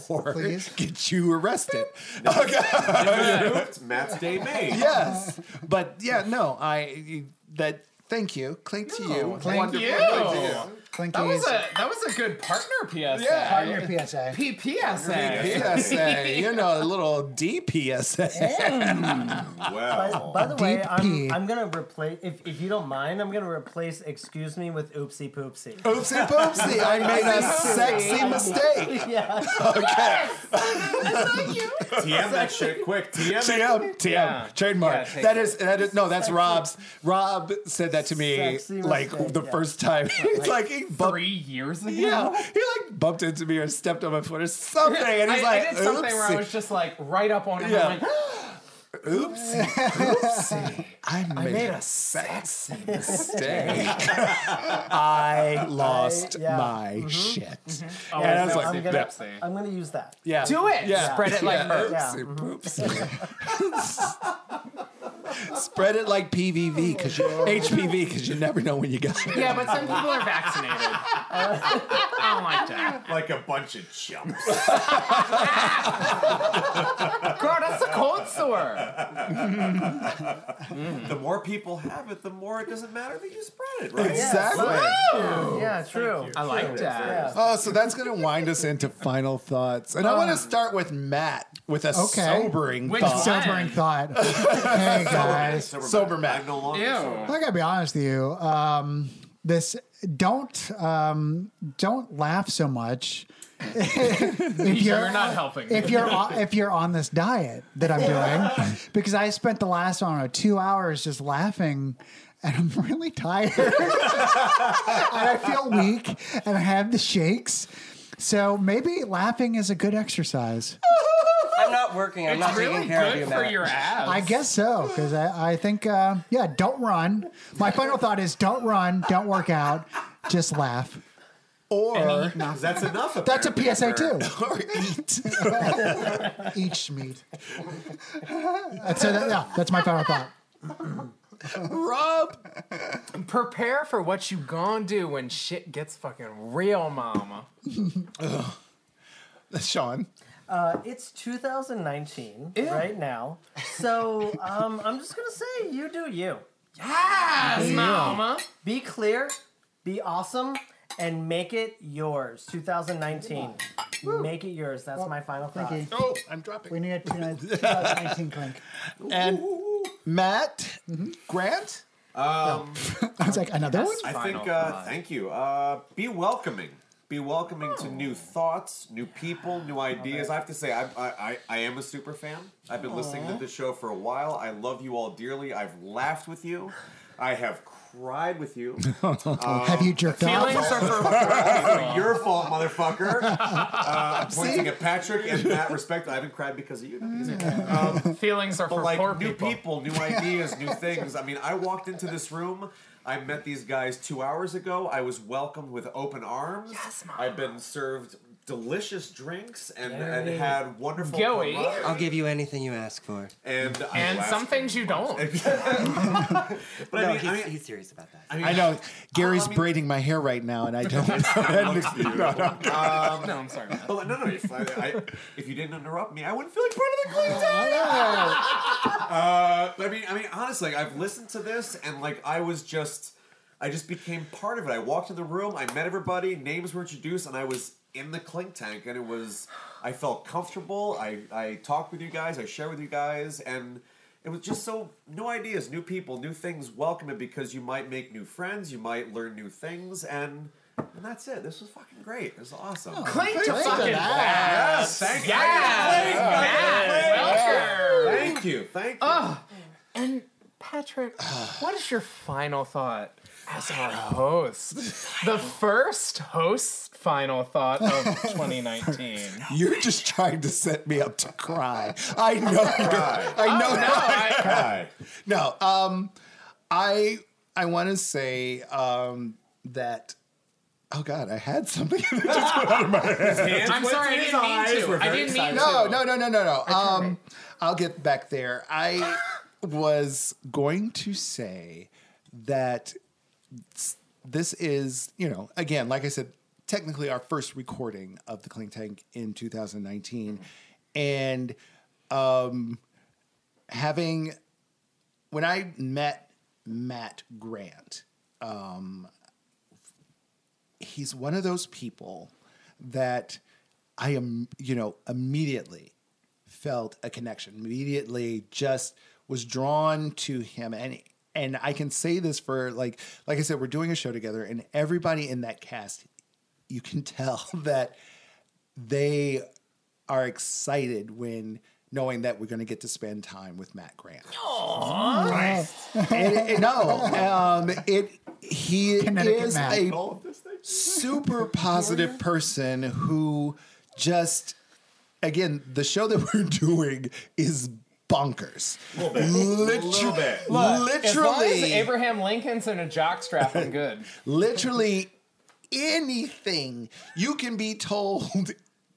[SPEAKER 1] Or
[SPEAKER 3] Please.
[SPEAKER 1] get you arrested.
[SPEAKER 4] It's Matt's day made.
[SPEAKER 1] yes, but yeah, no, I that. Thank you, clink to you.
[SPEAKER 5] Thank you.
[SPEAKER 3] Clinkies.
[SPEAKER 5] That was a that was a good partner PSA.
[SPEAKER 1] Yeah.
[SPEAKER 3] Partner PSA.
[SPEAKER 5] P- PSA.
[SPEAKER 1] PSA, you know, a little DPSA.
[SPEAKER 4] Wow.
[SPEAKER 7] By the way,
[SPEAKER 3] P.
[SPEAKER 7] I'm, I'm gonna replace if, if you don't mind, I'm gonna replace excuse me with oopsie poopsie.
[SPEAKER 1] Oopsie poopsie, I made a sexy mistake.
[SPEAKER 7] Yeah.
[SPEAKER 4] TM that shit quick. TM it.
[SPEAKER 1] TM, TM,
[SPEAKER 5] Yeah. Yeah,
[SPEAKER 1] trademark.
[SPEAKER 5] take
[SPEAKER 1] that is that is no, that's Rob's. Rob said that to me
[SPEAKER 7] Sexy
[SPEAKER 1] like
[SPEAKER 7] mistake,
[SPEAKER 1] the
[SPEAKER 7] yeah.
[SPEAKER 1] first time. He's like he bumped,
[SPEAKER 5] Three years ago.
[SPEAKER 1] yeah, he like bumped into me or stepped on my foot or something,
[SPEAKER 5] I,
[SPEAKER 1] and he's
[SPEAKER 5] I
[SPEAKER 1] like,
[SPEAKER 5] did something where I
[SPEAKER 1] "Oopsie,
[SPEAKER 5] was just like right up on him.
[SPEAKER 1] Yeah.
[SPEAKER 5] I'm like,
[SPEAKER 1] oopsie, oopsie, I made,
[SPEAKER 5] made
[SPEAKER 1] a
[SPEAKER 5] a
[SPEAKER 1] sexy mistake. I Mm-hmm. lost
[SPEAKER 7] I- yeah.
[SPEAKER 1] my shit."
[SPEAKER 5] oh,
[SPEAKER 1] And I was
[SPEAKER 5] it's
[SPEAKER 1] like,
[SPEAKER 5] oopsie,
[SPEAKER 7] I'm gonna
[SPEAKER 5] poopsie.
[SPEAKER 7] I'm gonna use that.
[SPEAKER 1] Yeah,
[SPEAKER 5] Do it.
[SPEAKER 1] Yeah.
[SPEAKER 5] Spread it like herb.
[SPEAKER 7] Yeah.
[SPEAKER 1] Oopsie, poopsie. Spread it like PVV because you HPV because you never know when you got it.
[SPEAKER 5] Yeah, but some people are vaccinated. I don't like that.
[SPEAKER 4] Like a bunch of chumps.
[SPEAKER 5] Girl, that's a cold sore.
[SPEAKER 4] the more people have it, the more it doesn't matter that you spread it, right?
[SPEAKER 1] Exactly.
[SPEAKER 7] Yeah, true.
[SPEAKER 5] I like that.
[SPEAKER 7] Yeah.
[SPEAKER 1] Oh, so that's going to wind us into final thoughts. And I want to start with Matt with a
[SPEAKER 3] Okay.
[SPEAKER 1] sobering
[SPEAKER 5] Which
[SPEAKER 1] thought.
[SPEAKER 5] one?
[SPEAKER 3] Sobering thought. hey guys.
[SPEAKER 4] Sober,
[SPEAKER 1] Sober
[SPEAKER 4] Matt.
[SPEAKER 1] Matt.
[SPEAKER 4] I'm no longer sober.
[SPEAKER 5] Ew.
[SPEAKER 3] I gotta be honest with you. Um, this don't um, don't laugh so much. if
[SPEAKER 5] You're, not helping. me.
[SPEAKER 3] if you're on, if you're on this diet that I'm doing, because I spent the last I don't know two hours just laughing, and I'm really tired, and I feel weak, and I have the shakes. So maybe laughing is a good exercise.
[SPEAKER 6] I'm not working. I'm not
[SPEAKER 5] it's really
[SPEAKER 6] taking care of you,
[SPEAKER 5] good for
[SPEAKER 6] Matt.
[SPEAKER 5] your abs.
[SPEAKER 3] I guess so, because I, I think uh, yeah, don't run. My final thought is don't run, don't work out, just laugh.
[SPEAKER 1] Or,
[SPEAKER 4] 'Cause That's enough of
[SPEAKER 3] That's a PSA too.
[SPEAKER 1] or eat.
[SPEAKER 3] Each meat. so that, yeah, that's my final thought.
[SPEAKER 1] Rob.
[SPEAKER 5] prepare for what you gonna do when shit gets fucking real, mama.
[SPEAKER 1] Sean.
[SPEAKER 7] Uh, it's 2019 right now, so um, I'm just gonna say you do you.
[SPEAKER 5] Yes, mama.
[SPEAKER 7] Be clear, be awesome, and make it yours. 2019. Make it yours. That's my final thought.
[SPEAKER 3] Thank you.
[SPEAKER 1] Oh, I'm dropping.
[SPEAKER 3] We need a 2019 clink.
[SPEAKER 1] And Matt. Grant.
[SPEAKER 3] I was like, another one?
[SPEAKER 4] I
[SPEAKER 5] Final
[SPEAKER 4] think. Uh,
[SPEAKER 5] thought.
[SPEAKER 4] thank you. Uh, be welcoming. Be welcoming to new thoughts, new people, new ideas. I have to say, I, I, I, I am a super fan. I've been listening to this show for a while. I love you all dearly. I've laughed with you. I have cried with you.
[SPEAKER 3] Have you jerked off?
[SPEAKER 5] Feelings are for
[SPEAKER 4] It's your fault, motherfucker. Uh, I'm pointing at Patrick in that respect. I haven't cried because of you. Not because
[SPEAKER 5] Mm.
[SPEAKER 4] of you.
[SPEAKER 5] feelings are
[SPEAKER 4] But
[SPEAKER 5] for
[SPEAKER 4] like
[SPEAKER 5] poor
[SPEAKER 4] new
[SPEAKER 5] people.
[SPEAKER 4] people. new ideas, new things. I mean, I walked into this room. I met these guys two hours ago. I was welcomed with open arms.
[SPEAKER 5] Yes, Mom.
[SPEAKER 4] I've been served delicious drinks and, and
[SPEAKER 7] Yay.
[SPEAKER 4] had wonderful
[SPEAKER 5] Gooey.
[SPEAKER 4] camaraderie.
[SPEAKER 6] I'll give you anything you ask for.
[SPEAKER 4] and I
[SPEAKER 5] And
[SPEAKER 4] laughed.
[SPEAKER 5] some things you don't.
[SPEAKER 4] But
[SPEAKER 6] no,
[SPEAKER 4] I mean,
[SPEAKER 6] he's,
[SPEAKER 4] I mean,
[SPEAKER 6] he's serious about that.
[SPEAKER 4] I mean,
[SPEAKER 1] I know. Gary's
[SPEAKER 4] I mean-
[SPEAKER 1] braiding my hair right now, and I don't.
[SPEAKER 5] No, I'm sorry. man.
[SPEAKER 4] Well, no, no. If, I, I, if you didn't interrupt me, I wouldn't feel like part of the clean time. Uh, but I mean, I mean, honestly, I've listened to this, and like, I was just, I just became part of it. I walked in the room, I met everybody, names were introduced, and I was in the clink tank, and it was, I felt comfortable. I, I talked with you guys, I shared with you guys, and. It was just so new ideas, new people, new things. Welcome it because you might make new friends, you might learn new things, and and that's it. This was fucking great. This was awesome.
[SPEAKER 5] Clink to
[SPEAKER 3] Clink to
[SPEAKER 5] fucking
[SPEAKER 3] that.
[SPEAKER 5] that.
[SPEAKER 4] Thank you.
[SPEAKER 5] Yes. Yes. Welcher.
[SPEAKER 4] Thank you. Thank you.
[SPEAKER 5] And Patrick, what is your final thought as our host. The first host final thought of 2019.
[SPEAKER 1] You're just trying to set me up to cry. I know. You're, I know.
[SPEAKER 4] Hi.
[SPEAKER 1] No, um, I I want to say um, that. Oh God, I had something.
[SPEAKER 5] I'm sorry, I didn't mean to. I didn't mean
[SPEAKER 1] no,
[SPEAKER 5] to.
[SPEAKER 1] no, no, no, no, no. Um, I'll get back there. I was going to say that s- this is, you know, again, like I said, technically our first recording of the Clink Tank in 2019, and um, having when I met Matt Grant, he's one of those people that I am, you know, immediately felt a connection. Immediately just was drawn to him and and I can say this for like like I said we're doing a show together and everybody in that cast you can tell that they are excited when knowing that we're going to get to spend time with Matt Grant. It- it- no, um, it he
[SPEAKER 3] Connecticut
[SPEAKER 1] is
[SPEAKER 3] Matt.
[SPEAKER 1] a super positive person who just again the show that we're doing is bonkers. Literally,
[SPEAKER 5] As long as
[SPEAKER 1] literally,
[SPEAKER 5] Abraham Lincoln's in a jockstrap, I'm good.
[SPEAKER 1] literally anything you can be told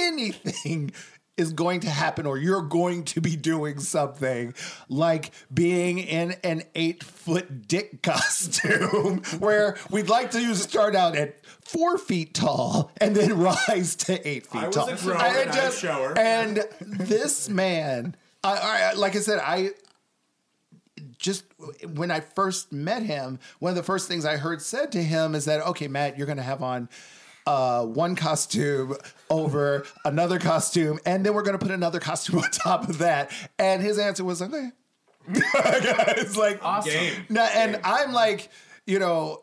[SPEAKER 1] anything is going to happen or you're going to be doing something like being in an eight foot dick costume where we'd like to use start out at four feet tall and then rise to eight feet
[SPEAKER 4] was
[SPEAKER 1] tall
[SPEAKER 4] a grower,
[SPEAKER 1] and,
[SPEAKER 4] not a shower.
[SPEAKER 1] and this man I, I like i said i just when I first met him, one of the first things I heard said to him is that, okay, Matt, you're going to have on uh, one costume over another costume, and then we're going to put another costume on top of that. And his answer was, okay. it's like,
[SPEAKER 5] Awesome.
[SPEAKER 1] no, and I'm like, you know,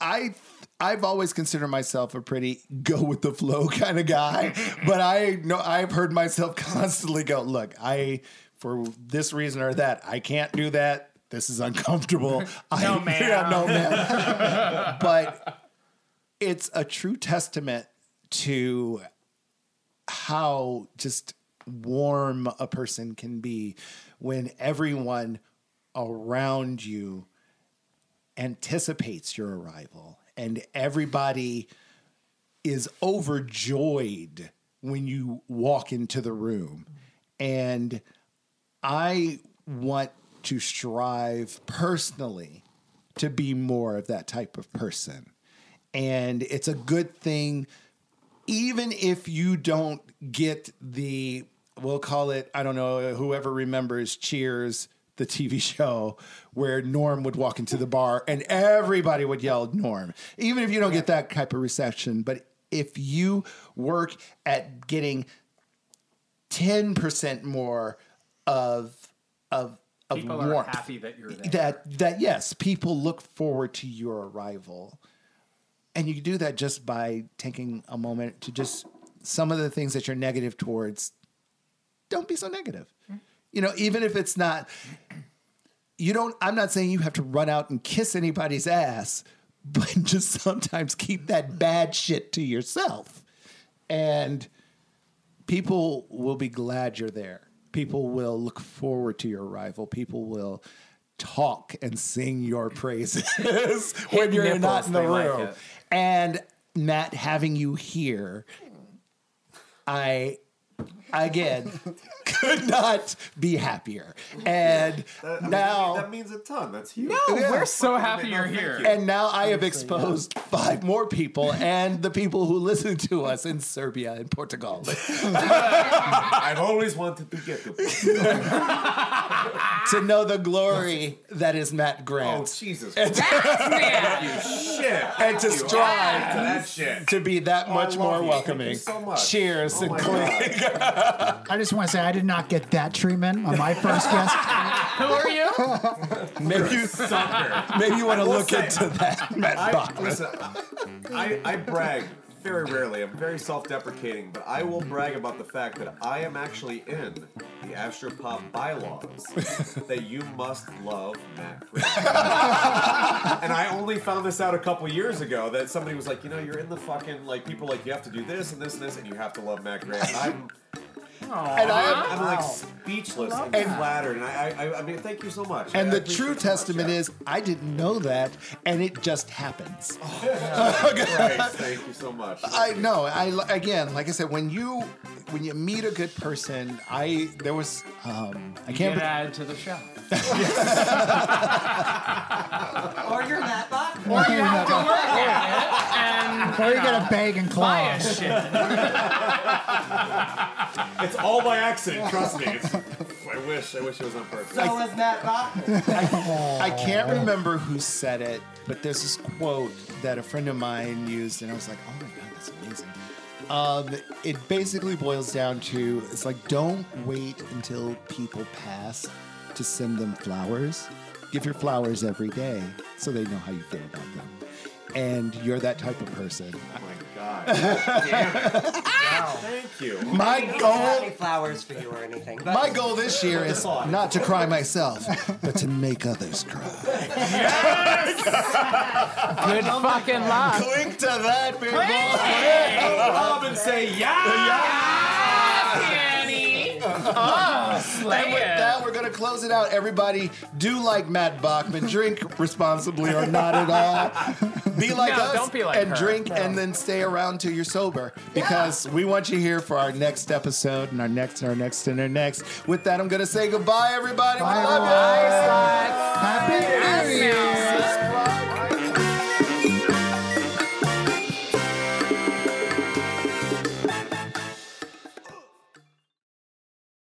[SPEAKER 1] I I've always considered myself a pretty go with the flow kind of guy, but I know I've heard myself constantly go, look, I for this reason or that, I can't do that. This is uncomfortable. I,
[SPEAKER 5] No, ma'am.
[SPEAKER 1] Yeah, no man. but it's a true testament to how just warm a person can be when everyone around you anticipates your arrival and everybody is overjoyed when you walk into the room and i want to strive personally to be more of that type of person and it's a good thing even if you don't get the we'll call it i don't know whoever remembers cheers the tv show where norm would walk into the bar and everybody would yell norm even if you don't get that type of reception but if you work at getting 10% more of of of
[SPEAKER 5] People are
[SPEAKER 1] warmth
[SPEAKER 5] happy that you're there.
[SPEAKER 1] that that yes, people look forward to your arrival, and you do that just by taking a moment to just some of the things that you're negative towards. Don't be so negative. You know, even if it's not, you don't. I'm not saying you have to run out and kiss anybody's ass, but just sometimes keep that bad shit to yourself, and people will be glad you're there. People will look forward to your arrival. People will talk and sing your praises when you're not
[SPEAKER 5] nipples,
[SPEAKER 1] in the
[SPEAKER 5] they like
[SPEAKER 1] room.
[SPEAKER 5] it.
[SPEAKER 1] and Matt, having you here, I again could not be happier. And now
[SPEAKER 4] that means a ton. That's huge.
[SPEAKER 5] Oh,
[SPEAKER 1] Yeah.
[SPEAKER 5] we're so happy you're here.
[SPEAKER 1] and now I have exposed five more people and the people who listen to us in Serbia and Portugal.
[SPEAKER 4] I've always wanted to get the.
[SPEAKER 1] to know the glory that is Matt
[SPEAKER 4] Oh
[SPEAKER 1] Grant
[SPEAKER 4] Jesus!
[SPEAKER 5] Man,
[SPEAKER 4] shit!
[SPEAKER 1] and to
[SPEAKER 4] You are
[SPEAKER 1] strive
[SPEAKER 4] that shit.
[SPEAKER 1] to be that
[SPEAKER 4] I
[SPEAKER 1] much
[SPEAKER 4] love
[SPEAKER 1] more
[SPEAKER 4] you.
[SPEAKER 1] welcoming.
[SPEAKER 4] Thank you so much.
[SPEAKER 1] Cheers
[SPEAKER 4] Oh
[SPEAKER 1] and
[SPEAKER 4] my
[SPEAKER 1] clink.
[SPEAKER 4] God.
[SPEAKER 3] I just want to say I did not get that treatment on my first guest.
[SPEAKER 5] who are you?
[SPEAKER 1] Maybe you, maybe you want to
[SPEAKER 4] will
[SPEAKER 1] look
[SPEAKER 4] say-
[SPEAKER 1] into that, Matt
[SPEAKER 4] I,
[SPEAKER 1] Bachman.
[SPEAKER 4] listen, I, I brag very rarely. I'm very self-deprecating, but I will brag about the fact that I am actually in the Astropop bylaws that you must love Matt Green. and I only found this out a couple years ago that somebody was like, you know, you're in the fucking like people are like you have to do this and this and this and you have to love Matt Grant. And I'm
[SPEAKER 1] And I am
[SPEAKER 4] I'm like speechless and flattered, and I, I, I mean, thank you so much.
[SPEAKER 1] And
[SPEAKER 4] I
[SPEAKER 1] the
[SPEAKER 4] appreciate
[SPEAKER 1] true
[SPEAKER 4] it so much,
[SPEAKER 1] testament
[SPEAKER 4] yeah.
[SPEAKER 1] is, I didn't know that, and it just happens.
[SPEAKER 4] Oh, Right, thank you so much.
[SPEAKER 1] I know. I again, like I said, when you when you meet a good person, I there was um I can't.
[SPEAKER 2] Get
[SPEAKER 1] Be-
[SPEAKER 2] added to the show.
[SPEAKER 6] Or your Matt Bach.
[SPEAKER 3] Or you have to-
[SPEAKER 2] and
[SPEAKER 3] or you got a bag and
[SPEAKER 2] buy a
[SPEAKER 3] claw.
[SPEAKER 2] shit.
[SPEAKER 4] It's all by accident, trust me. It's, I wish, I wish it was on purpose.
[SPEAKER 6] So is Matt Bach.
[SPEAKER 1] I can't remember who said it, but there's this quote that a friend of mine used, and I was like, oh my god, that's amazing. Um, it basically boils down to it's like don't wait until people pass to send them flowers. Give your flowers every day so they know how you feel about them. And you're that type of person.
[SPEAKER 4] Oh my god. Damn it. Wow, Thank you.
[SPEAKER 1] My
[SPEAKER 6] I don't have
[SPEAKER 1] goal
[SPEAKER 6] any flowers for you or anything. But
[SPEAKER 1] My goal this year is not to cry myself, but to make others cry.
[SPEAKER 5] Good
[SPEAKER 1] Oh
[SPEAKER 5] fucking luck.
[SPEAKER 1] Click to that, people.
[SPEAKER 4] Bob and say yeah.
[SPEAKER 2] Danny! Oh, slay
[SPEAKER 1] Uh-huh. And with
[SPEAKER 2] it.
[SPEAKER 1] that, we're going to close it out. Everybody, do like Matt Bachman. Drink responsibly or not at all. Be like
[SPEAKER 5] No,
[SPEAKER 1] us
[SPEAKER 5] don't be like
[SPEAKER 1] and
[SPEAKER 5] her.
[SPEAKER 1] drink and then stay around till you're sober because we want you here for our next episode and our next and our next and our next. With that, I'm going to say goodbye, everybody. we
[SPEAKER 3] Bye,
[SPEAKER 1] love you.
[SPEAKER 3] Happy New Year!
[SPEAKER 1] Subscribe.